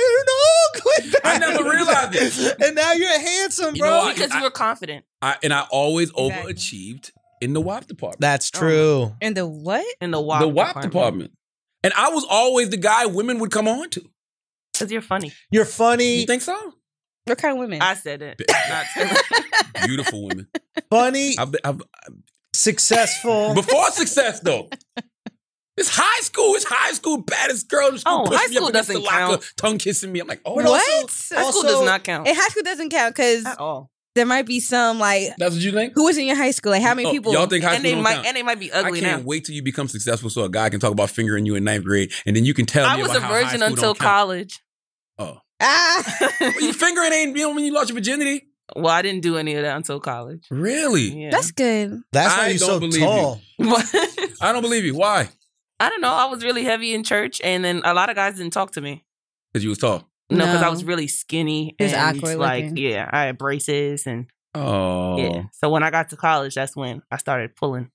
S3: fucking ugly.
S2: I never realized
S3: this,
S2: it.
S3: and now you're handsome,
S2: You
S3: bro.
S2: know what?
S6: because you were confident
S2: I, and I always
S4: Exactly.
S2: overachieved in the WAP department.
S3: That's true.
S4: And the what?
S6: in the WAP
S2: the WAP department. And I was always the guy women would come on to.
S6: Because you're funny.
S3: You're
S2: You
S3: funny,
S2: think so?
S4: What kind of women?
S6: I said it. Not
S2: Beautiful women.
S3: funny,
S2: I've, been- I've,
S3: successful.
S2: before success though. It's high school. It's high school. Baddest girl. in school
S6: Oh,
S2: pushing
S6: high
S2: me up
S6: school
S2: against the
S6: doesn't
S2: locker,
S6: count.
S2: Tongue kissing me. I'm like, oh,
S3: But
S4: What?
S3: also-
S6: high school does
S3: also-
S6: not count
S4: and high school doesn't count because
S6: at all.
S4: there might be some like
S2: that's what you think.
S4: who was in your high school? Like how many
S2: Oh,
S4: people?
S2: Y'all think high
S6: And
S2: school
S6: they
S2: don't
S6: might
S2: count?
S6: and they might be
S2: I
S6: ugly
S2: can't
S6: now.
S2: wait till you become successful, so a guy can talk about fingering you in ninth grade, and then you can tell
S6: I
S2: me
S6: was
S2: about
S6: a
S2: how high
S6: virgin
S2: school
S6: until
S2: don't count.
S6: college.
S4: ah,
S2: Well, you fingering ain't you know, when you lost your virginity.
S6: well, I didn't do any of that until college.
S2: Really?
S6: Yeah.
S4: that's good.
S3: That's
S2: I
S3: why you're
S2: don't
S3: so
S2: believe you.
S3: tall.
S2: I don't believe you. Why?
S6: I don't know. I was really heavy in church, and then a lot of guys didn't talk to me.
S2: Because you was tall.
S6: No, because I
S4: No.
S6: was really skinny.
S4: Just
S6: and,
S4: awkward
S6: Like,
S4: looking.
S6: yeah, I had braces, and
S2: Oh.
S6: yeah. So when I got to college, that's when I started pulling,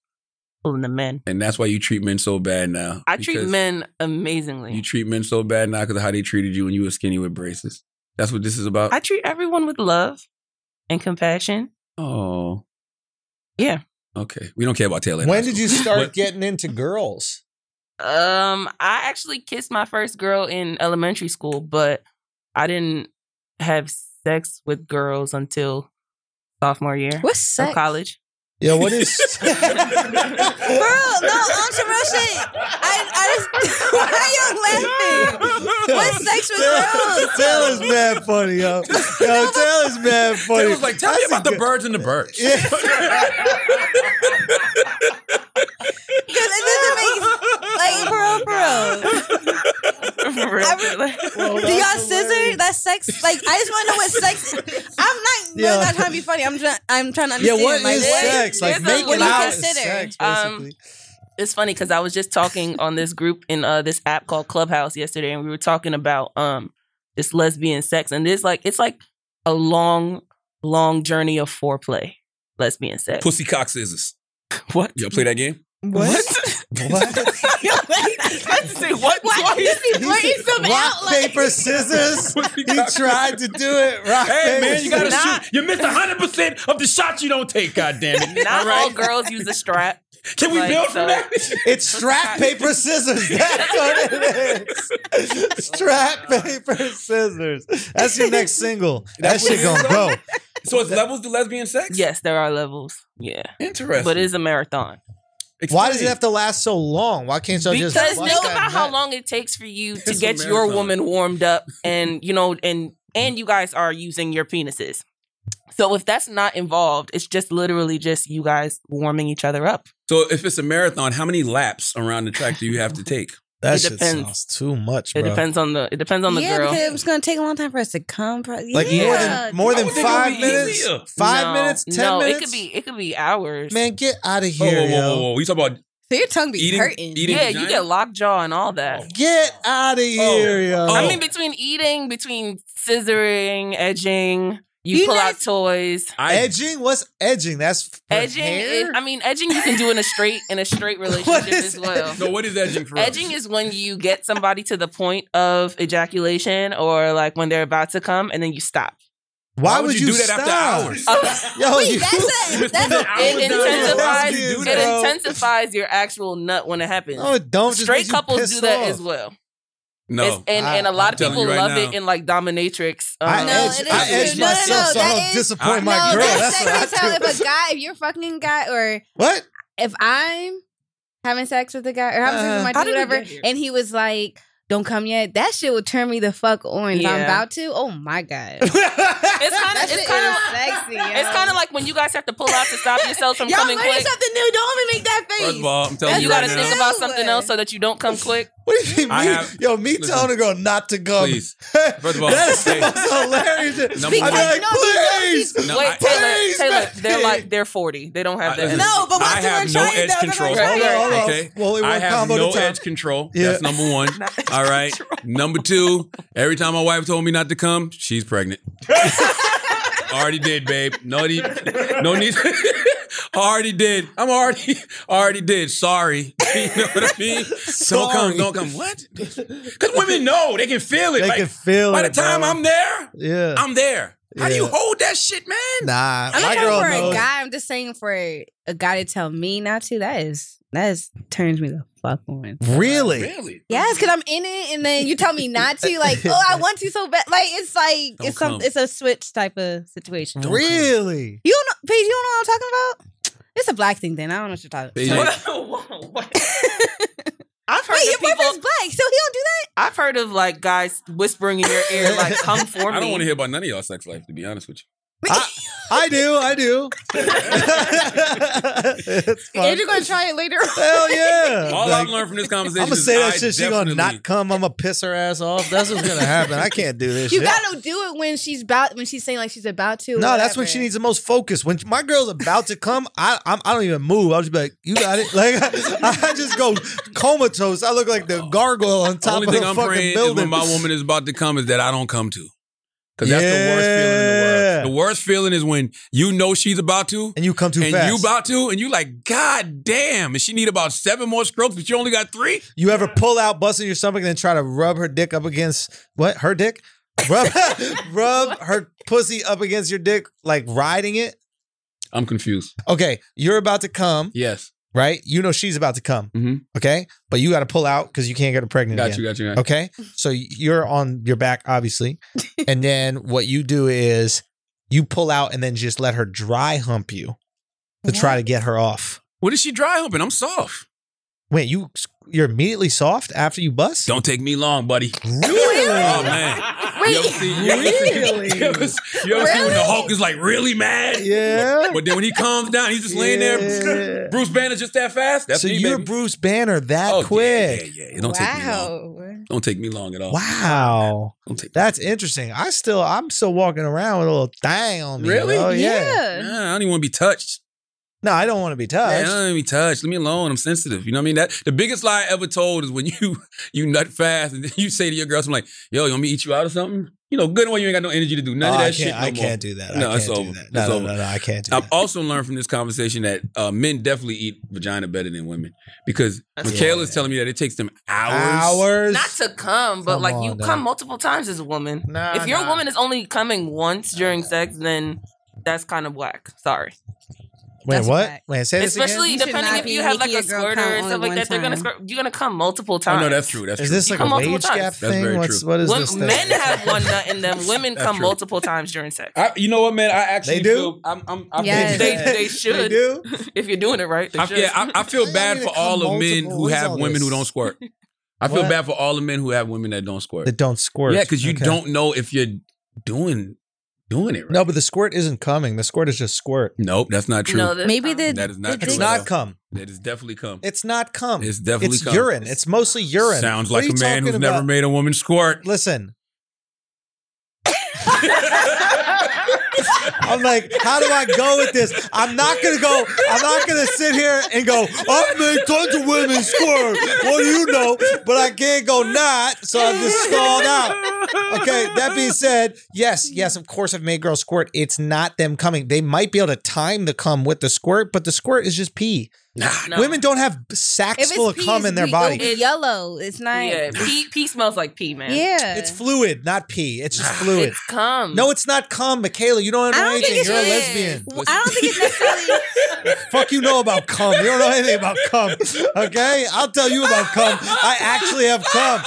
S6: pulling the men.
S2: And that's why you treat men so bad now.
S6: I treat
S2: because
S6: men amazingly.
S2: You treat men so bad now because of how they treated you when you were skinny with braces. That's what this is about.
S6: I treat everyone with love and compassion.
S2: oh.
S6: Yeah.
S2: Okay. We don't care about Taylor. in
S3: When
S2: high
S3: did
S2: school.
S3: you start
S2: But-
S3: getting into girls?
S6: Um, I actually kissed my first girl in elementary school, but I didn't have sex with girls until sophomore year
S4: What's
S6: of
S4: sex?
S6: college.
S3: Yeah, what is?
S4: For real? No, on some real shit. I, I just why are you laughing? What's sex with
S3: Taylor-
S4: girls?
S3: Taylor's mad funny, yo. Yo, Taylor's mad funny.
S2: Taylor was like, tell me
S3: That's a
S2: about the
S3: good-
S2: birds and the birds.
S3: Yeah.
S4: Because it doesn't make like for real, for real.
S6: For real.
S4: I
S6: Oh,
S3: Well,
S4: Do y'all
S3: that's
S4: scissor?
S3: hilarious.
S4: That's sex. Like I just want to know what sex. I'm not.
S3: Yeah.
S4: I'm not trying to be funny. I'm trying. I'm trying to
S3: Yeah,
S4: understand.
S3: what
S4: like,
S3: is
S6: what-
S3: sex? Like
S6: what do
S3: making
S6: you
S3: out is
S4: consider?
S3: sex,
S6: Um,
S3: basically.
S6: it's funny because I was just talking on this group in uh, this app called Clubhouse yesterday, and we were talking about um this lesbian sex, and it's like it's like a long, long journey of foreplay. Lesbian sex.
S2: Pussy cock scissors.
S6: What?
S2: Y'all play that game?
S3: what?
S6: I had to say what
S4: Why
S6: twice.
S4: is he blurting something
S3: Rock
S4: out? Like,
S3: paper scissors.
S2: Pussy
S3: He
S2: cock
S3: tried to do it. Rock
S2: Hey
S3: paper.
S2: man, you gotta
S3: scissors.
S6: Nah.
S2: shoot. You missed hundred percent of the shots you don't take. God damn it!
S6: Not
S2: all right,
S6: all girls use a strap.
S2: can we
S6: like,
S2: build
S6: so-
S2: from that?
S3: It's strap paper scissors. That's what it is. strap paper scissors. That's your next single. That
S2: That's what
S3: shit
S2: it
S3: gonna
S2: is,
S3: go.
S2: so it's levels to lesbian sex.
S6: Yes, there are levels. Yeah,
S2: interesting.
S6: but it's a marathon.
S3: Why does it have to last so long? Why can't y'all just
S6: Because
S3: bust
S6: think
S3: that
S6: about how
S3: nut?
S6: long it takes for you to
S2: It's a
S6: get your
S2: marathon.
S6: woman warmed up, and you know, and and you guys are using your penises. So if that's not involved, it's just literally just you guys warming each other up.
S2: So if it's a marathon, how many laps around the track do you have to take?
S3: That
S6: It
S3: shit
S6: depends.
S3: sounds too much,
S6: It
S3: bro.
S6: depends on the it depends on the
S4: yeah,
S6: girl.
S4: because it's gonna take a long time for us to come. Pro-
S3: Like
S4: yeah.
S3: more than more
S2: I
S3: than
S2: would think it would
S3: five
S2: be
S3: minutes,
S2: Oh, easier.
S3: five
S6: No,
S3: minutes, ten
S6: no,
S3: minutes.
S6: it could be it could be hours.
S3: Man, get out of
S2: Oh,
S3: here,
S2: whoa, whoa,
S3: yo.
S2: whoa, whoa! You talk about
S4: so your tongue be
S2: Eating-
S4: hurting.
S2: eating-
S6: yeah, you
S2: vagina?
S6: get lockjaw and all that.
S3: Get out of here, yo.
S2: Oh.
S6: I mean, between eating, between scissoring, edging, you,
S4: You
S6: pull
S4: know-
S6: out toys.
S2: I
S3: edging? What's edging? That's for
S6: Edging, is,
S3: hair?
S6: I mean, edging you can do in a straight in a straight
S3: What
S6: relationship
S3: is
S6: as well.
S2: so what is edging for? us?
S6: Edging is when you get somebody to the point of ejaculation or like when they're about to come and then you stop.
S3: Why, would you,
S2: do that
S3: stop?
S2: after hours?
S3: Yo,
S4: Wait,
S3: you-
S4: that's a
S2: It's
S4: that's
S2: been
S4: a
S2: an hour down. Why
S6: It intensifies
S2: would you do
S6: it
S2: that?
S6: intensifies your actual nut when it happens.
S3: No, it don't. Oh, Just
S6: Straight
S3: makes you
S6: couples
S3: pissed
S6: do that
S3: off.
S6: as well.
S2: No.
S6: It's- and, and a lot of
S2: I'm telling
S6: people
S2: you right
S6: love
S2: now.
S6: it in like dominatrix.
S3: I
S6: um,
S4: No,
S3: edge,
S4: it
S3: I
S4: is
S3: edge
S4: true. No, no,
S3: myself
S4: no,
S3: so I
S4: that
S3: don't
S4: is-
S3: disappoint my
S4: no,
S3: girl.
S4: that's
S3: That's, what
S4: sex
S3: I
S4: tell
S3: do.
S4: if a guy, if you're fucking guy, or
S3: What?
S4: if I'm having sex with a guy or having sex with my
S3: Uh,
S6: how
S4: dude,
S6: did we
S4: whatever,
S6: get here?
S4: and he was like, "Don't come yet," that shit would turn me the fuck on. If I'm
S6: Yeah.
S4: about to, oh my god,
S6: It's kind
S4: that
S6: of
S4: shit
S6: it's
S4: is
S6: kind of
S4: sexy. Yo.
S6: it's kind of like when you guys have to pull out to stop yourselves from
S4: y'all
S6: coming
S4: learning
S6: quick.
S4: something new. Don't even make that face.
S2: First of all, I'm telling
S4: That's
S2: you
S6: You
S2: right
S6: gotta
S4: what it
S2: now.
S6: think
S4: is.
S6: about something else so that you don't come quick.
S3: What do you mean?
S2: I
S3: me,
S2: have-
S3: yo, me
S2: listen.
S3: telling a girl not to go.
S2: Please. First of all,
S3: that's the
S2: hey.
S3: most hilarious. shit.
S2: Number
S3: I'd
S2: one.
S3: be like,
S4: No,
S3: please.
S2: No,
S6: Wait,
S2: I-
S6: Taylor,
S3: Please,
S6: Taylor,
S3: man.
S6: they're like they're forty. They don't have
S2: I-
S6: that.
S2: listen,
S4: No, but
S2: I
S4: once they
S2: have
S4: were
S2: no
S4: trying,
S2: edge
S4: they were
S2: control.
S4: trying.
S3: Hold on, hold on.
S2: Okay.
S3: Well, we
S2: I
S3: won't
S2: have
S3: combo
S2: no
S3: the time.
S2: edge control.
S3: Yeah.
S2: That's number one. All right. Number two, every time my wife told me not to come, she's pregnant. already did, babe. No need. No need. already did. I'm already already did. Sorry. you know what I mean? Don't come.
S3: Sorry.
S2: Don't come. What? Because women know they can feel it.
S3: They
S2: Like,
S3: can feel
S2: by
S3: it.
S2: the time
S3: bro.
S2: I'm there,
S3: yeah,
S2: I'm there. How do you
S3: Yeah.
S2: hold that shit, man?
S3: nah.
S4: I'm
S3: my
S4: not
S3: girl
S4: talking for
S3: knows.
S4: a guy. I'm just saying for a guy to tell me not to. That is that is turns me the fuck on.
S3: Really?
S2: Really?
S4: Yes, because I'm in it, and then you tell me not to. Like, oh, I want to so bad. Like, it's like
S2: Don't
S4: it's some
S2: come.
S4: it's a switch type of situation.
S2: Don't-
S3: Really?
S4: You don't know, Paige. You don't know what I'm talking about. It's a black thing. Then I don't know what you're talking.
S2: Paige,
S4: about.
S2: you-
S6: Whoa, what? I've heard
S4: Wait, your
S6: of people.
S4: boyfriend's black, so he don't do that.
S6: I've heard of like guys whispering in your ear, like "Come for me."
S2: I don't want to hear about none of y'all sex life, to be honest with you.
S3: I, I do. I do. it's fun.
S4: If you're gonna try it later, on.
S3: Hell yeah!
S2: All
S3: Like,
S2: I've learned from this conversation
S3: I'm gonna
S2: is
S3: say that
S2: I
S3: shit. She gonna
S2: definitely-
S3: not come. I'm gonna piss her ass off. That's what's gonna happen. I can't do this.
S4: you
S3: shit.
S4: gotta do it when she's about when she's saying like she's about to. or
S3: No, that's when
S4: whatever.
S3: she needs the most focus. When my girl's about to come, I I'm, I don't even move. I'll just be like, "You got it." Like I, I just go comatose. I look like the gargoyle on
S2: The
S3: top
S2: only
S3: of
S2: thing
S3: the
S2: I'm
S3: fucking
S2: praying is
S3: building.
S2: when my woman is about to come is that I don't come to. Because that's the worst feeling in the
S3: Yeah.
S2: world. The worst feeling is when you know she's about to
S3: and you come too
S2: and
S3: fast.
S2: you about to and you like, God damn. And she need about seven more strokes, but you only got three?
S3: You ever pull out, bust in your stomach, and then try to rub her dick up against what? Her dick? Rub, rub her pussy up against your dick, like riding it.
S2: I'm confused.
S3: Okay, you're about to come,
S2: Yes.
S3: right? You know she's about to come.
S2: Mhm.
S3: Okay, but you got to pull out because you can't get her pregnant.
S2: Got
S3: again.
S2: you, got you. Got you.
S3: Okay, so you're on your back, obviously, and then what you do is you pull out and then just let her dry hump you to try to get her off.
S2: What is she dry humping? I'm soft.
S3: Wait, you you're immediately soft after you bust?
S2: Don't take me long, buddy.
S3: Really?
S2: Oh man.
S4: Wait,
S2: you ever see, you ever see-
S3: really?
S2: you ever see- you ever see when the
S4: Really?
S2: Hulk is like really mad?
S3: Yeah.
S2: But then when he calms down, he's just laying there.
S3: Yeah.
S2: Bruce Banner just that fast. That's
S3: so
S2: me,
S3: you're
S2: baby.
S3: Bruce Banner that
S2: Oh, yeah,
S3: quick.
S2: Yeah, Oh, yeah, It don't take me long.
S4: wow.
S2: Don't take me long at all.
S3: Wow.
S2: Don't take.
S3: That's interesting. I still I'm still walking around with a little thing on me.
S2: Really?
S3: Oh yeah.
S2: Nah, I don't even want to be touched.
S3: No, I don't want to be
S2: Yeah, I
S3: touched.
S2: don't want to be touched. Leave me alone. I'm sensitive. You know what I mean? That the biggest lie I ever told is when you you nut fast and then you say to your girl, "I'm like, yo, you want me to eat you out or something?" You know, good one. You ain't got no energy to do none
S3: Oh,
S2: of
S3: I
S2: that
S3: can't,
S2: shit. No
S3: I
S2: more.
S3: can't do that.
S2: No,
S3: I can't
S2: it's
S3: do
S2: over.
S3: that. No,
S2: It's
S3: no,
S2: over.
S3: no, no, I can't do
S2: I've
S3: that.
S2: also learned from this conversation that uh, men definitely eat vagina better than women because Michaela's telling me that it takes them hours.
S3: Hours.
S6: Not to come, but
S3: Come
S6: like you
S3: on, dog.
S6: come multiple times as a woman.
S3: Nah,
S6: if your
S3: nah.
S6: woman is only coming once during sex, then that's kind of whack. Sorry.
S3: Wait,
S4: That's a
S3: what?
S4: fact.
S3: Wait, say this
S6: Especially
S4: You should
S6: depending
S4: not
S6: if
S4: be
S6: you have like
S4: making
S6: a
S4: your girl
S6: squirter
S4: come
S6: and
S4: only
S6: stuff like
S4: one
S6: that. They're gonna
S4: time.
S6: squirt. You're gonna come multiple
S2: Oh
S6: times.
S2: no, that's true. That's
S3: again. Is
S2: true.
S3: this
S6: You
S3: like
S6: come
S3: a
S6: multiple
S3: wage
S6: times.
S3: gap
S6: That's
S3: thing?
S2: very
S3: What's
S2: true.
S3: what is
S6: Wom-
S3: this? thing?
S6: men have one nut in them. Women
S2: That's
S6: come
S2: true.
S6: multiple times during sex.
S2: I, you know what, man? I actually
S3: They do?
S2: Feel, I'm, I'm, I
S4: Yes.
S2: feel,
S6: They, they should
S3: They do.
S6: if you're doing it right. They
S2: I,
S6: should.
S2: yeah, I, I feel
S3: Why
S2: bad
S3: y'all need
S2: for
S3: to
S2: all
S3: come
S2: the men
S3: multiple?
S2: who
S3: What is
S2: have
S3: all
S2: women who
S3: this?
S2: don't squirt. I feel
S3: What?
S2: bad for all the men who have women that don't squirt.
S3: That don't squirt.
S2: yeah, because you
S3: Okay.
S2: don't know if you're doing doing it right.
S3: No, but the squirt isn't coming. The squirt is just squirt.
S2: Nope, that's not true.
S6: No, that's
S4: Maybe
S6: fine.
S4: the
S2: that is not
S4: the
S2: true.
S3: It's
S2: at all.
S3: not cum.
S2: That is definitely cum.
S3: It's not cum.
S2: It's definitely
S3: it's
S2: cum.
S3: urine. It's mostly urine.
S2: Sounds
S3: What
S2: like
S3: are
S2: a
S3: you
S2: man
S3: talking
S2: who's
S3: about?
S2: never made a woman squirt.
S3: Listen, I'm like, how do I go with this? I'm not gonna go. I'm not gonna sit here and go. I've made tons of women squirt. What do you know? But I can't go not. So I'm just stalled out. Okay. That being said, yes, yes, of course, I've made girls squirt. It's not them coming. They might be able to time the come with the squirt, but the squirt is just pee. Nah,
S6: No.
S3: women don't have sacks
S4: If
S3: full of
S4: it's
S3: cum
S4: peas,
S3: in their
S4: we-
S3: body.
S4: It's yellow. It's not.
S6: Yeah,
S4: Yeah.
S6: pee, pee smells like pee, man.
S3: it's fluid, not pee. It's just
S2: Nah.
S3: fluid.
S6: It's cum.
S2: Mm.
S3: no, it's not cum, Michaela. You don't know
S4: I don't
S3: anything.
S4: think it's
S3: You're a
S4: really-
S3: lesbian.
S4: Well, I don't think it's necessarily.
S3: Fuck you know about cum. You don't know anything about cum. Okay? I'll tell you about cum. I actually have cum.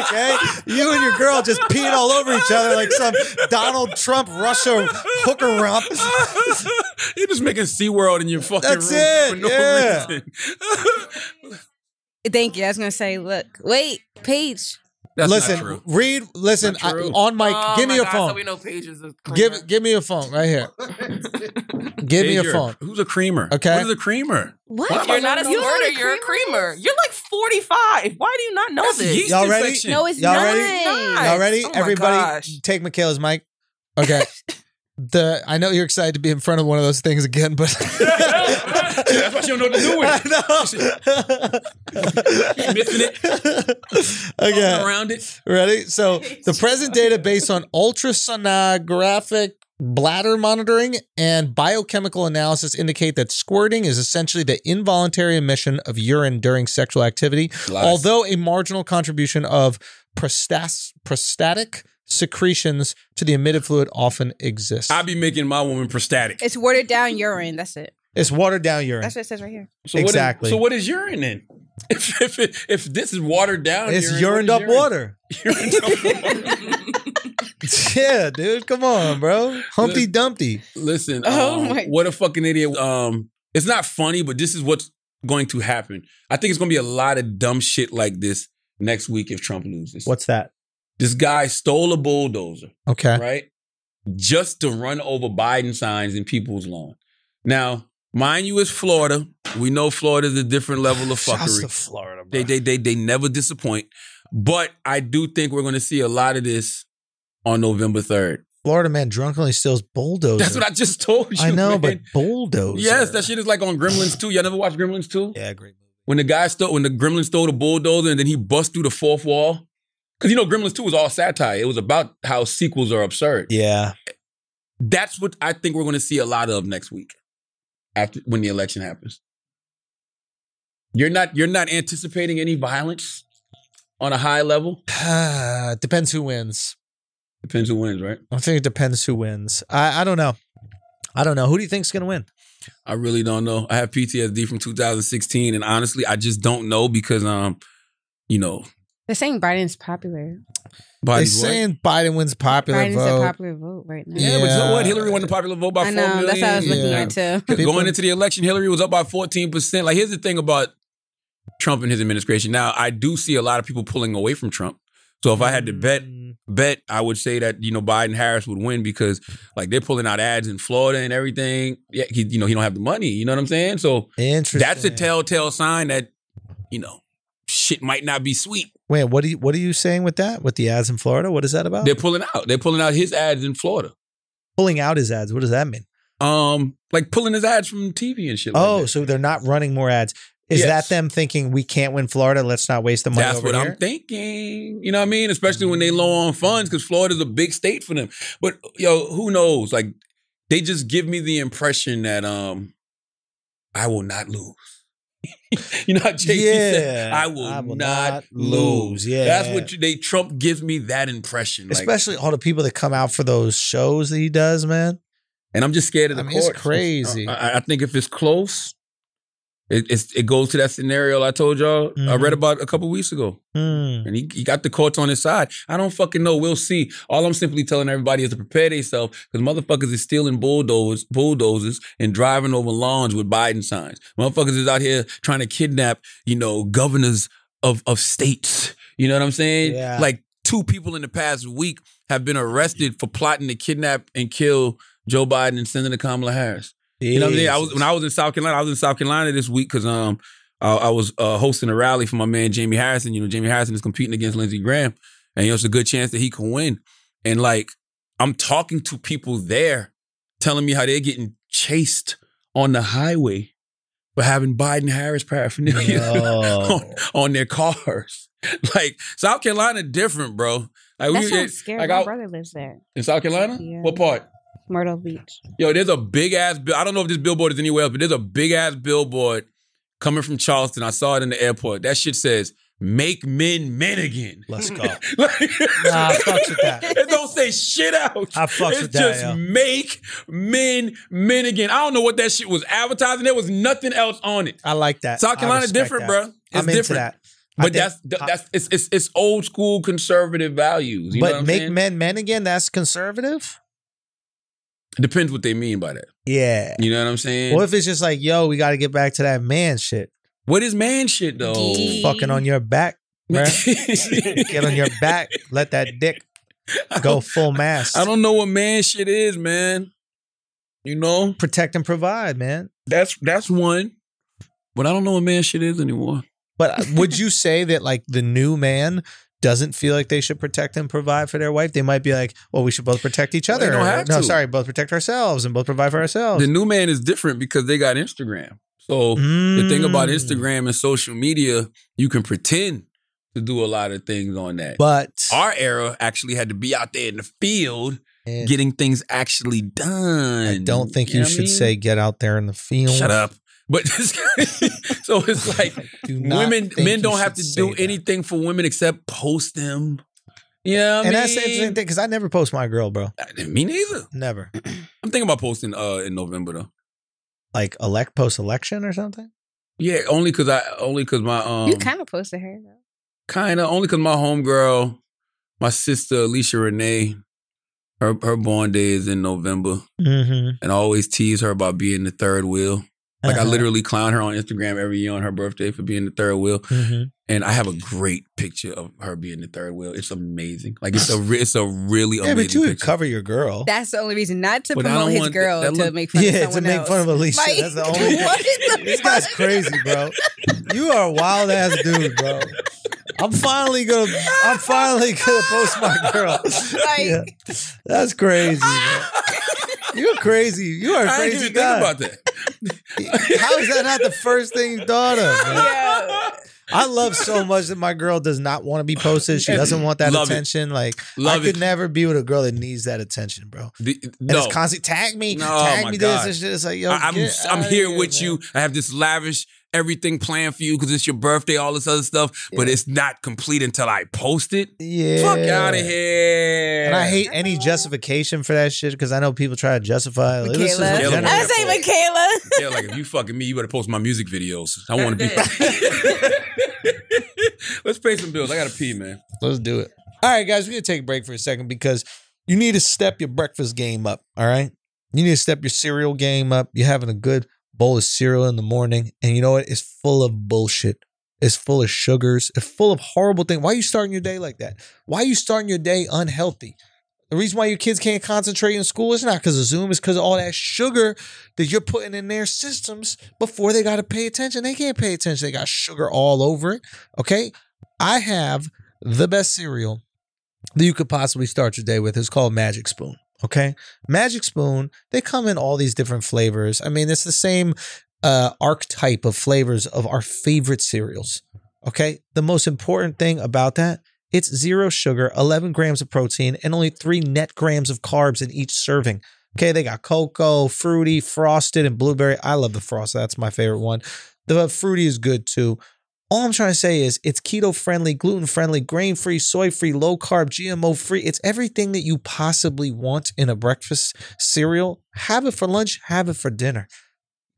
S3: Okay? You and your girl just peeing all over each other like some Donald Trump Russia hooker romp.
S2: You're just making SeaWorld in your fucking
S3: That's
S2: room
S3: it,
S2: for no
S3: yeah.
S2: reason.
S4: Thank you. I was gonna say, look, wait, Paige.
S2: That's
S3: listen,
S2: not true.
S3: read, listen,
S2: Not
S3: I,
S2: true.
S3: on mic,
S6: Oh
S3: give me
S6: my
S3: your
S6: God,
S3: phone.
S6: So we know pages is clean.
S3: give give me a phone right here. give me
S2: Hey,
S3: your
S2: you're-
S3: phone.
S2: Who's a creamer?
S3: Okay.
S2: What is a creamer?
S4: What?
S6: If you're not a
S4: You
S6: squirter, you're a creamer. You're like 45. Why do you not know
S2: That's
S6: this?
S2: yeast
S3: Y'all ready?
S2: infection.
S4: No, it's
S3: Y'all
S4: not.
S3: ready?
S6: It's
S3: Y'all ready?
S6: Oh my
S3: Everybody,
S6: gosh.
S3: take Michaela's mic. Okay. the I know you're excited to be in front of one of those things again, but
S2: That's why she don't know what to do with it.
S3: I know.
S2: Missing it,
S3: okay.
S2: around it.
S3: Ready? So the present data based on ultrasonographic bladder monitoring and biochemical analysis indicate that squirting is essentially the involuntary emission of urine during sexual activity,
S2: Lies.
S3: although a marginal contribution of prostas- prostatic secretions to the emitted fluid often exists.
S2: I be making my woman prostatic.
S4: It's watered down urine. That's it.
S3: it's watered down urine.
S4: That's what it says right here.
S2: So what is-
S3: exactly.
S2: so what is urine then? If if, it, if this is watered down,
S3: it's
S2: urine,
S3: urined
S2: what
S3: up
S2: is
S3: water.
S2: urine? Urined up water.
S3: yeah, dude. Come on, bro. Humpty Dumpty.
S2: Listen,
S4: Oh
S2: um,
S4: my-
S2: what a fucking idiot. Um, it's not funny, but this is what's going to happen. I think it's going to be a lot of dumb shit like this next week if Trump loses.
S3: What's that?
S2: This guy stole a bulldozer,
S3: Okay.
S2: right? Just to run over Biden signs in people's lawn. Now, mind you, it's Florida. We know Florida's a different level of
S3: Shouts
S2: fuckery.
S3: to Florida, bro.
S2: They they they they never disappoint. But I do think we're going to see a lot of this on November third.
S3: Florida man drunkenly steals bulldozer.
S2: That's what I just told you.
S3: I know,
S2: man.
S3: but bulldozer.
S2: Yes, that shit is like on Gremlins 2. Y'all never watched Gremlins 2?
S3: Oh, Yeah, great movie.
S2: When the guy stole, when the Gremlins stole the bulldozer and then he bust through the fourth wall. Cause you know Gremlins 2 was all satire. It was about how sequels are absurd.
S3: Yeah,
S2: That's what I think we're gonna see a lot of next week after when the election happens. You're not you're not anticipating any violence on a high level.
S3: depends who wins.
S2: Depends who wins, right?
S3: I think it depends who wins. I, I don't know. I don't know. Who do you think's gonna win?
S2: I really don't know. I have PTSD from 2016, and honestly, I just don't know because um, you know,
S4: They're saying Biden's popular.
S3: They're
S2: Biden's what?
S3: saying Biden wins popular
S4: Biden's
S3: vote.
S4: a popular vote right now.
S2: Yeah, but you know what?
S3: Yeah.
S2: Hillary won the popular vote by
S4: I
S2: four
S4: know.
S2: million.
S4: That's how I was looking
S3: Yeah.
S4: at too.
S3: People-
S2: Going into the election, Hillary was up by fourteen percent. Like, here's the thing about Trump and his administration. Now, I do see a lot of people pulling away from Trump. So if I had to
S4: Mm.
S2: bet, bet I would say that you know Biden Harris would win because like they're pulling out ads in Florida and everything. Yeah, he, you know he don't have the money. You know what I'm saying? So
S3: interesting.
S2: that's a telltale sign that you know shit might not be sweet.
S3: Wait, what are you what are you saying with that? With the ads in Florida, what is that about?
S2: They're pulling out. They're pulling out his ads in Florida.
S3: pulling out his ads. What does that mean?
S2: Um, like pulling his ads from TV and shit. like
S3: Oh,
S2: that.
S3: so they're not running more ads. Is
S2: Yes.
S3: that them thinking we can't win Florida? Let's not waste the money.
S2: That's
S3: over
S2: what
S3: here? Mm-hmm.
S2: I'm thinking. You know what I mean? Especially when they low on funds because Florida's a big state for them. But yo, who knows? Like they just give me the impression that um I will not lose. you know how JT said,
S3: Yeah,
S2: I will, not, lose.
S3: Yeah.
S2: That's what you, they Trump gives me that impression. Like,
S3: Especially all the people that come out for those shows that he does, man.
S2: and I'm just scared of the
S3: I mean, it's
S2: court.
S3: crazy.
S2: I, I think if it's close, it, it's, it goes to that scenario I told y'all I
S3: Mhm.
S2: read about a couple weeks ago.
S3: Hmm.
S2: And he, he got the courts on his side. I don't fucking know. We'll see. All I'm simply telling everybody is to prepare themselves because motherfuckers is stealing bulldozers, bulldozers and driving over lawns with Biden signs. Motherfuckers is out here trying to kidnap, you know, governors of, of states. You know what I'm saying?
S3: Yeah.
S2: Like two people in the past week have been arrested for plotting to kidnap and kill Joe Biden and Senator Kamala Harris. You know what I mean? I was when I was in South Carolina. I was in South Carolina this week because um I, I was uh, hosting a rally for my man Jamie Harrison. You know, Jamie Harrison is competing against Lindsey Graham, and you know, it's a good chance that he can win. And like I'm talking to people there, telling me how they're getting chased on the highway for having Biden Harris paraphernalia on,
S3: No.
S2: on their cars. Like South Carolina, different, bro. Like
S4: That
S2: we
S4: sounds scary.
S2: like,
S4: My
S2: I-
S4: brother lives there,
S2: in South Carolina.
S4: Yeah.
S2: What part?
S4: Myrtle Beach.
S2: Yo, there's a big ass. bill- I don't know if this billboard is anywhere else, but there's a big ass billboard coming from Charleston. I saw it in the airport. That shit says, make men men again.
S3: Let's go.
S2: Like,
S3: Nah, I fucks with that.
S2: it don't say shit out.
S3: I fucks
S2: it's
S3: with that,
S2: just
S3: yo.
S2: make men men again. I don't know what that shit was advertising. There was nothing else on it.
S3: I like that.
S2: South
S3: I
S2: Carolina
S3: respect
S2: different,
S3: that.
S2: bruh. bro. It's
S3: I'm into
S2: different.
S3: that. I
S2: But
S3: think-
S2: that's
S3: I-
S2: that's it's it's, it's old school conservative values. You know what
S3: but
S2: I'm
S3: make
S2: saying?
S3: men men again. That's conservative.
S2: It depends what they mean by that.
S3: Yeah.
S2: You know what I'm saying?
S3: What if it's just like, yo, we got to get back to that man shit,
S2: what is man shit though?
S4: Deep.
S3: fucking on your back, bruh. get on your back, let that dick go full mass.
S2: I don't know what man shit is, man. You know,
S3: protect and provide, man.
S2: that's that's one. But I don't know what man shit is anymore.
S3: But uh, would you say that like the new man doesn't feel like they should protect and provide for their wife? They might be like, well, we should both protect each
S2: Well, they
S3: other.
S2: don't have
S3: no,
S2: to.
S3: sorry, both protect ourselves and both provide for ourselves.
S2: The new man is different because they got Instagram. So the thing about
S3: Mm.
S2: Instagram and social media, you can pretend to do a lot of things on that.
S3: Mm. but
S2: our era actually had to be out there in the field
S3: Man,
S2: getting things actually done.
S3: I don't think you
S2: know what I
S3: should
S2: mean?
S3: say get out there in the field.
S2: shut up. But so it's like
S3: Do not
S2: women,
S3: think
S2: men
S3: you
S2: don't have
S3: should
S2: to
S3: say
S2: do
S3: that.
S2: anything for women except post them. Yeah, you know what I
S3: And
S2: mean?
S3: that's the interesting thing because I never post my girl, bro.
S2: I- Me neither.
S3: Never.
S2: I'm thinking about posting uh in November though.
S3: Like elect post election or something.
S2: Yeah, only because I only because my um
S4: you kind of posted her though.
S2: Kinda, only because my homegirl, my sister Alicia Renee, her her born day is in November,
S3: Mm-hmm.
S2: and I always tease her about being the third wheel. Like
S3: Uh-huh.
S4: Uh-huh.
S2: I literally clown her on Instagram every year on her birthday for being the third wheel,
S4: Mm-hmm.
S2: and I have a great picture of her being the third wheel. It's amazing. Like it's a re- it's a really
S3: Yeah, but you
S2: amazing
S3: would
S2: picture.
S3: cover your girl.
S4: That's the only reason not to
S2: But I
S4: promote
S2: don't
S4: his
S2: want that-
S4: girl
S2: that
S4: to
S2: look-
S4: make fun
S3: yeah,
S4: of
S3: to
S4: someone
S3: make
S4: else.
S3: fun of Alicia.
S4: Like,
S3: that's the only.
S4: what is the
S3: This guy's
S4: fuck?
S3: crazy, bro. You are a wild ass dude, bro. I'm finally gonna. I'm finally gonna post my girl.
S4: Like-
S3: Yeah. That's crazy. bro. You're crazy. You are a
S2: I didn't
S3: crazy
S2: even think
S3: guy.
S2: about that.
S3: How is that not the first thing you thought of? man?
S4: Yeah.
S3: I love so much that my girl does not want to be posted. She doesn't want that
S2: Love it.
S3: attention. Like
S2: Love
S3: I could
S2: it.
S3: never be with a girl that needs that attention, bro.
S2: The-
S3: And
S2: no,
S3: it's constantly tag me,
S2: No,
S3: tag
S2: my
S3: me
S2: God.
S3: this, this, this. It's like, yo,
S2: I, am
S3: get
S2: I'm
S3: outta
S2: here with
S3: man.
S2: you. I have this lavish everything planned for you because it's your birthday, all this other stuff, but
S3: Yeah.
S2: it's not complete until I post it.
S3: Yeah,
S2: Fuck out of here.
S3: And I hate any justification for that shit because I know people try to justify. Like, this is
S4: Michaela.
S2: Michaela.
S3: degenerate.
S4: I say Michaela.
S2: Yeah, like if you fucking me, you better post my music videos. I want to be.
S6: That's
S2: Let's pay some bills. I gotta pee, man.
S3: Let's do it. All right, guys, we're gonna take a break for a second because you need to step your breakfast game up. All right, you need to step your cereal game up. You're having a good bowl of cereal in the morning, and you know what? It's full of bullshit. It's full of sugars. It's full of horrible things. Why are you starting your day like that? Why are you starting your day unhealthy? The reason why your kids can't concentrate in school is not because of Zoom. It's because of all that sugar that you're putting in their systems before they got to pay attention. They can't pay attention. They got sugar all over it. Okay. I have the best cereal that you could possibly start your day with is called Magic Spoon. Okay. Magic Spoon, they come in all these different flavors. I mean, it's the same uh, archetype of flavors of our favorite cereals. Okay. The most important thing about that, it's zero sugar, 11 grams of protein, and only three net grams of carbs in each serving. Okay. They got cocoa, fruity, frosted, and blueberry. I love the frost. That's my favorite one. The fruity is good too. All I'm trying to say is it's keto friendly, gluten friendly, grain free, soy free, low carb, GMO free. It's everything that you possibly want in a breakfast cereal. Have it for lunch, have it for dinner.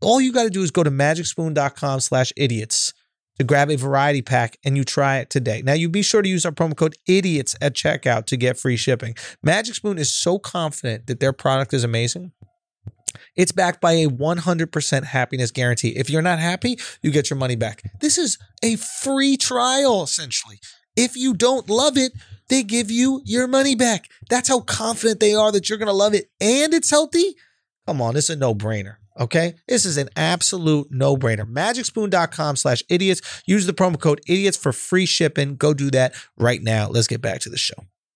S3: All you got to do is go to magicspoon.com slash idiots to grab a variety pack and you try it today. Now, you be sure to use our promo code idiots at checkout to get free shipping. Magic Spoon is so confident that their product is amazing. It's backed by a 100% happiness guarantee. If you're not happy, you get your money back. This is a free trial, essentially. If you don't love it, they give you your money back. That's how confident they are that you're going to love it and it's healthy. Come on, it's a no brainer. Okay. This is an absolute no brainer. Magicspoon.com slash idiots. Use the promo code idiots for free shipping. Go do that right now. Let's get back to the show.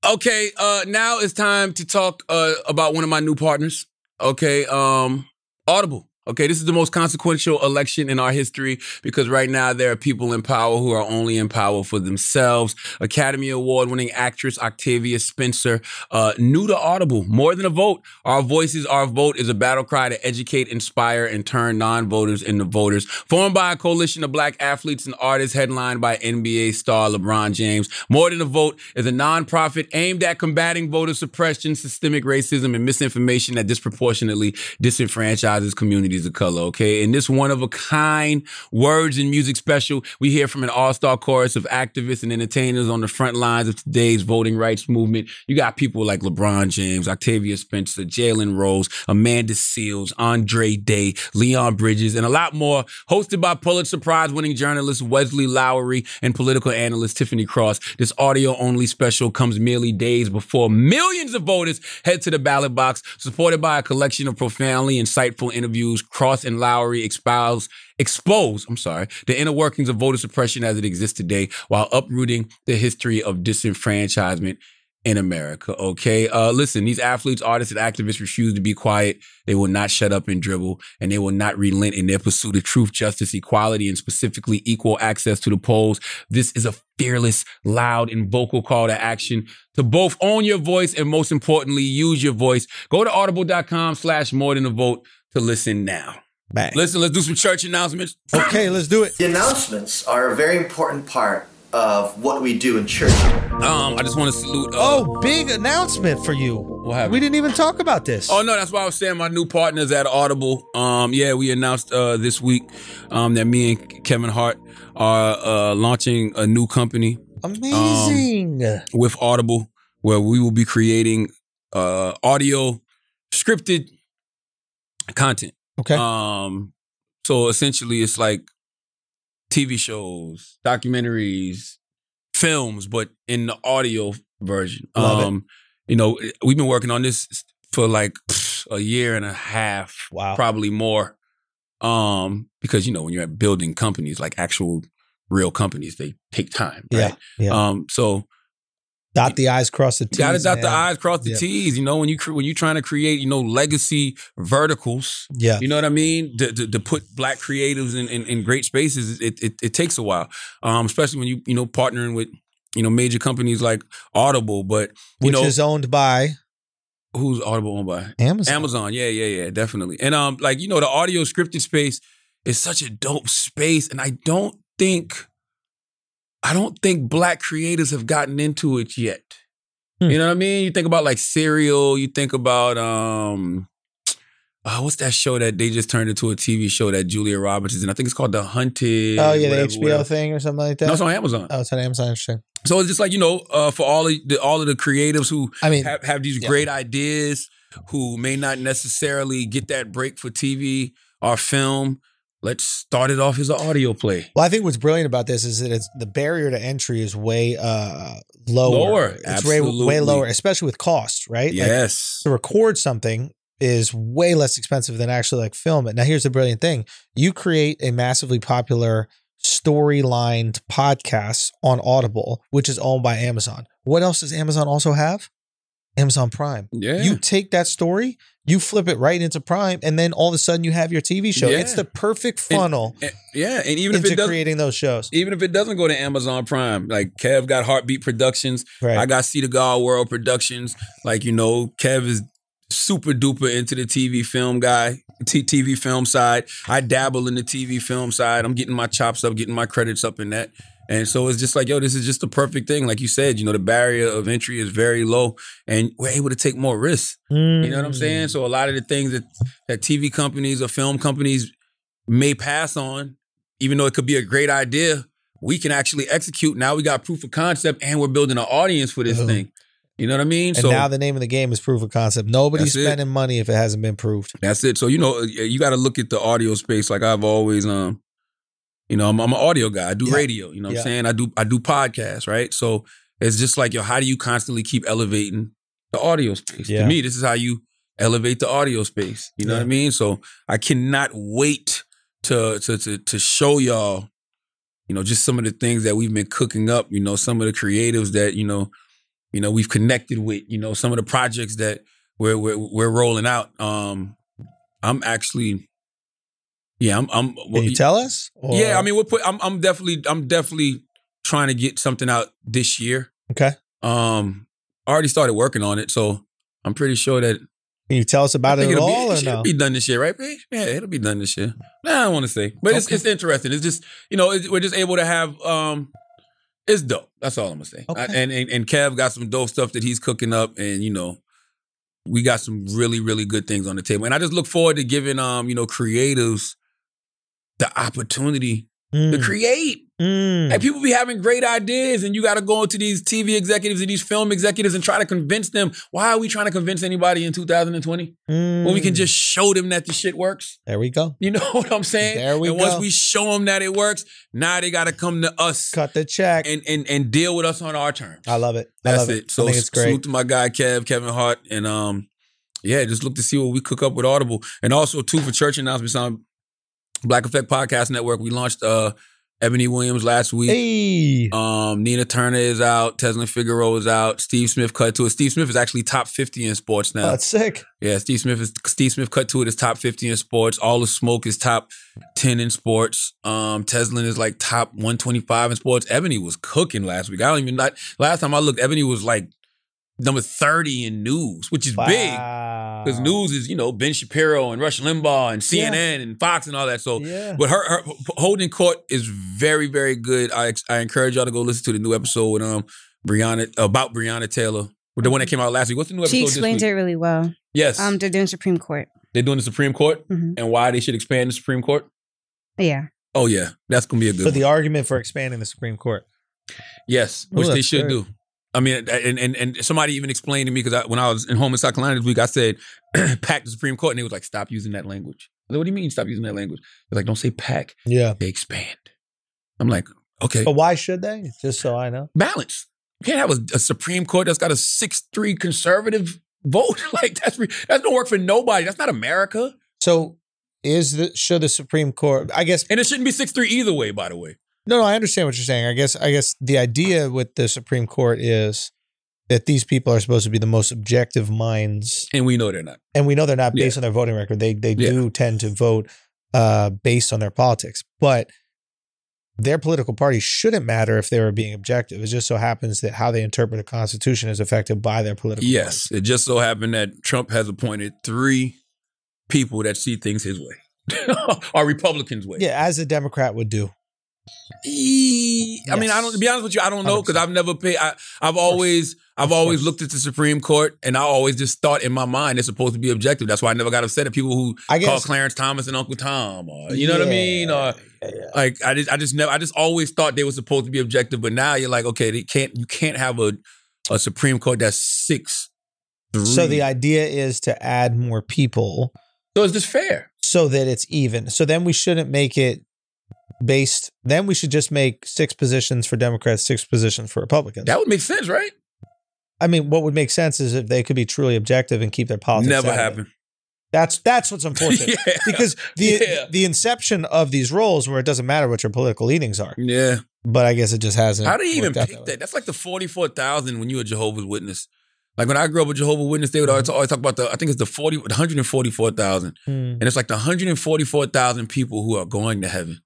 S2: Okay, uh, now it's time to talk uh, about one of my new partners. Okay, um, Audible. Okay, this is the most consequential election in our history because right now there are people in power who are only in power for themselves. Academy Award winning actress Octavia Spencer, uh, new to Audible, more than a vote. Our voices, our vote is a battle cry to educate, inspire, and turn non voters into voters. Formed by a coalition of black athletes and artists, headlined by NBA star LeBron James, More Than a Vote is a nonprofit aimed at combating voter suppression, systemic racism, and misinformation that disproportionately disenfranchises communities of color. Okay. In this one of a kind words and music special, we hear from an all star chorus of activists and entertainers on the front lines of today's voting rights movement. You got people like LeBron James, Octavia Spencer, Jalen Rose, Amanda Seals, Andre Day, Leon Bridges, and a lot more, hosted by Pulitzer Prize winning journalist Wesley Lowery and political analyst Tiffany Cross. This audio only special comes merely days before millions of voters head to the ballot box, supported by a collection of profoundly insightful interviews. Cross and Lowery espouse expose, I'm sorry, the inner workings of voter suppression as it exists today while uprooting the history of disenfranchisement in America. Okay. Uh, listen, these athletes, artists, and activists refuse to be quiet. They will not shut up and dribble, and they will not relent in their pursuit of truth, justice, equality, and specifically equal access to the polls. This is a fearless, loud, and vocal call to action to both own your voice and most importantly, use your voice. Go to audible.com slash more than a vote to listen now.
S3: Bang.
S2: Listen, let's do some church announcements.
S3: Okay, let's do it.
S7: The announcements are a very important part of what we do in church.
S2: Um, I just want to salute. Uh,
S3: Oh, big announcement for you.
S2: What happened?
S3: We didn't even talk about this.
S2: Oh no, that's why I was saying my new partners at Audible. Um, yeah, we announced uh, this week um, that me and Kevin Hart are uh, launching a new company
S3: Amazing.
S2: with Audible, where we will be creating uh, audio scripted content.
S3: okay.
S2: Um, so essentially, it's like TV shows, documentaries, films, but in the audio version.
S3: Love it.
S2: um, You know, we've been working on this for like pfft, a year and a half,
S3: Wow.
S2: probably more. Um, because you know when you're at building companies, like actual real companies, they take time.
S3: yeah.
S2: Right?
S3: Yeah.
S2: Um, so
S3: dot the I's, cross the T's.
S2: gotta dot the
S3: man.
S2: I's, cross the
S3: Yeah.
S2: T's. You know, when you cre- when you're trying to create, you know, legacy verticals.
S3: Yeah.
S2: You know what I mean? To, to, to put black creatives in, in, in great spaces, it, it, it takes a while, um, especially when you you know partnering with you know major companies like Audible, but you
S3: Which
S2: know
S3: is owned by
S2: who's Audible owned by
S3: Amazon.
S2: Amazon. Yeah, yeah, yeah, definitely. And um, like you know, the audio scripted space is such a dope space, and I don't think, I don't think black creators have gotten into it yet.
S3: Hmm.
S2: You know what I mean? You think about like Serial. You think about um. Uh, what's that show that they just turned into a TV show that Julia Roberts is in? I think it's called The Hunted.
S3: Oh, yeah,
S2: whatever,
S3: the HBO
S2: whatever.
S3: thing or something like that.
S2: No, it's on Amazon.
S3: oh, it's on Amazon. Interesting.
S2: so it's just like you know, uh, for all of the all of the creatives who
S3: I mean,
S2: have, have these
S3: Yeah.
S2: great ideas who may not necessarily get that break for TV or film. Let's start it off as an audio play.
S3: well, I think what's brilliant about this is that it's the barrier to entry is way uh lower.
S2: Lower,
S3: It's way, way
S2: absolutely.
S3: lower, especially with cost, right? Like,
S2: Yes.
S3: to record something is way less expensive than actually like film it. Now here's the brilliant thing. You create a massively popular storylined podcast on Audible, which is owned by Amazon. What else does Amazon also have? Amazon Prime.
S2: Yeah.
S3: You take that story, you flip it right into Prime, and then all of a sudden you have your TV show.
S2: Yeah.
S3: It's the perfect funnel
S2: And- yeah. And even if
S3: into
S2: it doesn't
S3: creating those shows.
S2: even if it doesn't go to Amazon Prime, like Kev got Heartbeat Productions.
S3: Right.
S2: I got See the God World Productions. Like, you know, Kev is super duper into the TV film guy, t- TV film side. I dabble in the TV film side. I'm getting my chops up, getting my credits up in that. And so it's just like, yo, this is just the perfect thing. Like you said, you know, the barrier of entry is very low and we're able to take more risks. You know what I'm
S3: Mm.
S2: saying? So a lot of the things that, that TV companies or film companies may pass on, even though it could be a great idea, we can actually execute. Now we got proof of concept and we're building an audience for this
S3: Ooh.
S2: thing. You know what I mean?
S3: Uh-huh. And now the name of the game is proof of concept. Nobody's
S2: That's it.
S3: spending money if it hasn't been proved.
S2: That's it. So you know, you got to look at the audio space. Like I've always, um, you know, I'm, I'm an audio guy. I do
S3: Yeah.
S2: radio. You know, what
S3: Yeah.
S2: I'm saying I do I do podcasts, right? So it's just like yo, how do you constantly keep elevating the audio space?
S3: Yeah.
S2: To me, this is how you elevate the audio space. You know
S3: Yeah.
S2: what I mean? So I cannot wait to to to to show y'all, you know, just some of the things that we've been cooking up. You know, some of the creatives that you know, you know, we've connected with. You know, some of the projects that we're we're, we're rolling out. Um, I'm actually Yeah, I'm. I'm
S3: Can you tell us? Or-
S2: Yeah, I mean, we'll put. I'm, I'm definitely. I'm definitely trying to get something out this year.
S3: Okay.
S2: Um, I already started working on it, so I'm pretty sure that
S3: can you tell us
S2: I
S3: about it
S2: think
S3: at
S2: it'll,
S3: all
S2: be,
S3: or
S2: it should
S3: no?
S2: be done this year, right? babe? Yeah, it'll be done this year. Nah, I don't want to say, but it's
S3: Okay.
S2: it's interesting. It's just you know it, we're just able to have um, it's dope. That's all I'm gonna say.
S3: Okay.
S2: I- and, and and Kev got some dope stuff that he's cooking up, and you know we got some really really good things on the table. And I just look forward to giving um you know creatives the opportunity to
S3: Mm,
S2: create.
S3: mm.
S2: Like people be having great ideas, and you got to go into these TV executives and these film executives and try to convince them. Why are we trying to convince anybody in 2020 when we can
S3: Mm.
S2: just show them that the shit works?
S3: There we go.
S2: You know what I'm saying?
S3: There we
S2: and
S3: go.
S2: once we show them that it works, now they got to come to us
S3: Cut the check.
S2: and, and and deal with us on our terms.
S3: I love it. I
S2: That's
S3: love
S2: it.
S3: it.
S2: So
S3: I think it's
S2: salute
S3: great.
S2: to my guy Kev, Kevin Hart, and um, yeah, just look to see what we cook up with Audible, and also too for church announcements on Black Effect Podcast Network. We launched uh Ebony Williams last week.
S3: Hey.
S2: Um, Nina Turner is out. Tesla Figaro is out. Steve Smith cut to it. Steve Smith is actually top fifty in sports now.
S3: Oh, that's sick.
S2: yeah, Steve Smith is Steve Smith cut to it is top fifty in sports. All the smoke is top ten in sports. Um, Tesla is like top one twenty five in sports. Ebony was cooking last week. I don't even not last time I looked. Ebony was like number thirty in news, which is big because news is you know Ben Shapiro and Rush Limbaugh and CNN and Fox and all that. So
S3: Yeah.
S2: but her, her holding court is very, very good. I I encourage y'all to go listen to the new episode with um Brianna about Brianna Taylor, the one that came out last week. What's the new episode?
S4: Mm-hmm. She
S2: this
S4: explains
S2: week?
S4: it really well.
S2: Yes,
S4: Um, they're doing Supreme Court.
S2: they're doing the Supreme Court
S4: Mhm.
S2: and why they should expand the Supreme Court.
S4: Yeah,
S2: Oh yeah, that's gonna be a good.
S3: But the
S2: one.
S3: argument for expanding the Supreme Court.
S2: yes,
S3: Oh,
S2: which they
S3: that's
S2: should
S3: good.
S2: do. I mean, and and and somebody even explained to me because I, when I was in home in South Carolina this week, I said pack the Supreme Court, and they was like, stop using that language. I said, what do you mean stop using that language? They're like, don't say pack,
S3: Yeah.
S2: they expand. I'm like, okay,
S3: But why should they? Just so I know.
S2: balance. You can't have a, a Supreme Court that's got a six three conservative vote. like that's re- that's don't work for nobody. That's not America,
S3: So is the should the Supreme Court I guess
S2: and it shouldn't be six three either way. By the way,
S3: no no I understand what you're saying. I guess I guess the idea with the Supreme Court is that these people are supposed to be the most objective minds
S2: and we know they're not.
S3: and we know they're not
S2: Yeah.
S3: based on their voting record. They they
S2: Yeah.
S3: do tend to vote uh, based on their politics, but their political party shouldn't matter if they were being objective. It just so happens that how they interpret a constitution is affected by their political.
S2: Yes, it just so happened that Trump has appointed three people that see things his way, or Republicans' way.
S3: party. yeah, as a Democrat would do.
S2: E- I mean, I don't.
S3: Yes.
S2: To be honest with you, I don't know because
S3: 100%.
S2: I've never paid. I, I've always, I've always
S3: course.
S2: looked at the Supreme Court, and I always just thought in my mind it's supposed to be objective. That's why I never got upset at people who
S3: I
S2: call
S3: guess
S2: Clarence Thomas and Uncle Tom, or you know what I
S3: Yeah.
S2: mean, or
S3: Yeah, yeah.
S2: like I just, I just never, I just always thought they were supposed to be objective, but now you're like, okay, they can't, you can't have a a Supreme Court that's six three.
S3: So the idea is to add more people
S2: so it's just fair.
S3: so that it's even. So then we shouldn't make it based. Then we should just make six positions for Democrats, six positions for Republicans.
S2: That would make sense, right?
S3: I mean, what would make sense is if they could be truly objective and keep their politics.
S2: never
S3: out of it.
S2: happened.
S3: That's that's what's unfortunate
S2: yeah,
S3: because the
S2: Yeah.
S3: the inception of these roles where it doesn't matter what your political leanings are,
S2: yeah.
S3: but I guess it just hasn't.
S2: How do you even
S3: worked out
S2: pick that?
S3: way.
S2: That's like the forty-four thousand when you were Jehovah's Witness. Like when I grew up with Jehovah's Witness, they would
S3: Mm-hmm.
S2: always, always talk about the. I think it's the forty, one hundred and forty-four thousand,
S3: Hmm.
S2: and it's like the hundred and forty-four thousand people who are going to heaven.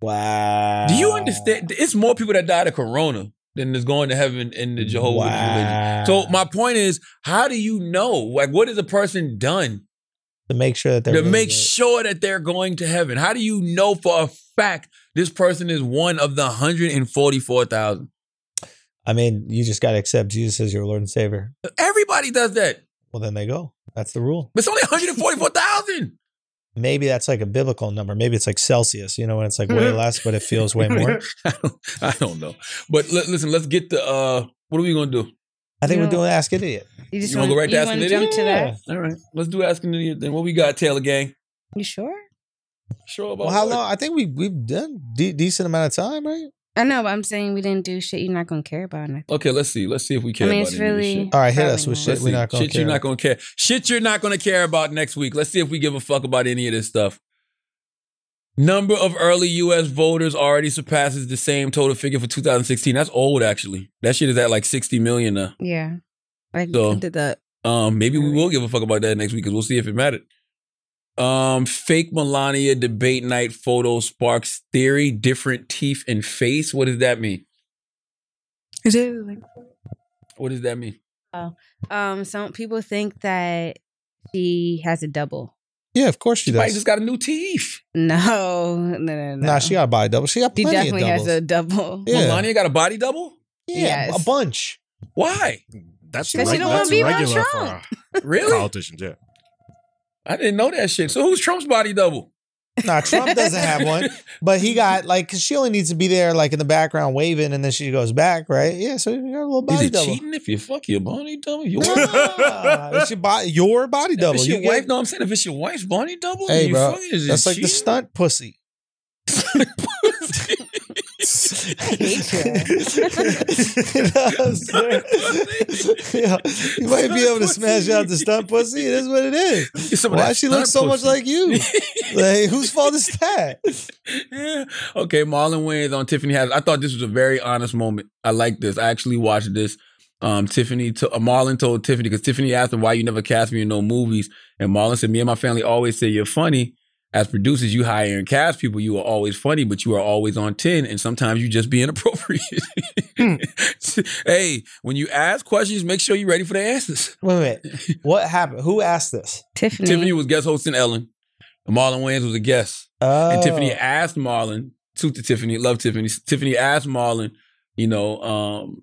S3: Wow.
S2: Do you understand? It's more people that died of corona than is going to heaven in the Jehovah's Witness
S3: Wow.
S2: religion. So my point is, how do you know? Like, what has a person done
S3: to make sure that they're
S2: to
S3: really
S2: make
S3: good.
S2: sure that they're going to heaven? How do you know for a fact this person is one of the 144,000?
S3: I mean, you just got to accept Jesus as your Lord and Savior.
S2: Everybody does that.
S3: Well, then they go. That's the rule.
S2: But it's only 144,000.
S3: Maybe that's like a biblical number. Maybe it's like Celsius, you know, when it's like way less, but it feels way more.
S2: I, don't, I don't know. But li- listen, let's get the, uh, what are we going to do?
S3: I think
S4: You
S3: we're
S4: know-
S3: doing Ask Idiot.
S4: you just
S2: You wanna
S4: want
S2: go right to
S4: you
S2: Ask
S4: wanna
S2: an Idiot?
S4: jump to that.
S2: All right, let's do Asking Idiot then. What we got, Taylor Gang?
S4: You sure?
S2: Sure about
S3: Well, how
S2: what?
S3: long? I think we, we've done de- decent amount of time, right?
S4: I know, but I'm saying we didn't do shit. You're not gonna care about nothing.
S2: Okay, let's see. Let's see if we
S4: I
S2: care
S4: mean,
S2: about
S4: it's
S2: any of this
S4: really
S2: shit.
S3: All right, hit us
S4: probably
S3: with
S4: not.
S3: shit
S2: Let's
S3: we're
S2: see.
S3: not going to
S2: shit you're not gonna care. Shit you're not gonna care about next week. Let's see if we give a fuck about any of this stuff. Number of early U.S. voters already surpasses the same total figure for 2016. That's old, actually. That shit is at like 60 million now.
S4: Yeah, like
S2: So-
S4: did the
S2: Um, maybe we
S4: Alright.
S2: will give a fuck about that next week because we'll see if it mattered. Um, fake Melania debate night photo sparks theory, different teeth and face. What does that mean?
S4: Is it like
S2: What does that mean?
S4: um some people think that she has a double.
S3: Yeah, of course she
S2: She might
S3: does.
S2: just got a new teeth.
S4: No, no, no, no.
S3: Nah, she got by double. She got
S4: she
S3: plenty
S4: definitely
S3: of
S4: has
S3: doubles.
S4: a double.
S3: Yeah.
S2: Melania got a body double?
S3: yeah,
S4: Yes.
S3: a bunch.
S2: Why?
S5: That's
S4: Because she
S5: reg-
S4: don't wanna
S5: that's
S4: be around
S5: regular
S4: Trump.
S5: for uh,
S2: Really?
S5: politicians. Yeah,
S2: I didn't know that shit. So who's Trump's body double?
S3: Nah, Trump doesn't have one, but he got like 'cause she only needs to be there like in the background waving, and then she goes back, right? Yeah, so you got a little
S2: Is
S3: body
S2: it
S3: double.
S2: cheating if you fuck your body double? Your wife?
S3: Nah, it's your, body, your body
S2: If
S3: double.
S2: it's your
S3: You
S2: wife,
S3: get-
S2: no, I'm saying if it's your wife's body double,
S3: Hey,
S2: you
S3: bro,
S2: fucking- is it
S3: that's like the
S2: cheating?
S3: stunt pussy.
S4: hate you.
S3: know what I'm saying? Yeah, you might be able to smash out the stunt pussy. It is what it is.
S2: Some of
S3: Why
S2: that
S3: she looks so
S2: stunt
S3: much
S2: pussy.
S3: like you? Like, whose fault is that?
S2: Yeah. Okay, Marlon Wayans on Tiffany Haddish. I thought this was a very honest moment. I like this. I actually watched this. Um, Tiffany, to, uh, Marlon told Tiffany because Tiffany asked him why you never cast me in no movies, and Marlon said, "Me and my family always say you're funny. As producers, you hire and cast people. You are always funny, but you are always on ten, and sometimes you just be inappropriate." hey, when you ask questions, make sure you're ready for the answers.
S3: Wait a minute. What happened? Who asked this?
S4: Tiffany.
S2: Tiffany was guest hosting Ellen. and Marlon Wayans was a guest.
S3: Oh.
S2: And Tiffany asked Marlon, to to Tiffany, love Tiffany. Tiffany asked Marlon, you know, um,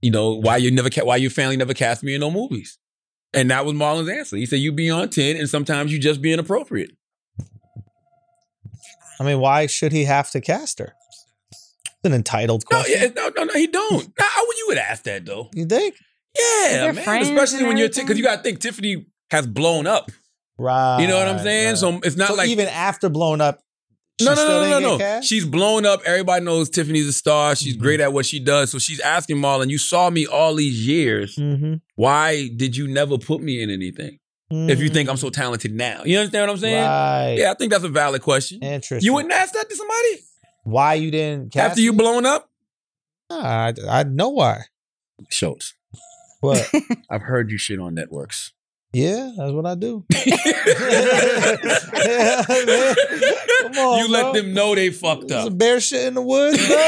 S2: you know, why you never ca- why your family never cast me in no movies. And that was Marlon's answer. He said, You be on 10 and sometimes you just be inappropriate.
S3: I mean, why should he have to cast her? It's an entitled
S2: No,
S3: question.
S2: yeah, no, no, no, he don't. Nah, I would you would ask that though.
S3: You think?
S2: Yeah,
S4: They're
S2: man.
S4: friends
S2: Especially
S4: and
S2: when you're because
S4: everything.
S2: you gotta think Tiffany has blown up.
S3: Right.
S2: You know what I'm saying?
S3: Ah, right.
S2: So it's not
S3: So
S2: like
S3: even after blown up, she
S2: no, no,
S3: still
S2: no, no,
S3: didn't
S2: no,
S3: get
S2: no.
S3: cast?
S2: She's blown up. Everybody knows Tiffany's a star. She's
S3: Mhm.
S2: great at what she does. So she's asking Marlon, you saw me all these years.
S3: Mhm.
S2: Why did you never put me in anything? If you think I'm so talented now. You understand what I'm saying?
S3: Mm. right.
S2: Yeah, I think that's a valid question.
S3: Interesting.
S2: You wouldn't ask that to somebody
S3: why you didn't cast
S2: after you
S3: me?
S2: blown up?
S3: Nah, I, I know why.
S2: Schultz,
S3: What?
S2: I've heard you shit on networks.
S3: yeah, that's what I do. Come on,
S2: you let
S3: bro.
S2: them know they fucked
S3: There's a
S2: up.
S3: bear shit in the woods, bro.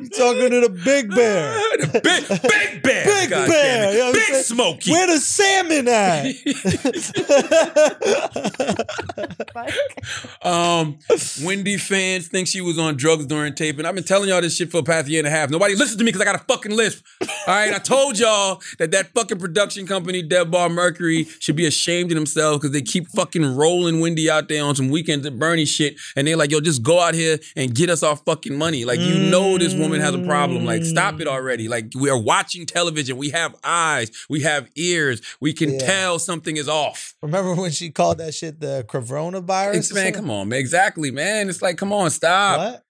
S3: you talking to the big bear.
S2: The big, big bear.
S3: Big
S2: God
S3: bear,
S2: damn it.
S3: you know what I'm
S2: big
S3: saying?
S2: smoky.
S3: Where the salmon at?
S2: Um, Wendy fans think she was on drugs during taping. I've been telling y'all this shit for the past year and a half. Nobody listens to me because I got a fucking lisp. All right, I told y'all that that fucking production company, Dead Bar Mercury, should be ashamed of themselves because they keep fucking rolling Wendy out there on some weekends at Bernie shit, and they're like, "Yo, just go out here and get us our fucking money." Like, you know, this woman has a problem. Like, stop it already. Like, we are watching television. We have eyes. We have ears. We can
S3: Yeah.
S2: tell something is off.
S3: Remember when she called that shit the coronavirus?
S2: Ex- man, come on, man. Exactly, man. It's like, come on, stop.
S3: What?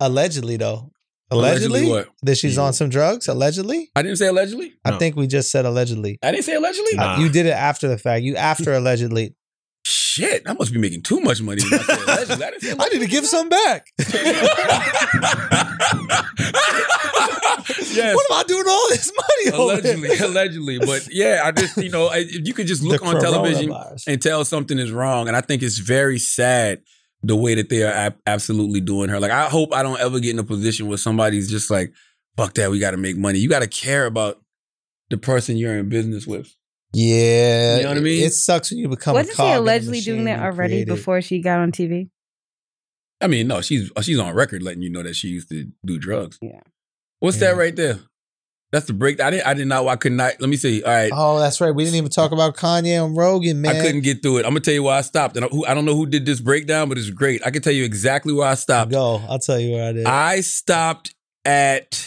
S3: Allegedly, though.
S2: Allegedly
S3: Allegedly,
S2: what?
S3: that she's on some drugs. Allegedly,
S2: I didn't say allegedly.
S5: No.
S3: I think we just said allegedly.
S2: I didn't say allegedly.
S5: Nah.
S3: Uh, you did it after the fact. You after allegedly.
S2: Shit, I must be making too much money. When I, say allegedly. I didn't say
S3: I need to give some back.
S2: allegedly. yes,
S3: What am I doing all this money? over?
S2: allegedly, allegedly. But yeah, I just you know I, if you could just look
S3: The
S2: on television
S3: coronavirus.
S2: and tell something is wrong, and I think it's very sad the way that they are ab- absolutely doing her. Like I hope I don't ever get in a position where somebody's just like, "Fuck that, we got to make money." You got to care about the person you're in business with.
S3: Yeah,
S2: You know what I mean?
S3: It sucks when you become. a
S4: Wasn't she
S3: cog in the
S4: allegedly
S3: machine
S4: doing that
S3: you
S4: already
S3: created.
S4: before she got on TV?
S2: I mean, no, she's uh, she's on record letting you know that she used to do drugs.
S4: Yeah.
S2: What's
S3: Yeah.
S2: that right there? That's the break. I didn't. I did not. I could not. Let me see. All right.
S3: Oh, that's right. We didn't even talk about Kanye and Rogan, man.
S2: I couldn't get through it. I'm gonna tell you why I stopped. And I, who, I don't know who did this breakdown, but it's great. I can tell you exactly where I stopped.
S3: go. I'll tell you where I did.
S2: I stopped at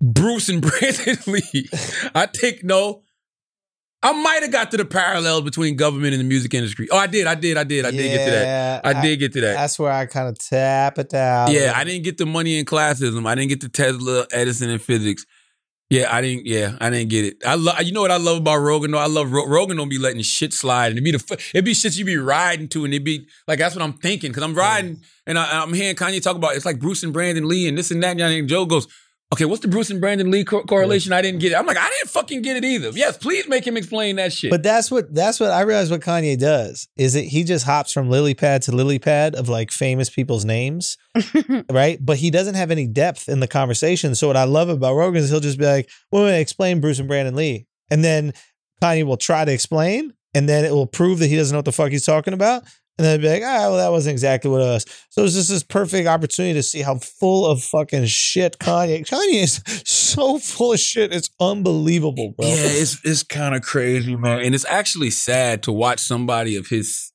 S2: Bruce and Brandon Lee. I think no. I might have got to the parallels between government and the music industry. Oh, I did. I did. I did. I did get to that. I did get to that.
S3: That's where I kind of tap it out.
S2: Yeah, I didn't get the money in classism. I didn't get the Tesla, Edison, and physics. Yeah, I didn't. Yeah, I didn't get it. I love. You know what I love about Rogan? though? I love Ro- Rogan. Don't be letting shit slide, and it be the f- it be shit you be riding to, and it be like that's what I'm thinking because I'm riding, and I, I'm hearing Kanye talk about it's like Bruce and Brandon Lee and this and that, and, y'all, and Joe goes, okay, what's the Bruce and Brandon Lee co- correlation? I didn't get it. I'm like, I didn't fucking get it either. Yes, please make him explain that shit.
S3: But that's what that's what I realize what Kanye does is that he just hops from lily pad to lily pad of like famous people's names, right? But he doesn't have any depth in the conversation. So what I love about Rogan is he'll just be like, "Well, wait, explain Bruce and Brandon Lee," and then Kanye will try to explain, and then it will prove that he doesn't know what the fuck he's talking about. And then be like, ah, well, that wasn't exactly what it was. So it's just this perfect opportunity to see how full of fucking shit Kanye. Kanye is so full of shit. It's unbelievable, bro.
S2: yeah, it's it's kind of crazy, man, and it's actually sad to watch somebody of his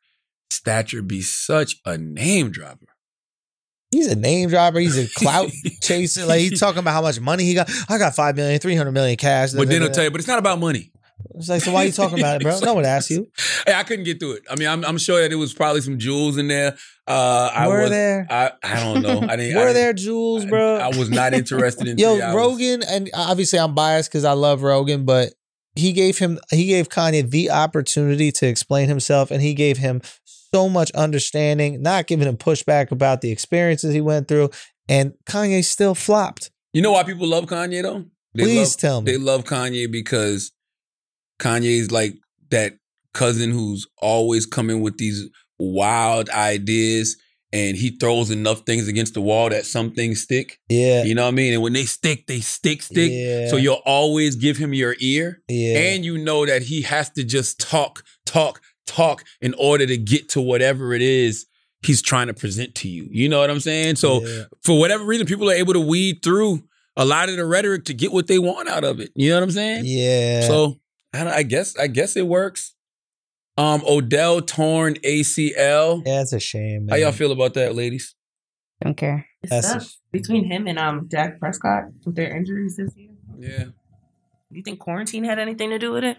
S2: stature be such a name dropper.
S3: He's a name dropper. He's a clout chaser. Like he's talking about how much money he got. I got five million, three hundred million cash.
S2: But then I'll tell you, but it's not about money.
S3: it's like, so why are you talking about it, bro? No one asked you.
S2: Hey, I couldn't get through it. I mean, I'm, I'm sure that it was probably some jewels in there. Uh, I
S3: Were
S2: was,
S3: there?
S2: I, I don't know. I didn't. I
S3: Were
S2: didn't-
S3: there jewels,
S2: I-
S3: bro?
S2: I, was not interested in.
S3: Yo,
S2: three hours.
S3: Rogan, and obviously I'm biased because I love Rogan, but he gave him he gave Kanye the opportunity to explain himself, and he gave him so much understanding, not giving him pushback about the experiences he went through, and Kanye still flopped.
S2: You know why people love Kanye though? They
S3: Please
S2: love,
S3: tell me.
S2: They love Kanye because Kanye's like that cousin who's always coming with these wild ideas, and he throws enough things against the wall that some things stick.
S3: yeah,
S2: You know what I mean? And when they stick, they stick, stick.
S3: Yeah.
S2: So you'll always give him your ear.
S3: yeah.
S2: and you know that he has to just talk, talk, talk in order to get to whatever it is he's trying to present to you. You know what I'm saying? So
S3: Yeah.
S2: for whatever reason, people are able to weed through a lot of the rhetoric to get what they want out of it. You know what I'm saying?
S3: yeah.
S2: So I, don't- I guess I guess it works. Um, Odell torn ACL.
S3: Yeah, it's a shame.
S2: How
S3: Man.
S2: y'all feel about that, ladies?
S4: Don't care.
S3: That's
S6: Stuff between him and um Dak Prescott with their injuries this year.
S2: Yeah,
S6: You think quarantine had anything to do with it?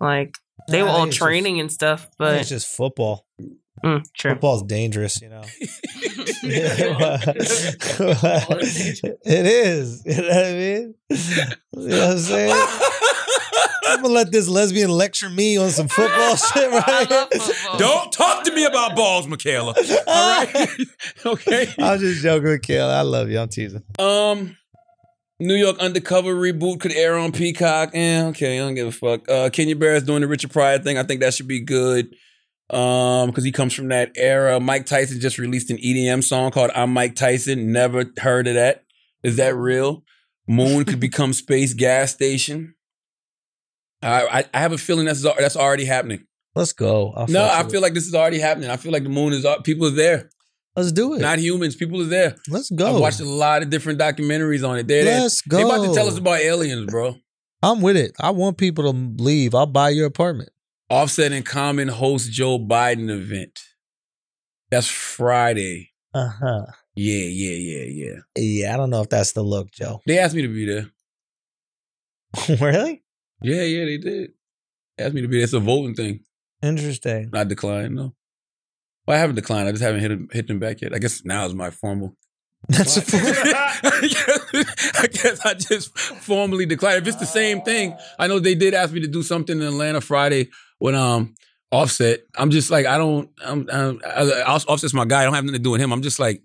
S6: Like they were
S3: Nah, I
S6: all
S3: think it's
S6: training and stuff,
S3: just- I think
S6: but
S3: it's just football.
S6: mm, true.
S3: Football's dangerous, you know.
S6: Football.
S3: it is. You know what I mean? You know what I'm saying? I'm gonna let this lesbian lecture me on some football shit right
S6: I love
S3: here.
S6: football.
S2: Don't talk to me about balls, Michaela. All right, okay.
S3: I was just joking with Kale. I love you. I'm teasing.
S2: Um, New York Undercover reboot could air on Peacock. Eh, okay, I don't give a fuck. Uh, Kenya Barris doing the Richard Pryor thing. I think that should be good. Um, because he comes from that era. Mike Tyson just released an EDM song called "I'm Mike Tyson." Never heard of that. Is that real? Moon could become space gas station. I I, I have a feeling that's al- that's already happening.
S3: Let's go. I'll
S2: no,
S3: fuck
S2: I
S3: with
S2: feel
S3: it.
S2: like this is already happening. I feel like the moon is al- people are there,
S3: let's do it.
S2: not humans. People are there.
S3: Let's
S2: I've
S3: go.
S2: watched a lot of different documentaries on it. There, there.
S3: Let's go.
S2: They about to tell us about aliens, bro.
S3: I'm with it. I want people to leave. I'll buy your apartment.
S2: Offset and Common host Joe Biden event. That's Friday.
S3: Uh
S2: Uh-huh.
S3: huh.
S2: Yeah, yeah, yeah, yeah.
S3: Yeah, I don't know if that's the look, Joe.
S2: They asked me to be there.
S3: really?
S2: Yeah, yeah, they did. Asked me to be there. It's a voting thing.
S3: Interesting.
S2: Not declined, no. Well, I haven't declined. I just haven't hit them, hit them back yet. I guess now is my formal.
S3: That's a
S2: I guess I just formally declined. If it's the same thing, I know they did ask me to do something in Atlanta Friday when um Offset. I'm just like I don't. I'm, I'm I- I- Offset's my guy. I don't have nothing to do with him. I'm just like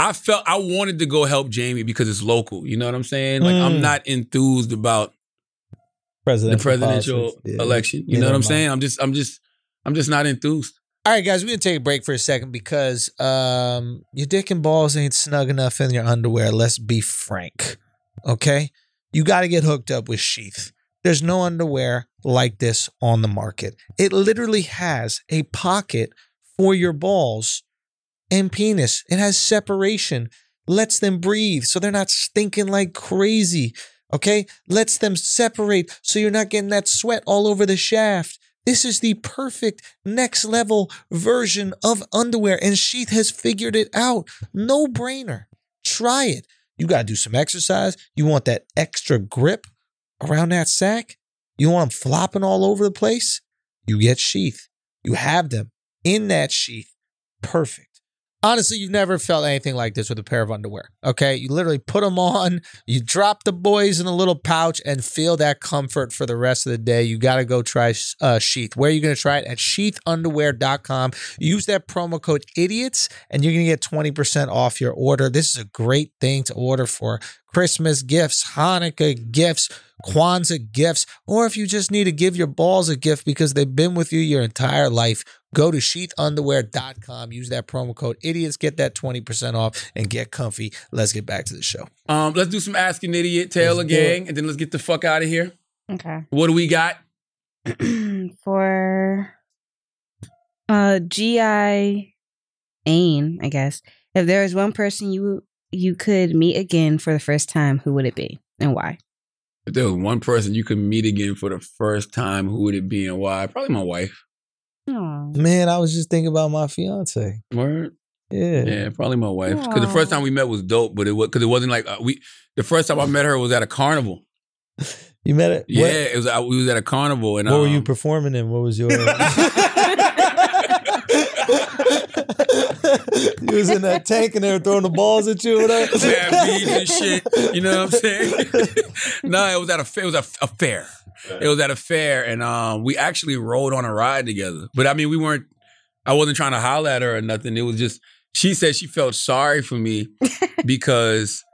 S2: I felt I wanted to go help Jamie because it's local. You know what I'm saying? Like
S3: Mm.
S2: I'm not enthused about the
S3: presidential,
S2: presidential
S3: policies. Yeah.
S2: election. You
S3: Neither
S2: know what
S3: am
S2: I'm
S3: I.
S2: saying? I'm just I'm just I'm just not enthused.
S3: All right, guys, we're gonna take a break for a second because um, your dick and balls ain't snug enough in your underwear. Let's be frank, okay? You got to get hooked up with Sheath. There's no underwear like this on the market. It literally has a pocket for your balls and penis. It has separation, lets them breathe, so they're not stinking like crazy. Okay, lets them separate, so you're not getting that sweat all over the shaft. This is the perfect next level version of underwear, and Sheath has figured it out. No brainer. Try it. You got to do some exercise. You want that extra grip around that sack. You want them flopping all over the place. You get Sheath. You have them in that sheath. Perfect. Honestly, you've never felt anything like this with a pair of underwear. Okay. You literally put them on, you drop the boys in a little pouch and feel that comfort for the rest of the day. You got to go try uh, Sheath. Where are you going to try it? At sheathunderwear.com. Use that promo code IDIOTS and you're going to get 20% off your order. This is a great thing to order for Christmas gifts, Hanukkah gifts, Kwanzaa gifts, or if you just need to give your balls a gift because they've been with you your entire life, go to sheathunderwear.com. Use that promo code IDIOTS, get that 20% off, and get comfy. Let's get back to the show.
S2: Um, let's do some Ask an Idiot, Taylor
S3: Let's do it.
S2: Gang, and then let's get the fuck out of here.
S4: Okay.
S2: What do we got?
S4: for uh GI Ain, I guess. If there was one person you you could meet again for the first time, who would it be and why?
S2: If there was one person you could meet again for the first time, who would it be and why? Probably my wife.
S4: Aww.
S3: Man, I was just thinking about my fiance.
S2: Word.
S3: Yeah.
S2: Yeah, probably my wife. Because the first
S4: Aw.
S2: time we met was dope, but it was because it wasn't like uh, we. The first time I met her was at a carnival.
S3: You met it?
S2: Yeah, it was. I, we was at a carnival, and
S3: What, what were you
S2: um,
S3: performing in? What was your. you was in that tank and they were throwing the balls at you. Whatever.
S2: Bad beats and shit. You know what I'm saying? no, it was at a fair. It was a, a fair. It was at a fair, and um, we actually rode on a ride together. But I mean, we weren't. I wasn't trying to holler at her or nothing. It was just she said she felt sorry for me because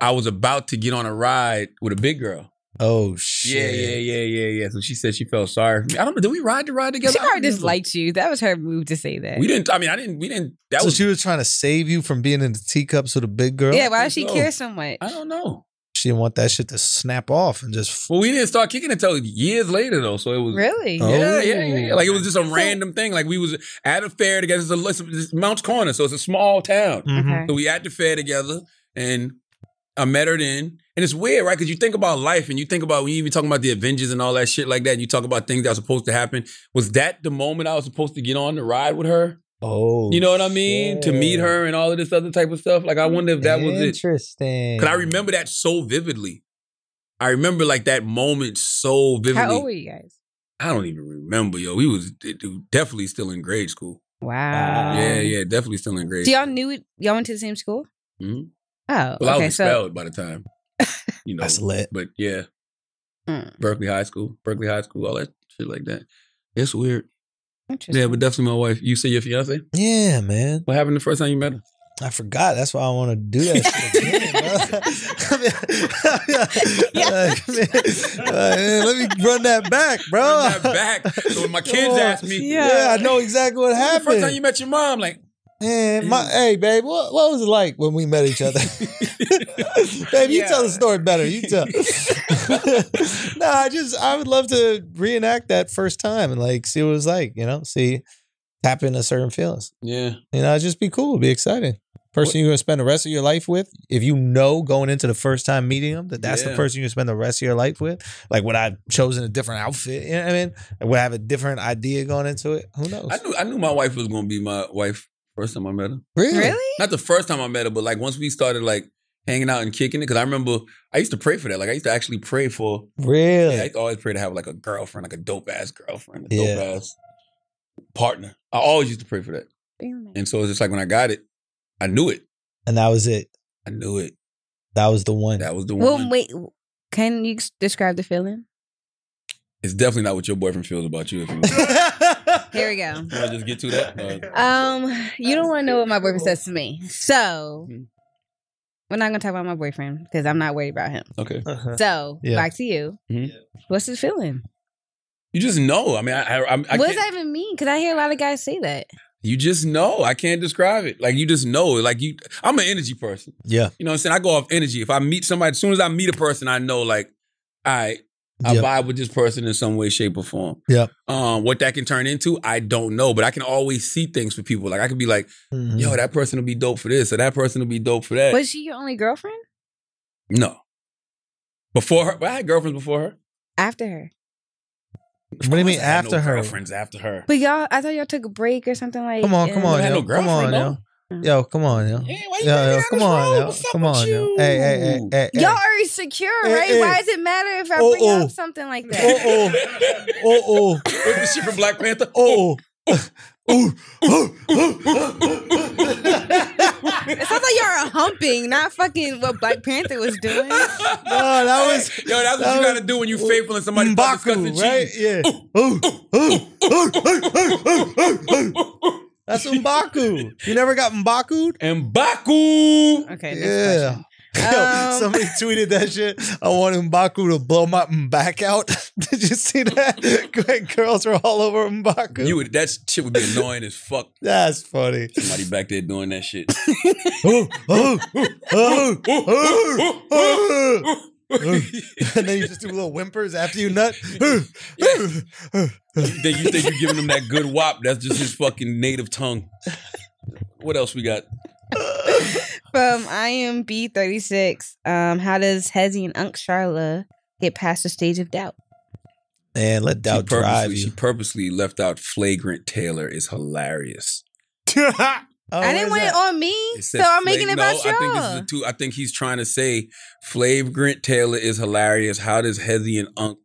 S2: I was about to get on a ride with a big girl.
S3: Oh
S2: Yeah,
S3: shit!
S2: yeah, yeah, yeah, yeah. So she said she felt sorry for me. I don't know. Did we ride the ride together?
S4: She
S2: I don't
S4: probably just
S2: remember.
S4: liked you. That was her move to say that.
S2: We didn't. I mean, I didn't. We didn't. That
S3: so
S2: was.
S3: she was trying to save you from being in the teacups with a big girl.
S4: yeah, why does she
S2: No.
S4: care so much?
S2: I don't know.
S3: she didn't want that shit to snap off and just.
S2: Well, we didn't start kicking until years later, though. So it was
S4: Really?
S3: Oh.
S2: Yeah, yeah, yeah, yeah. Like it was just a
S4: So-
S2: random thing. Like we was at a fair together. It's, a, it's- it's Mount's Corner, so it's a small town.
S3: Mm-hmm.
S4: Okay.
S2: So we at the fair together, and I met her then. And it's weird, right? Because you think about life, and you think about when you even talking about the Avengers and all that shit like that. And you talk about things that were supposed to happen. Was that the moment I was supposed to get on the ride with her?
S3: Oh,
S2: You know what I mean? To meet
S3: shit.
S2: her and all of this other type of stuff. Like I wonder if that was it.
S3: Interesting.
S2: Because I remember that so vividly. I remember like that moment so vividly.
S4: How old were you guys?
S2: I don't even remember, yo. We was d- d- definitely still in grade school.
S4: Wow.
S2: yeah, yeah, definitely still in grade.
S4: Do
S2: school.
S4: y'all knew it, y'all went to the same school?
S2: Mhm.
S4: Oh,
S2: Well, I
S4: okay.
S2: was
S4: So
S2: expelled by the time, you know.
S3: That's lit.
S2: but yeah,
S4: Mm.
S2: Berkeley High School, Berkeley High School, all that shit like that. It's weird.
S4: interesting.
S2: Yeah, but definitely my wife. You say your fiance?
S3: Yeah, man.
S2: What happened the first time you met her?
S3: I forgot. That's why I want to do that shit again, bro. Like, man, like, man, let me run that back, bro.
S2: Run that back. So when my kids
S3: Oh,
S2: ask me,
S4: yeah.
S3: Yeah, I know exactly what
S2: "When was the
S3: happened.
S2: first time you met your mom, like,
S3: Man, my, hey, babe, what, what was it like when we met each other? babe, you
S2: Yeah.
S3: tell the story better. You tell. no, I just, I would love to reenact that first time and like see what it was like, you know, see, tap into certain feelings.
S2: yeah,
S3: You know, just be cool, be excited. Person you're going to spend the rest of your life with, if you know going into the first time meeting them that that's the
S2: Yeah.
S3: person you're going to spend the rest of your life with, like would I have chosen a different outfit? You know what I mean? Would I have a different idea going into it? Who knows?
S2: I knew, I knew my wife was gonna be my wife first time I met her.
S4: really?
S2: not the first time I met her, but like once we started like hanging out and kicking it, because I remember I used to pray for that. Like I used to actually pray for.
S3: Really?
S2: Yeah, I used to always pray to have like a girlfriend, like a dope ass girlfriend, a
S3: Yeah.
S2: dope ass partner. I always used to pray for that, and so it's just like when I got it, I knew it.
S3: And that was it.
S2: I knew it.
S3: That was the one.
S2: That was the one.
S4: Well, wait. Can you s- describe the feeling?
S2: It's definitely not what your boyfriend feels about you. If you want to
S4: Here we go.
S2: just get to that, Uh,
S4: Um, you don't want to know what my boyfriend says to me. So
S2: Mhm.
S4: we're not gonna talk about my boyfriend because I'm not worried about him.
S2: okay.
S3: Uh-huh.
S4: So
S3: Yeah.
S4: back to you.
S2: Mhm.
S4: What's his feeling?
S2: You just know. I mean, I, I, I, I
S4: what
S2: can't,
S4: does that even mean? Because I hear a lot of guys say that.
S2: you just know. I can't describe it. Like you just know. Like you, I'm an energy person.
S3: Yeah.
S2: You know what I'm saying? I go off energy. If I meet somebody, as soon as I meet a person, I know like, all right, I
S3: Yep.
S2: vibe with this person in some way, shape, or form.
S3: Yep.
S2: Um, what that can turn into, I don't know, but I can always see things for people. Like I could be like,
S3: Mhm.
S2: yo, that person will be dope for this, or that person will be dope for that.
S4: Was she your only girlfriend?
S2: No. Before her, but I had girlfriends before her.
S4: After her.
S3: What do you mean
S2: I had no
S3: after her?
S2: Girlfriends after her.
S4: But y'all, I thought y'all took a break or something like.
S3: Come on,
S4: and-
S3: come on,
S2: had
S3: yo.
S2: no
S3: come on, yo.
S2: girlfriend,
S3: Yo, come on, yo.
S2: Hey, why you bringing
S3: Yo, yo,
S2: down
S3: come
S2: this
S3: on,
S2: road?
S3: yo.
S2: What's up
S3: Come
S2: with
S3: on, yo.
S2: you?
S3: Hey, hey, hey, hey, hey.
S4: Y'all are insecure,
S3: Hey,
S4: right?
S3: hey.
S4: Why does it matter if I
S3: Oh,
S4: bring
S3: oh.
S4: up something like that?
S3: Oh, oh, oh, oh,
S2: Wait, is she from Black Panther?
S3: oh. Ooh, ooh, ooh, ooh.
S4: It sounds like you're a humping, not fucking what Black Panther was doing.
S3: No, that was
S2: Yo, that's what
S3: that
S2: you
S3: was
S2: gotta do when you faithful and Oh, somebody's about discussing
S3: Mbaku, Mm, right?
S2: cheating.
S3: Yeah. Oh, Ooh,
S2: oh,
S3: oh, ooh, ooh, ooh, ooh, ooh, ooh, ooh, ooh, ooh. oh. That's Mbaku. You never got Mbaku'd?
S2: And Baku.
S4: Okay, next
S3: Yeah.
S4: question.
S3: Yo,
S4: Um,
S3: somebody tweeted that shit. I want Mbaku to blow my back out. Did you see that? Great girls were all over Mbaku.
S2: You would that shit would be annoying as fuck.
S3: That's funny. Oh,
S2: Somebody back there doing that shit.
S3: Ooh, ooh,
S2: Oh,
S3: ooh, ooh, ooh.
S2: you
S3: oh. and then you just do little whimpers after you nut.
S2: think you think you're giving him that good wop? That's just his fucking native tongue. What else we got?
S4: From IMB 36, um, how does Hezzy and Unc Charla get past the stage of doubt?
S3: Man, let
S2: She
S3: doubt drive
S2: purposely, she
S3: you.
S2: purposely left out flagrant Taylor is hilarious.
S3: Oh,
S4: I
S3: what
S4: didn't
S3: is
S4: want
S3: that?
S4: it on me,
S2: It
S4: so
S2: said
S4: I'm
S2: fla-
S4: making it
S2: no,
S4: about
S2: I think this is a
S4: y'all.
S2: two. I think he's trying to say flagrant Taylor is hilarious. How does Hezzy and Unc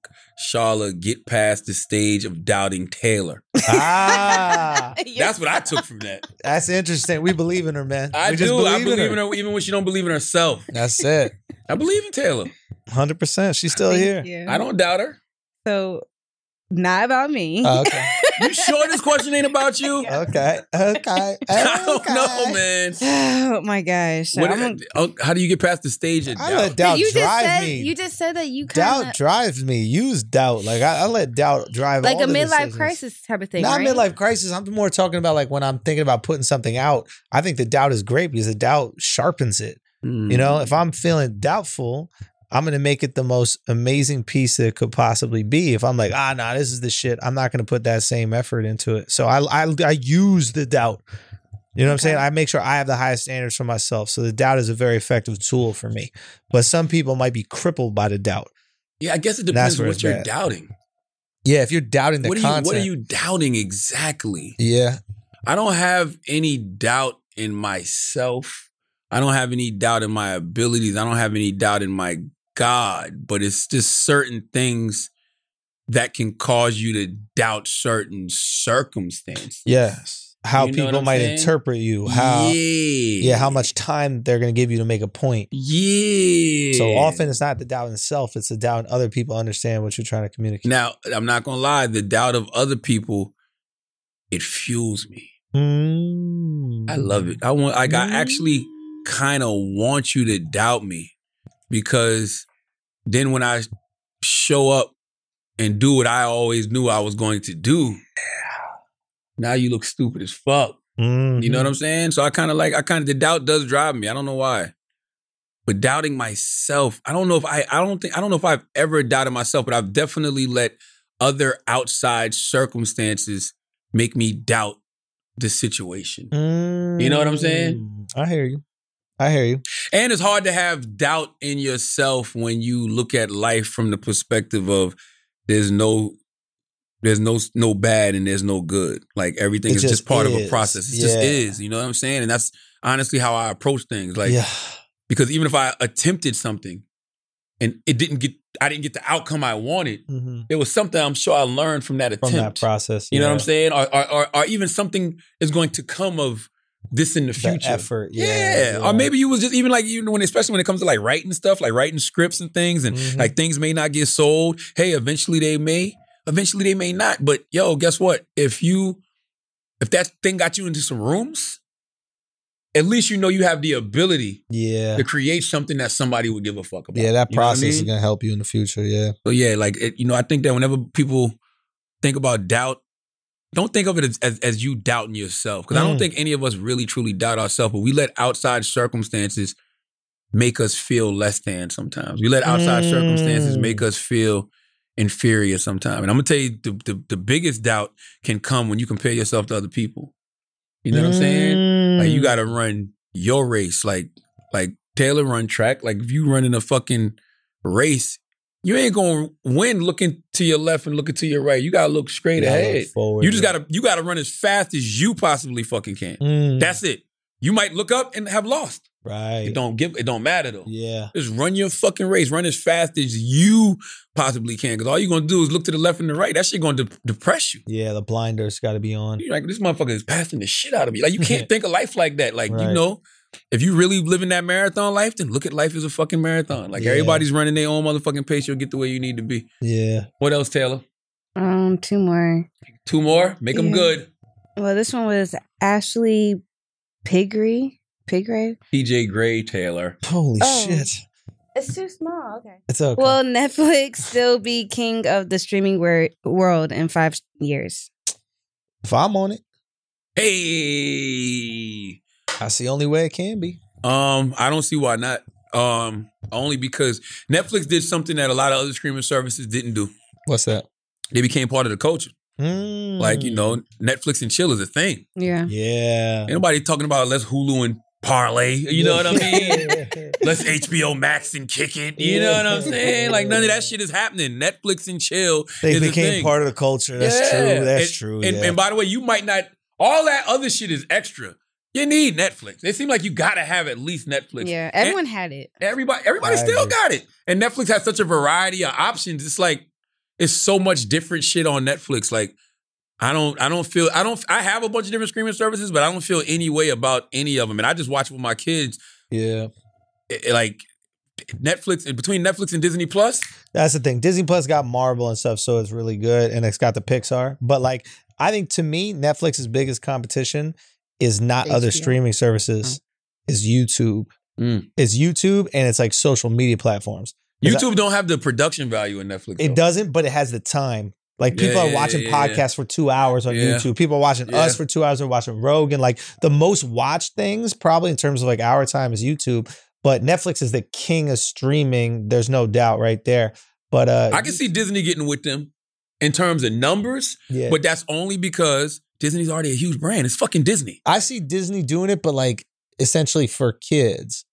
S2: Sharla get past the stage of doubting Taylor?
S3: Ah,
S2: That's what I took from that.
S3: that's interesting. We believe in her, man.
S2: I
S3: we
S2: do. I believe in her. even when she don't believe in herself.
S3: That's it.
S2: I believe in Taylor.
S3: Hundred percent. She's still here.
S2: I don't doubt her.
S4: So, not about me.
S2: Uh,
S3: Oh, okay.
S2: You sure this question ain't about you?
S3: Okay. Okay.
S2: I don't
S3: okay.
S2: know, man.
S4: oh my gosh. So
S2: What-
S4: I'm gonna-
S2: Unc, how do you get past the stage of
S3: I
S2: doubt?
S3: let doubt
S4: you just
S3: drive
S4: said
S3: me.
S4: you just said that you kind
S3: doubt
S4: of
S3: drives me. Use doubt. Like I, I let doubt drive.
S4: like
S3: all
S4: a
S3: the
S4: midlife
S3: decisions.
S4: crisis type of thing.
S3: Not
S4: right?
S3: midlife crisis. I'm more talking about like when I'm thinking about putting something out. I think the doubt is great because the doubt sharpens it.
S2: Hmm.
S3: You know,
S2: Mm-hmm.
S3: if I'm feeling doubtful, I'm going to make it the most amazing piece that it could possibly be. If I'm like, ah, nah, this is the shit, I'm not going to put that same effort into it. So I, I, I use the doubt. You know what I'm saying? I make sure I have the highest standards for myself. So the doubt is a very effective tool for me. But some people might be crippled by the doubt.
S2: yeah, I guess it
S3: That's
S2: depends on
S3: where
S2: what
S3: it's
S2: you're
S3: bad.
S2: doubting.
S3: Yeah, if you're doubting the
S2: What are you?
S3: content.
S2: What are you doubting exactly?
S3: Yeah.
S2: I don't have any doubt in myself. I don't have any doubt in my abilities. I don't have any doubt in my God, but it's just certain things that can cause you to doubt certain circumstances.
S3: Yes. How
S2: You know what
S3: people
S2: I'm
S3: might
S2: saying?
S3: interpret you. How.
S2: yeah.
S3: Yeah. how much time they're going to give you to make a point.
S2: Yeah.
S3: So often it's not the doubt in self, it's the doubt in other people understand what you're trying to communicate.
S2: Now, I'm not going to lie, the doubt of other people it fuels me.
S3: Mm.
S2: I love it. I want like I actually kind of want you to doubt me because then when I show up and do what I always knew I was going to do, now you look stupid as fuck.
S3: Mhm.
S2: You know what I'm saying? So I kind of like I kind of the doubt does drive me. I don't know why. But doubting myself, I don't know if I I don't think I don't know if I've ever doubted myself, but I've definitely let other outside circumstances make me doubt the situation.
S3: Mm.
S2: You know what I'm saying?
S3: I hear you. I hear you.
S2: And it's hard to have doubt in yourself when you look at life from the perspective of there's no there's no no bad and there's no good. Like everything
S3: It
S2: is just,
S3: just
S2: part of a
S3: is.
S2: process. It just
S3: Yeah.
S2: is. You know what I'm saying? And that's honestly how I approach things. Like
S3: yeah.
S2: because even if I attempted something and it didn't get I didn't get the outcome I wanted,
S3: Mhm.
S2: there was something I'm sure I learned from that
S3: From
S2: attempt.
S3: that process.
S2: you know
S3: yeah.
S2: what I'm saying? Or or, or or even something is going to come of this in the
S3: The
S2: future.
S3: effort. Yeah.
S2: Yeah. Or maybe you was just even like even when especially when it comes to like writing stuff, like writing scripts and things and
S3: Mhm.
S2: like things may not get sold. Hey, eventually they may. Eventually they may not. But yo, guess what? If you if that thing got you into some rooms, at least you know you have the ability
S3: Yeah.
S2: to create something that somebody would give a fuck about.
S3: Yeah, that
S2: You know what I
S3: process is
S2: mean?
S3: going to help you in the future. Yeah.
S2: So yeah, like it, you know, I think that whenever people think about doubt, don't think of it as as, as you doubting yourself because I don't
S3: Mm.
S2: think any of us really truly doubt ourselves, but we let outside circumstances make us feel less than sometimes. We let outside
S3: Mm.
S2: circumstances make us feel inferior sometimes. And I'm gonna tell you the, the the biggest doubt can come when you compare yourself to other people. You know what I'm saying? Like
S3: Mm-hmm. Mm.
S2: you gotta run your race. Like like Taylor run track. Like if you running a fucking race, you ain't gonna win looking to your left and looking to your right. You gotta look straight ahead. You just gotta you gotta run as fast as you possibly fucking can.
S3: Mm-hmm.
S2: That's it. You might look up and have lost.
S3: Mm. right.
S2: It don't give it don't matter though.
S3: yeah.
S2: Just run your fucking race. Run as fast as you possibly can. Cause all you're gonna do is look to the left and the right. That shit gonna de- depress you.
S3: Yeah. The blinders got to be on.
S2: You're like, this motherfucker is passing the shit out of me. Like, you can't think of life like that. Like,
S3: Right.
S2: you know, if you really living that marathon life, then look at life as a fucking marathon. Like
S3: Yeah.
S2: everybody's running their own motherfucking pace. You'll get to where you need to be.
S3: Yeah.
S2: What else, Taylor?
S4: Um, two more.
S2: Two more. Make them
S4: Yeah.
S2: good.
S4: Well, this one was Ashley Pigry. Pigray.
S2: PJ Gray Taylor.
S3: Holy
S4: Oh.
S3: shit.
S4: It's too small. Okay.
S3: It's okay.
S4: Will Netflix still be king of the streaming wor- world in five years?
S3: if I'm on it,
S2: Hey.
S3: that's the only way it can be.
S2: Um, I don't see why not. Um, only because Netflix did something that a lot of other streaming services didn't do.
S3: What's that?
S2: They became part of the culture.
S3: Mm.
S2: Like, you know, Netflix and chill is a thing.
S4: Yeah.
S3: Yeah.
S2: Ain't nobody talking about let's Hulu and parlay. You know what I mean?
S3: mean?
S2: let's HBO Max and kick it. You know what I'm saying? Like none of that shit is happening. Netflix and chill.
S3: they
S2: is a
S3: became
S2: thing.
S3: part of the culture. That's
S2: Yeah.
S3: true. That's
S2: and,
S3: true.
S2: And,
S3: yeah.
S2: and by the way, you might not. All that other shit is extra. You need Netflix. It seems like you gotta have at least Netflix.
S4: Yeah.
S2: And-
S4: Everyone had it.
S2: Everybody, everybody
S3: I
S2: still
S3: agree.
S2: got it. And Netflix has such a variety of options. It's like it's so much different shit on Netflix. Like I don't, I don't feel, I don't, I have a bunch of different streaming services, but I don't feel any way about any of them. And I just watch with my kids,
S3: yeah.
S2: it- it like Netflix and between Netflix and Disney Plus.
S3: That's the thing. Disney Plus got Marvel and stuff, so it's really good, and it's got the Pixar. But like, I think to me, Netflix's biggest competition is not other
S4: HBO.
S3: streaming services, is YouTube.
S2: Mm.
S3: It's YouTube, and it's like social media platforms. 'Cause I-
S2: YouTube don't have the production value in Netflix.
S3: It
S2: though.
S3: doesn't, but it has the time. Like people
S2: Yeah,
S3: are
S2: yeah,
S3: watching
S2: yeah, yeah, yeah.
S3: podcasts for two hours on
S2: Yeah.
S3: YouTube. People are watching
S2: Yeah.
S3: us for two hours. They're watching Rogan. Like the most watched things, probably in terms of like our time, is YouTube. But Netflix is the king of streaming. There's no doubt, right there. But uh,
S2: I can see Disney getting with them in terms of numbers,
S3: yeah.
S2: but that's only because Disney's already a huge brand. It's fucking Disney.
S3: I see Disney doing it, but like essentially for kids.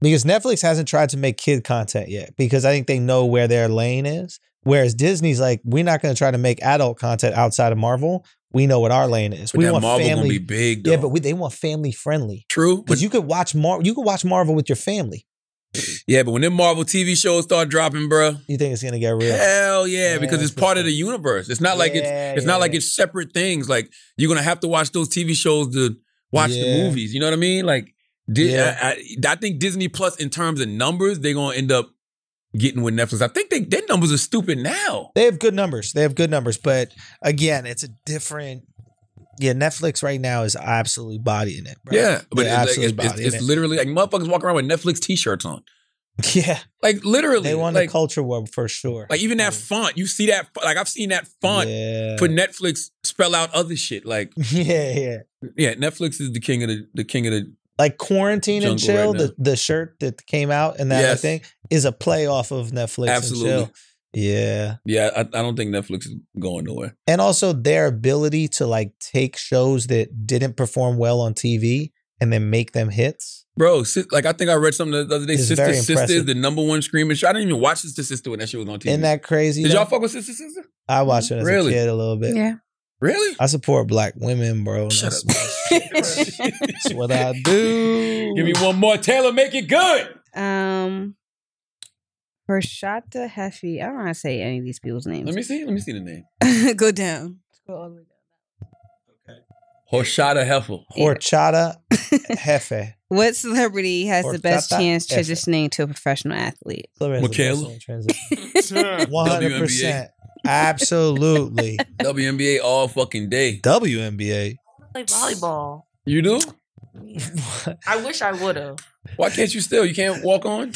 S3: Because Netflix hasn't tried to make kid content yet because I think they know where their lane is. Whereas Disney's like, we're not going to try to make adult content outside of Marvel. We know what our lane is.
S2: But
S3: we
S2: that
S3: want
S2: Marvel
S3: family.
S2: gonna be big. Though.
S3: yeah, but we, they want family friendly.
S2: true. But
S3: Because you could watch Mar- you could watch Marvel with your family.
S2: Yeah, but when them Marvel TV shows start dropping, bruh,
S3: You think it's going to get real?
S2: hell yeah,
S3: Yeah,
S2: because it's
S3: for
S2: part of
S3: sure.
S2: the universe. It's Eh, not like it's
S3: Yeah,
S2: it's
S3: yeah,
S2: not like
S3: yeah.
S2: it's separate things. Like you're gonna have to watch those TV shows to watch
S3: Yeah.
S2: the movies. You know what I mean? Like, Di-
S3: Yeah.
S2: I, I, I think Disney Plus in terms of numbers, they're gonna end up getting with Netflix. I think they, their numbers are stupid now.
S3: They have good numbers. They have good numbers, but again, it's a different. Yeah, Netflix right now is absolutely bodying it. bro.
S2: Yeah, but
S3: They're
S2: it's, like,
S3: absolutely
S2: it's, it's,
S3: bodying
S2: it's literally like motherfuckers walking around with Netflix T-shirts on.
S3: it. Yeah,
S2: Like literally,
S3: they won
S2: like,
S3: the culture war for sure.
S2: like even that
S3: Yeah.
S2: font. You see that? Like I've seen that font
S3: Yeah.
S2: for Netflix spell out other shit. Like
S3: yeah, yeah.
S2: Yeah, Netflix is the king of the the king of the.
S3: Like quarantine and
S2: Jungle
S3: chill,
S2: right
S3: the, the shirt that came out and that
S2: Yes.
S3: thing is a play off of Netflix and
S2: Absolutely.
S3: chill. Yeah.
S2: Yeah, I, I don't think Netflix is going nowhere.
S3: And also their ability to like take shows that didn't perform well on TV and then make them hits.
S2: Bro, si- like I think I read something the other day.
S3: It's
S2: Sister
S3: very
S2: Sister is
S3: impressive.
S2: the number one screaming show. I didn't even watch Sister Sister when that shit was on TV.
S3: Isn't that crazy?
S2: Did
S3: though?
S2: y'all fuck with Sister Sister?
S3: I watched it as
S2: Really?
S3: a kid a little bit.
S4: Yeah.
S2: Really?
S3: I support black women, bro. and
S2: Shut
S3: that's,
S2: up.
S3: that's what I do.
S2: Give me one more. Taylor, make it good.
S4: Um, Rashada Heffy. I don't want to say any of these people's
S2: Let
S4: names.
S2: me see. Let me see the name.
S4: Go down. Scroll all the way down.
S2: Hoshada Heffel.
S3: Horchata Jefe.
S4: What celebrity has the best
S3: Horchata
S4: chance
S3: Heffy.
S4: transitioning to a professional athlete?
S2: Michaela?
S3: One hundred percent. Absolutely.
S2: WNBA all fucking day.
S3: WNBA.
S6: Play volleyball.
S2: You do?
S6: I wish I would have.
S2: Why can't you still? You can't walk on?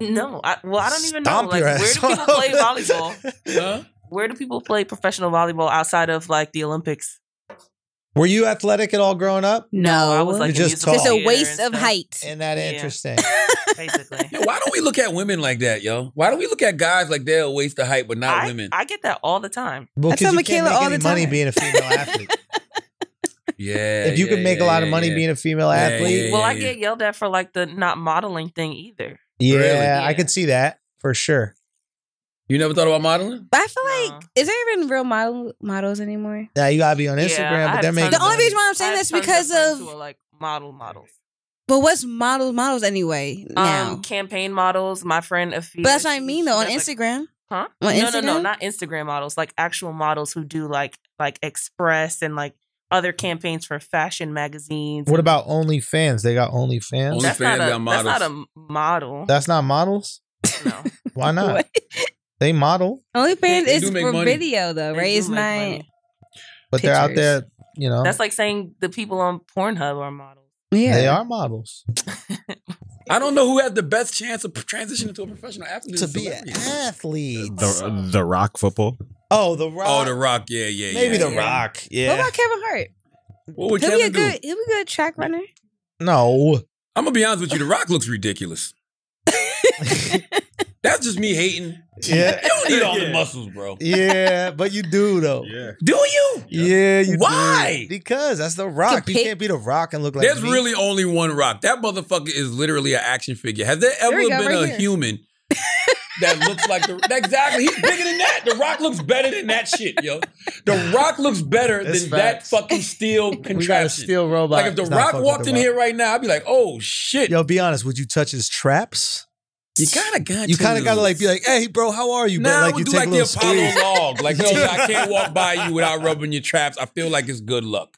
S6: No, I, well, I don't even
S3: Stomp
S6: know. Like,
S3: your
S6: where do
S3: ass
S6: people
S3: off.
S6: play volleyball?
S2: Huh?
S6: Where do people play professional volleyball outside of like the Olympics?
S3: Were you athletic at all growing up?
S4: No,
S6: I was like, oh,
S3: You're
S6: in
S3: just
S6: musical
S4: Oh, it's a
S3: tall.
S6: theater
S4: waste
S6: and
S4: of
S6: stuff,
S4: height.
S3: Isn't that
S6: Yeah.
S3: interesting?
S6: Basically,
S2: Yo, why don't we look at women like that, yo? Why don't we look at guys like they're a waste of height, but not
S6: I,
S2: women?
S6: I get that all the time.
S3: Well,
S4: I
S3: 'cause
S4: tell
S3: you
S4: Michaela
S3: can't make
S4: all
S3: any
S4: the
S3: money
S4: time.
S3: being a female athlete.
S2: yeah.
S3: if you
S2: yeah,
S3: could make
S2: yeah,
S3: a lot of
S2: yeah,
S3: money
S2: yeah.
S3: being a female
S2: Yeah,
S3: athlete,
S6: well, I
S2: yeah.
S6: get yelled at for like the not modeling thing either.
S3: yeah,
S2: Really?
S3: I
S6: Yeah.
S3: could see that for sure.
S2: You never thought about modeling?
S4: But I feel like,
S6: No.
S4: is there even real model models anymore?
S3: Now you gotta be on
S6: Yeah,
S3: Instagram,
S6: I
S3: but they're
S6: have
S3: making
S4: The
S6: tons
S4: only
S6: None.
S4: reason why I'm
S6: I
S4: saying
S6: have
S4: this
S6: tons
S4: because
S6: friends who
S4: of,
S6: are, like model models.
S4: but what's model models anyway now?
S6: Um, campaign models. My friend Afia.
S4: but that's what I
S6: she-
S4: mean
S6: she
S4: though on
S6: does, like,
S4: Instagram.
S6: Huh?
S4: On
S6: no, no, no,
S4: Instagram?
S6: not Instagram models, like actual models who do like like Express and like other campaigns for fashion magazines.
S3: What about OnlyFans? They got OnlyFans.
S2: Only-
S6: that's
S2: OnlyFans
S6: not, a,
S2: got
S6: that's not a model.
S3: That's not models.
S6: no.
S3: Why not?
S4: What?
S3: They model,
S4: OnlyFans
S2: They
S4: is
S2: do make
S4: for
S2: money.
S4: video though,
S6: They
S4: right?
S6: do
S4: It's
S6: make
S4: not.
S6: money.
S3: but they're out
S4: Pictures.
S3: there. You know,
S6: That's like saying the people on Pornhub are models.
S4: Yeah,
S3: they are models.
S2: I don't know who has the best chance of transitioning to a professional athlete.
S3: To
S2: It's
S3: be an
S2: celebrities.
S3: athlete.
S5: The the rock football.
S3: oh, the rock.
S2: Oh, The Rock. Yeah, yeah, yeah.
S3: Maybe the
S2: yeah.
S3: rock.
S4: What
S3: Yeah.
S4: about Kevin Hart?
S2: What would
S4: He'll be a
S2: Kevin do?
S4: good. He'll be a good track runner.
S3: No.
S2: I'm gonna be honest with you. The Rock looks ridiculous. That's just me hating.
S3: Yeah.
S2: You don't need all
S5: Yeah.
S2: the muscles, bro.
S3: Yeah, but you do though.
S5: Yeah.
S2: Do you?
S3: Yeah, you do.
S2: Why?
S3: Because that's the rock.
S4: To
S3: you
S4: pick-
S3: can't be the rock and look like
S2: There's
S3: me.
S2: really only one Rock. That motherfucker is literally an action figure. Has there ever
S4: There you
S2: been
S4: go, right
S2: a
S4: here.
S2: human that looks like the Exactly. He's bigger than that. The Rock looks better than that shit, yo. The Rock looks better
S3: That's
S2: than
S3: facts.
S2: that fucking steel
S3: we got a
S2: contraption.
S3: steel robot.
S2: like if the
S3: It's not
S2: Rock
S3: fucking
S2: walked
S3: The
S2: in
S3: Rock.
S2: here right now, I'd be like, oh shit.
S3: Yo, be honest. Would you touch his traps?
S2: you kind of got
S3: You kind of gotta like be like, "Hey, bro, how are you?"
S2: Nah,
S3: but
S2: I
S3: like
S2: would
S3: you
S2: do
S3: take
S2: like
S3: a
S2: the
S3: little
S2: Apollo
S3: squeeze.
S2: log. Like, no, I can't walk by you without rubbing your traps. I feel like it's good luck.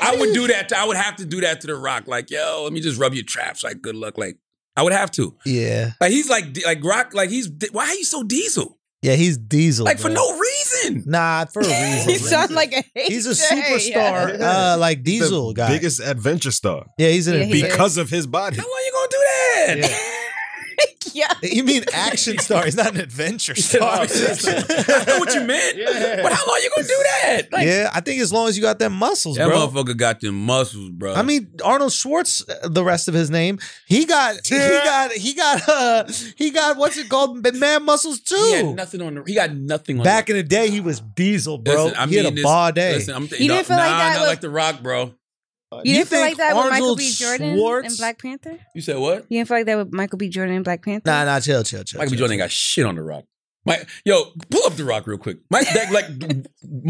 S2: I would do that. To, I would have to do that to The Rock. Like, yo, let me just rub your traps. Like, good luck. Like, I would have to.
S3: Yeah,
S2: Like, he's like, like Rock. Like, he's why are you so diesel?
S3: yeah, he's Diesel.
S2: Like for
S3: bro.
S2: no reason.
S3: Nah, for a reason.
S4: you sound like a hater.
S3: he's a
S4: Yeah.
S3: superstar,
S5: Yeah.
S3: uh, like Diesel
S5: the
S3: guy.
S5: biggest adventure star
S3: yeah, he's in
S4: Yeah,
S3: a.
S4: he
S3: big.
S4: is.
S5: because of his body.
S2: How long you gonna do that?
S4: yeah.
S3: You mean action star? He's not an adventure star.
S2: I know what you meant. But how long you gonna do that? Like,
S3: yeah, I think as long as you got them muscles,
S2: That
S3: bro.
S2: motherfucker got them muscles, bro.
S3: I mean, Arnold Schwartz, uh, the rest of his name, he got, he got, he got, uh, he got what's it called, man muscles
S2: he had
S3: too.
S2: nothing on the. He got nothing on
S3: Back
S2: the,
S3: in the day, he was Diesel, bro.
S2: Listen, I
S3: he
S2: mean
S3: had a
S2: this-
S3: ball day.
S2: Listen, I'm th-
S4: You didn't feel
S2: nah,
S4: like that
S2: Not
S4: with-
S2: like the Rock, bro.
S4: You, didn't feel
S3: think
S4: like that with Michael
S3: Arnold
S4: B. Jordan
S3: Schwartz-
S4: and Black Panther.
S2: You said what?
S4: You didn't feel like that with Michael B. Jordan and Black Panther.
S3: Nah, nah, chill, chill, chill.
S2: Michael B.
S3: chill,
S2: Jordan ain't got shit on the Rock. Mike, yo, pull up the Rock real quick. Mike, that, like,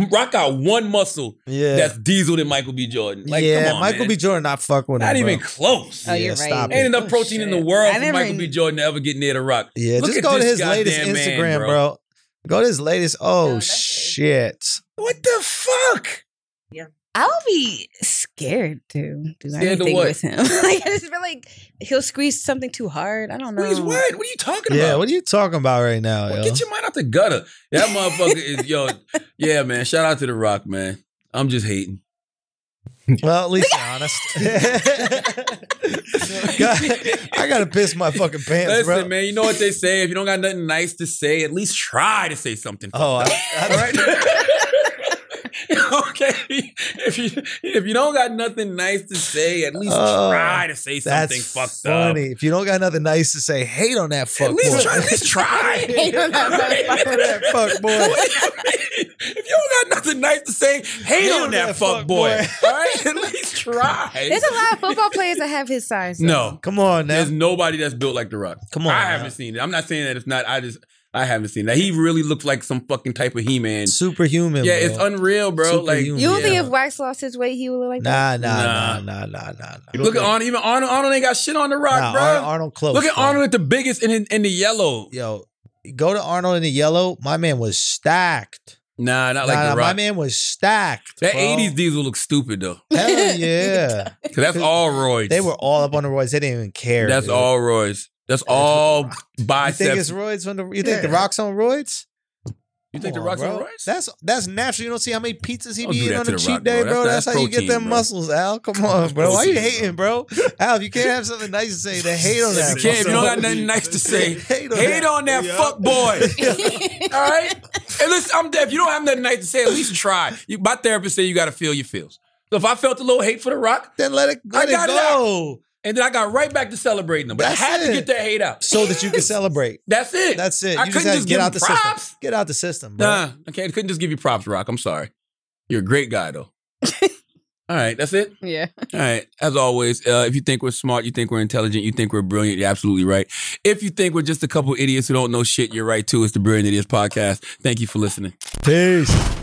S2: Rock got one muscle
S3: chill. Yeah,
S2: that's diesel than Michael B. Jordan. Like,
S3: yeah.
S2: come on,
S3: Michael
S2: man.
S3: B. Jordan not fucking with
S2: Not
S3: him, bro.
S2: even close.
S4: Oh, you're
S3: Yeah,
S4: right. Oh,
S3: stop it.
S2: Ain't enough protein in the world
S4: I
S2: for
S4: never
S2: Michael B.
S4: even-
S2: Jordan to ever get near the Rock.
S3: Yeah,
S2: Look
S3: just
S2: at
S3: go to
S2: this
S3: his latest
S2: goddamn man,
S3: Instagram,
S2: bro.
S3: bro. Go to his latest. Oh
S4: No, that's it.
S3: shit!
S2: What the fuck?
S4: I would be scared to do
S2: Scared of
S4: anything
S2: what?
S4: with him. like I just feel like he'll squeeze something too hard. I don't know.
S2: Please, what? What are you talking
S3: Yeah,
S2: about?
S3: what are you talking about right now?
S2: Well,
S3: yo?
S2: get your mind out the gutter. That motherfucker is yo. Yeah, man. Shout out to the Rock, man. I'm just hating.
S3: Well, at least you're honest. God, I gotta piss my fucking pants,
S2: Listen,
S3: bro.
S2: man. You know what they say? If you don't got nothing nice to say, at least try to say something.
S3: Oh,
S2: All
S3: I, I,
S2: right. okay. If you if you don't got nothing nice to say, at least
S3: Oh,
S2: try to say something
S3: that's
S2: fucked
S3: funny.
S2: up.
S3: If you don't got nothing nice to say, hate on that fuck
S2: At least
S3: boy.
S2: try. At least try.
S4: Hate on that
S3: Hate on that fuck boy.
S2: What do you mean? If you don't got nothing nice to say, hate on, that, fuck, boy. All right, at least try.
S4: There's a lot of football players that have his size. though.
S2: no,
S3: Come on now.
S2: there's nobody that's built like The Rock.
S3: Come on,
S2: I
S3: man.
S2: haven't seen it. I'm not saying that it's not. I just I haven't seen that. He really looks like some fucking type of He Man.
S3: Superhuman.
S2: Yeah,
S3: bro.
S2: it's unreal, bro. Like
S3: Superhuman.
S4: You don't
S2: yeah.
S4: think if Wax lost his weight, he would look like that?
S3: Nah, nah,
S2: Nah.
S3: nah, nah, nah, nah. nah.
S2: Look at Arnold. Even Arnold, Arnold ain't got shit on The Rock,
S3: Nah,
S2: bro.
S3: Ar- Arnold close.
S2: Look at
S3: bro.
S2: Arnold at the biggest in in the yellow.
S3: Yo, go to Arnold in the yellow. My man was stacked.
S2: Nah, not like
S3: nah,
S2: The
S3: nah, my
S2: Rock.
S3: man was stacked.
S2: that
S3: bro.
S2: '80s diesel looks stupid though.
S3: Hell yeah.
S2: 'Cause that's all roids.
S3: they were all up on the roids. They didn't even care.
S2: That's
S3: dude.
S2: all roids. That's all
S3: You think
S2: biceps
S3: it's roids on the? You think the rocks on roids?
S2: You think
S3: Come
S2: the Rock's
S3: bro.
S2: on rice?
S3: That's that's natural. You don't see how many pizzas he
S2: Don't
S3: be
S2: do
S3: eating
S2: that
S3: on
S2: to
S3: a
S2: The
S3: cheat
S2: Rock,
S3: day,
S2: bro.
S3: bro. That's,
S2: That's- that's
S3: how you get
S2: protein,
S3: them
S2: bro.
S3: muscles, Al. Come on,
S2: That's
S3: bro. Why you
S2: protein,
S3: hating, bro? Al, if you can't have something nice to say, then hate on that.
S2: if you can't, if you don't got
S3: bro.
S2: nothing nice to say,
S3: Hate on
S2: hate
S3: that.
S2: on that
S5: Yeah.
S2: fuck boy. All right, and listen, I'm deaf. If you don't have nothing nice to say, at least try. You, my therapist said you got to feel your feels. So if I felt a little hate for the Rock,
S3: Then let it let
S2: I got
S3: it
S2: it out.
S3: go,
S2: and then I got right back to celebrating them, but
S3: That's
S2: I had
S3: it.
S2: to get that hate out.
S3: so that you can celebrate.
S2: That's it.
S3: That's it. You
S2: I
S3: just
S2: couldn't
S3: had to
S2: just
S3: get
S2: give
S3: out the
S2: him
S3: system.
S2: props.
S3: Get out the system, bro.
S2: Nah, okay, I couldn't just give you props, Rock. I'm sorry. You're a great guy though. All right, that's it.
S4: Yeah.
S2: All right. As always, uh, if you think we're smart, you think we're intelligent, you think we're brilliant, you're absolutely right. If you think we're just a couple idiots who don't know shit, you're right too. It's the Brilliant Idiots Podcast. Thank you for listening.
S3: Peace.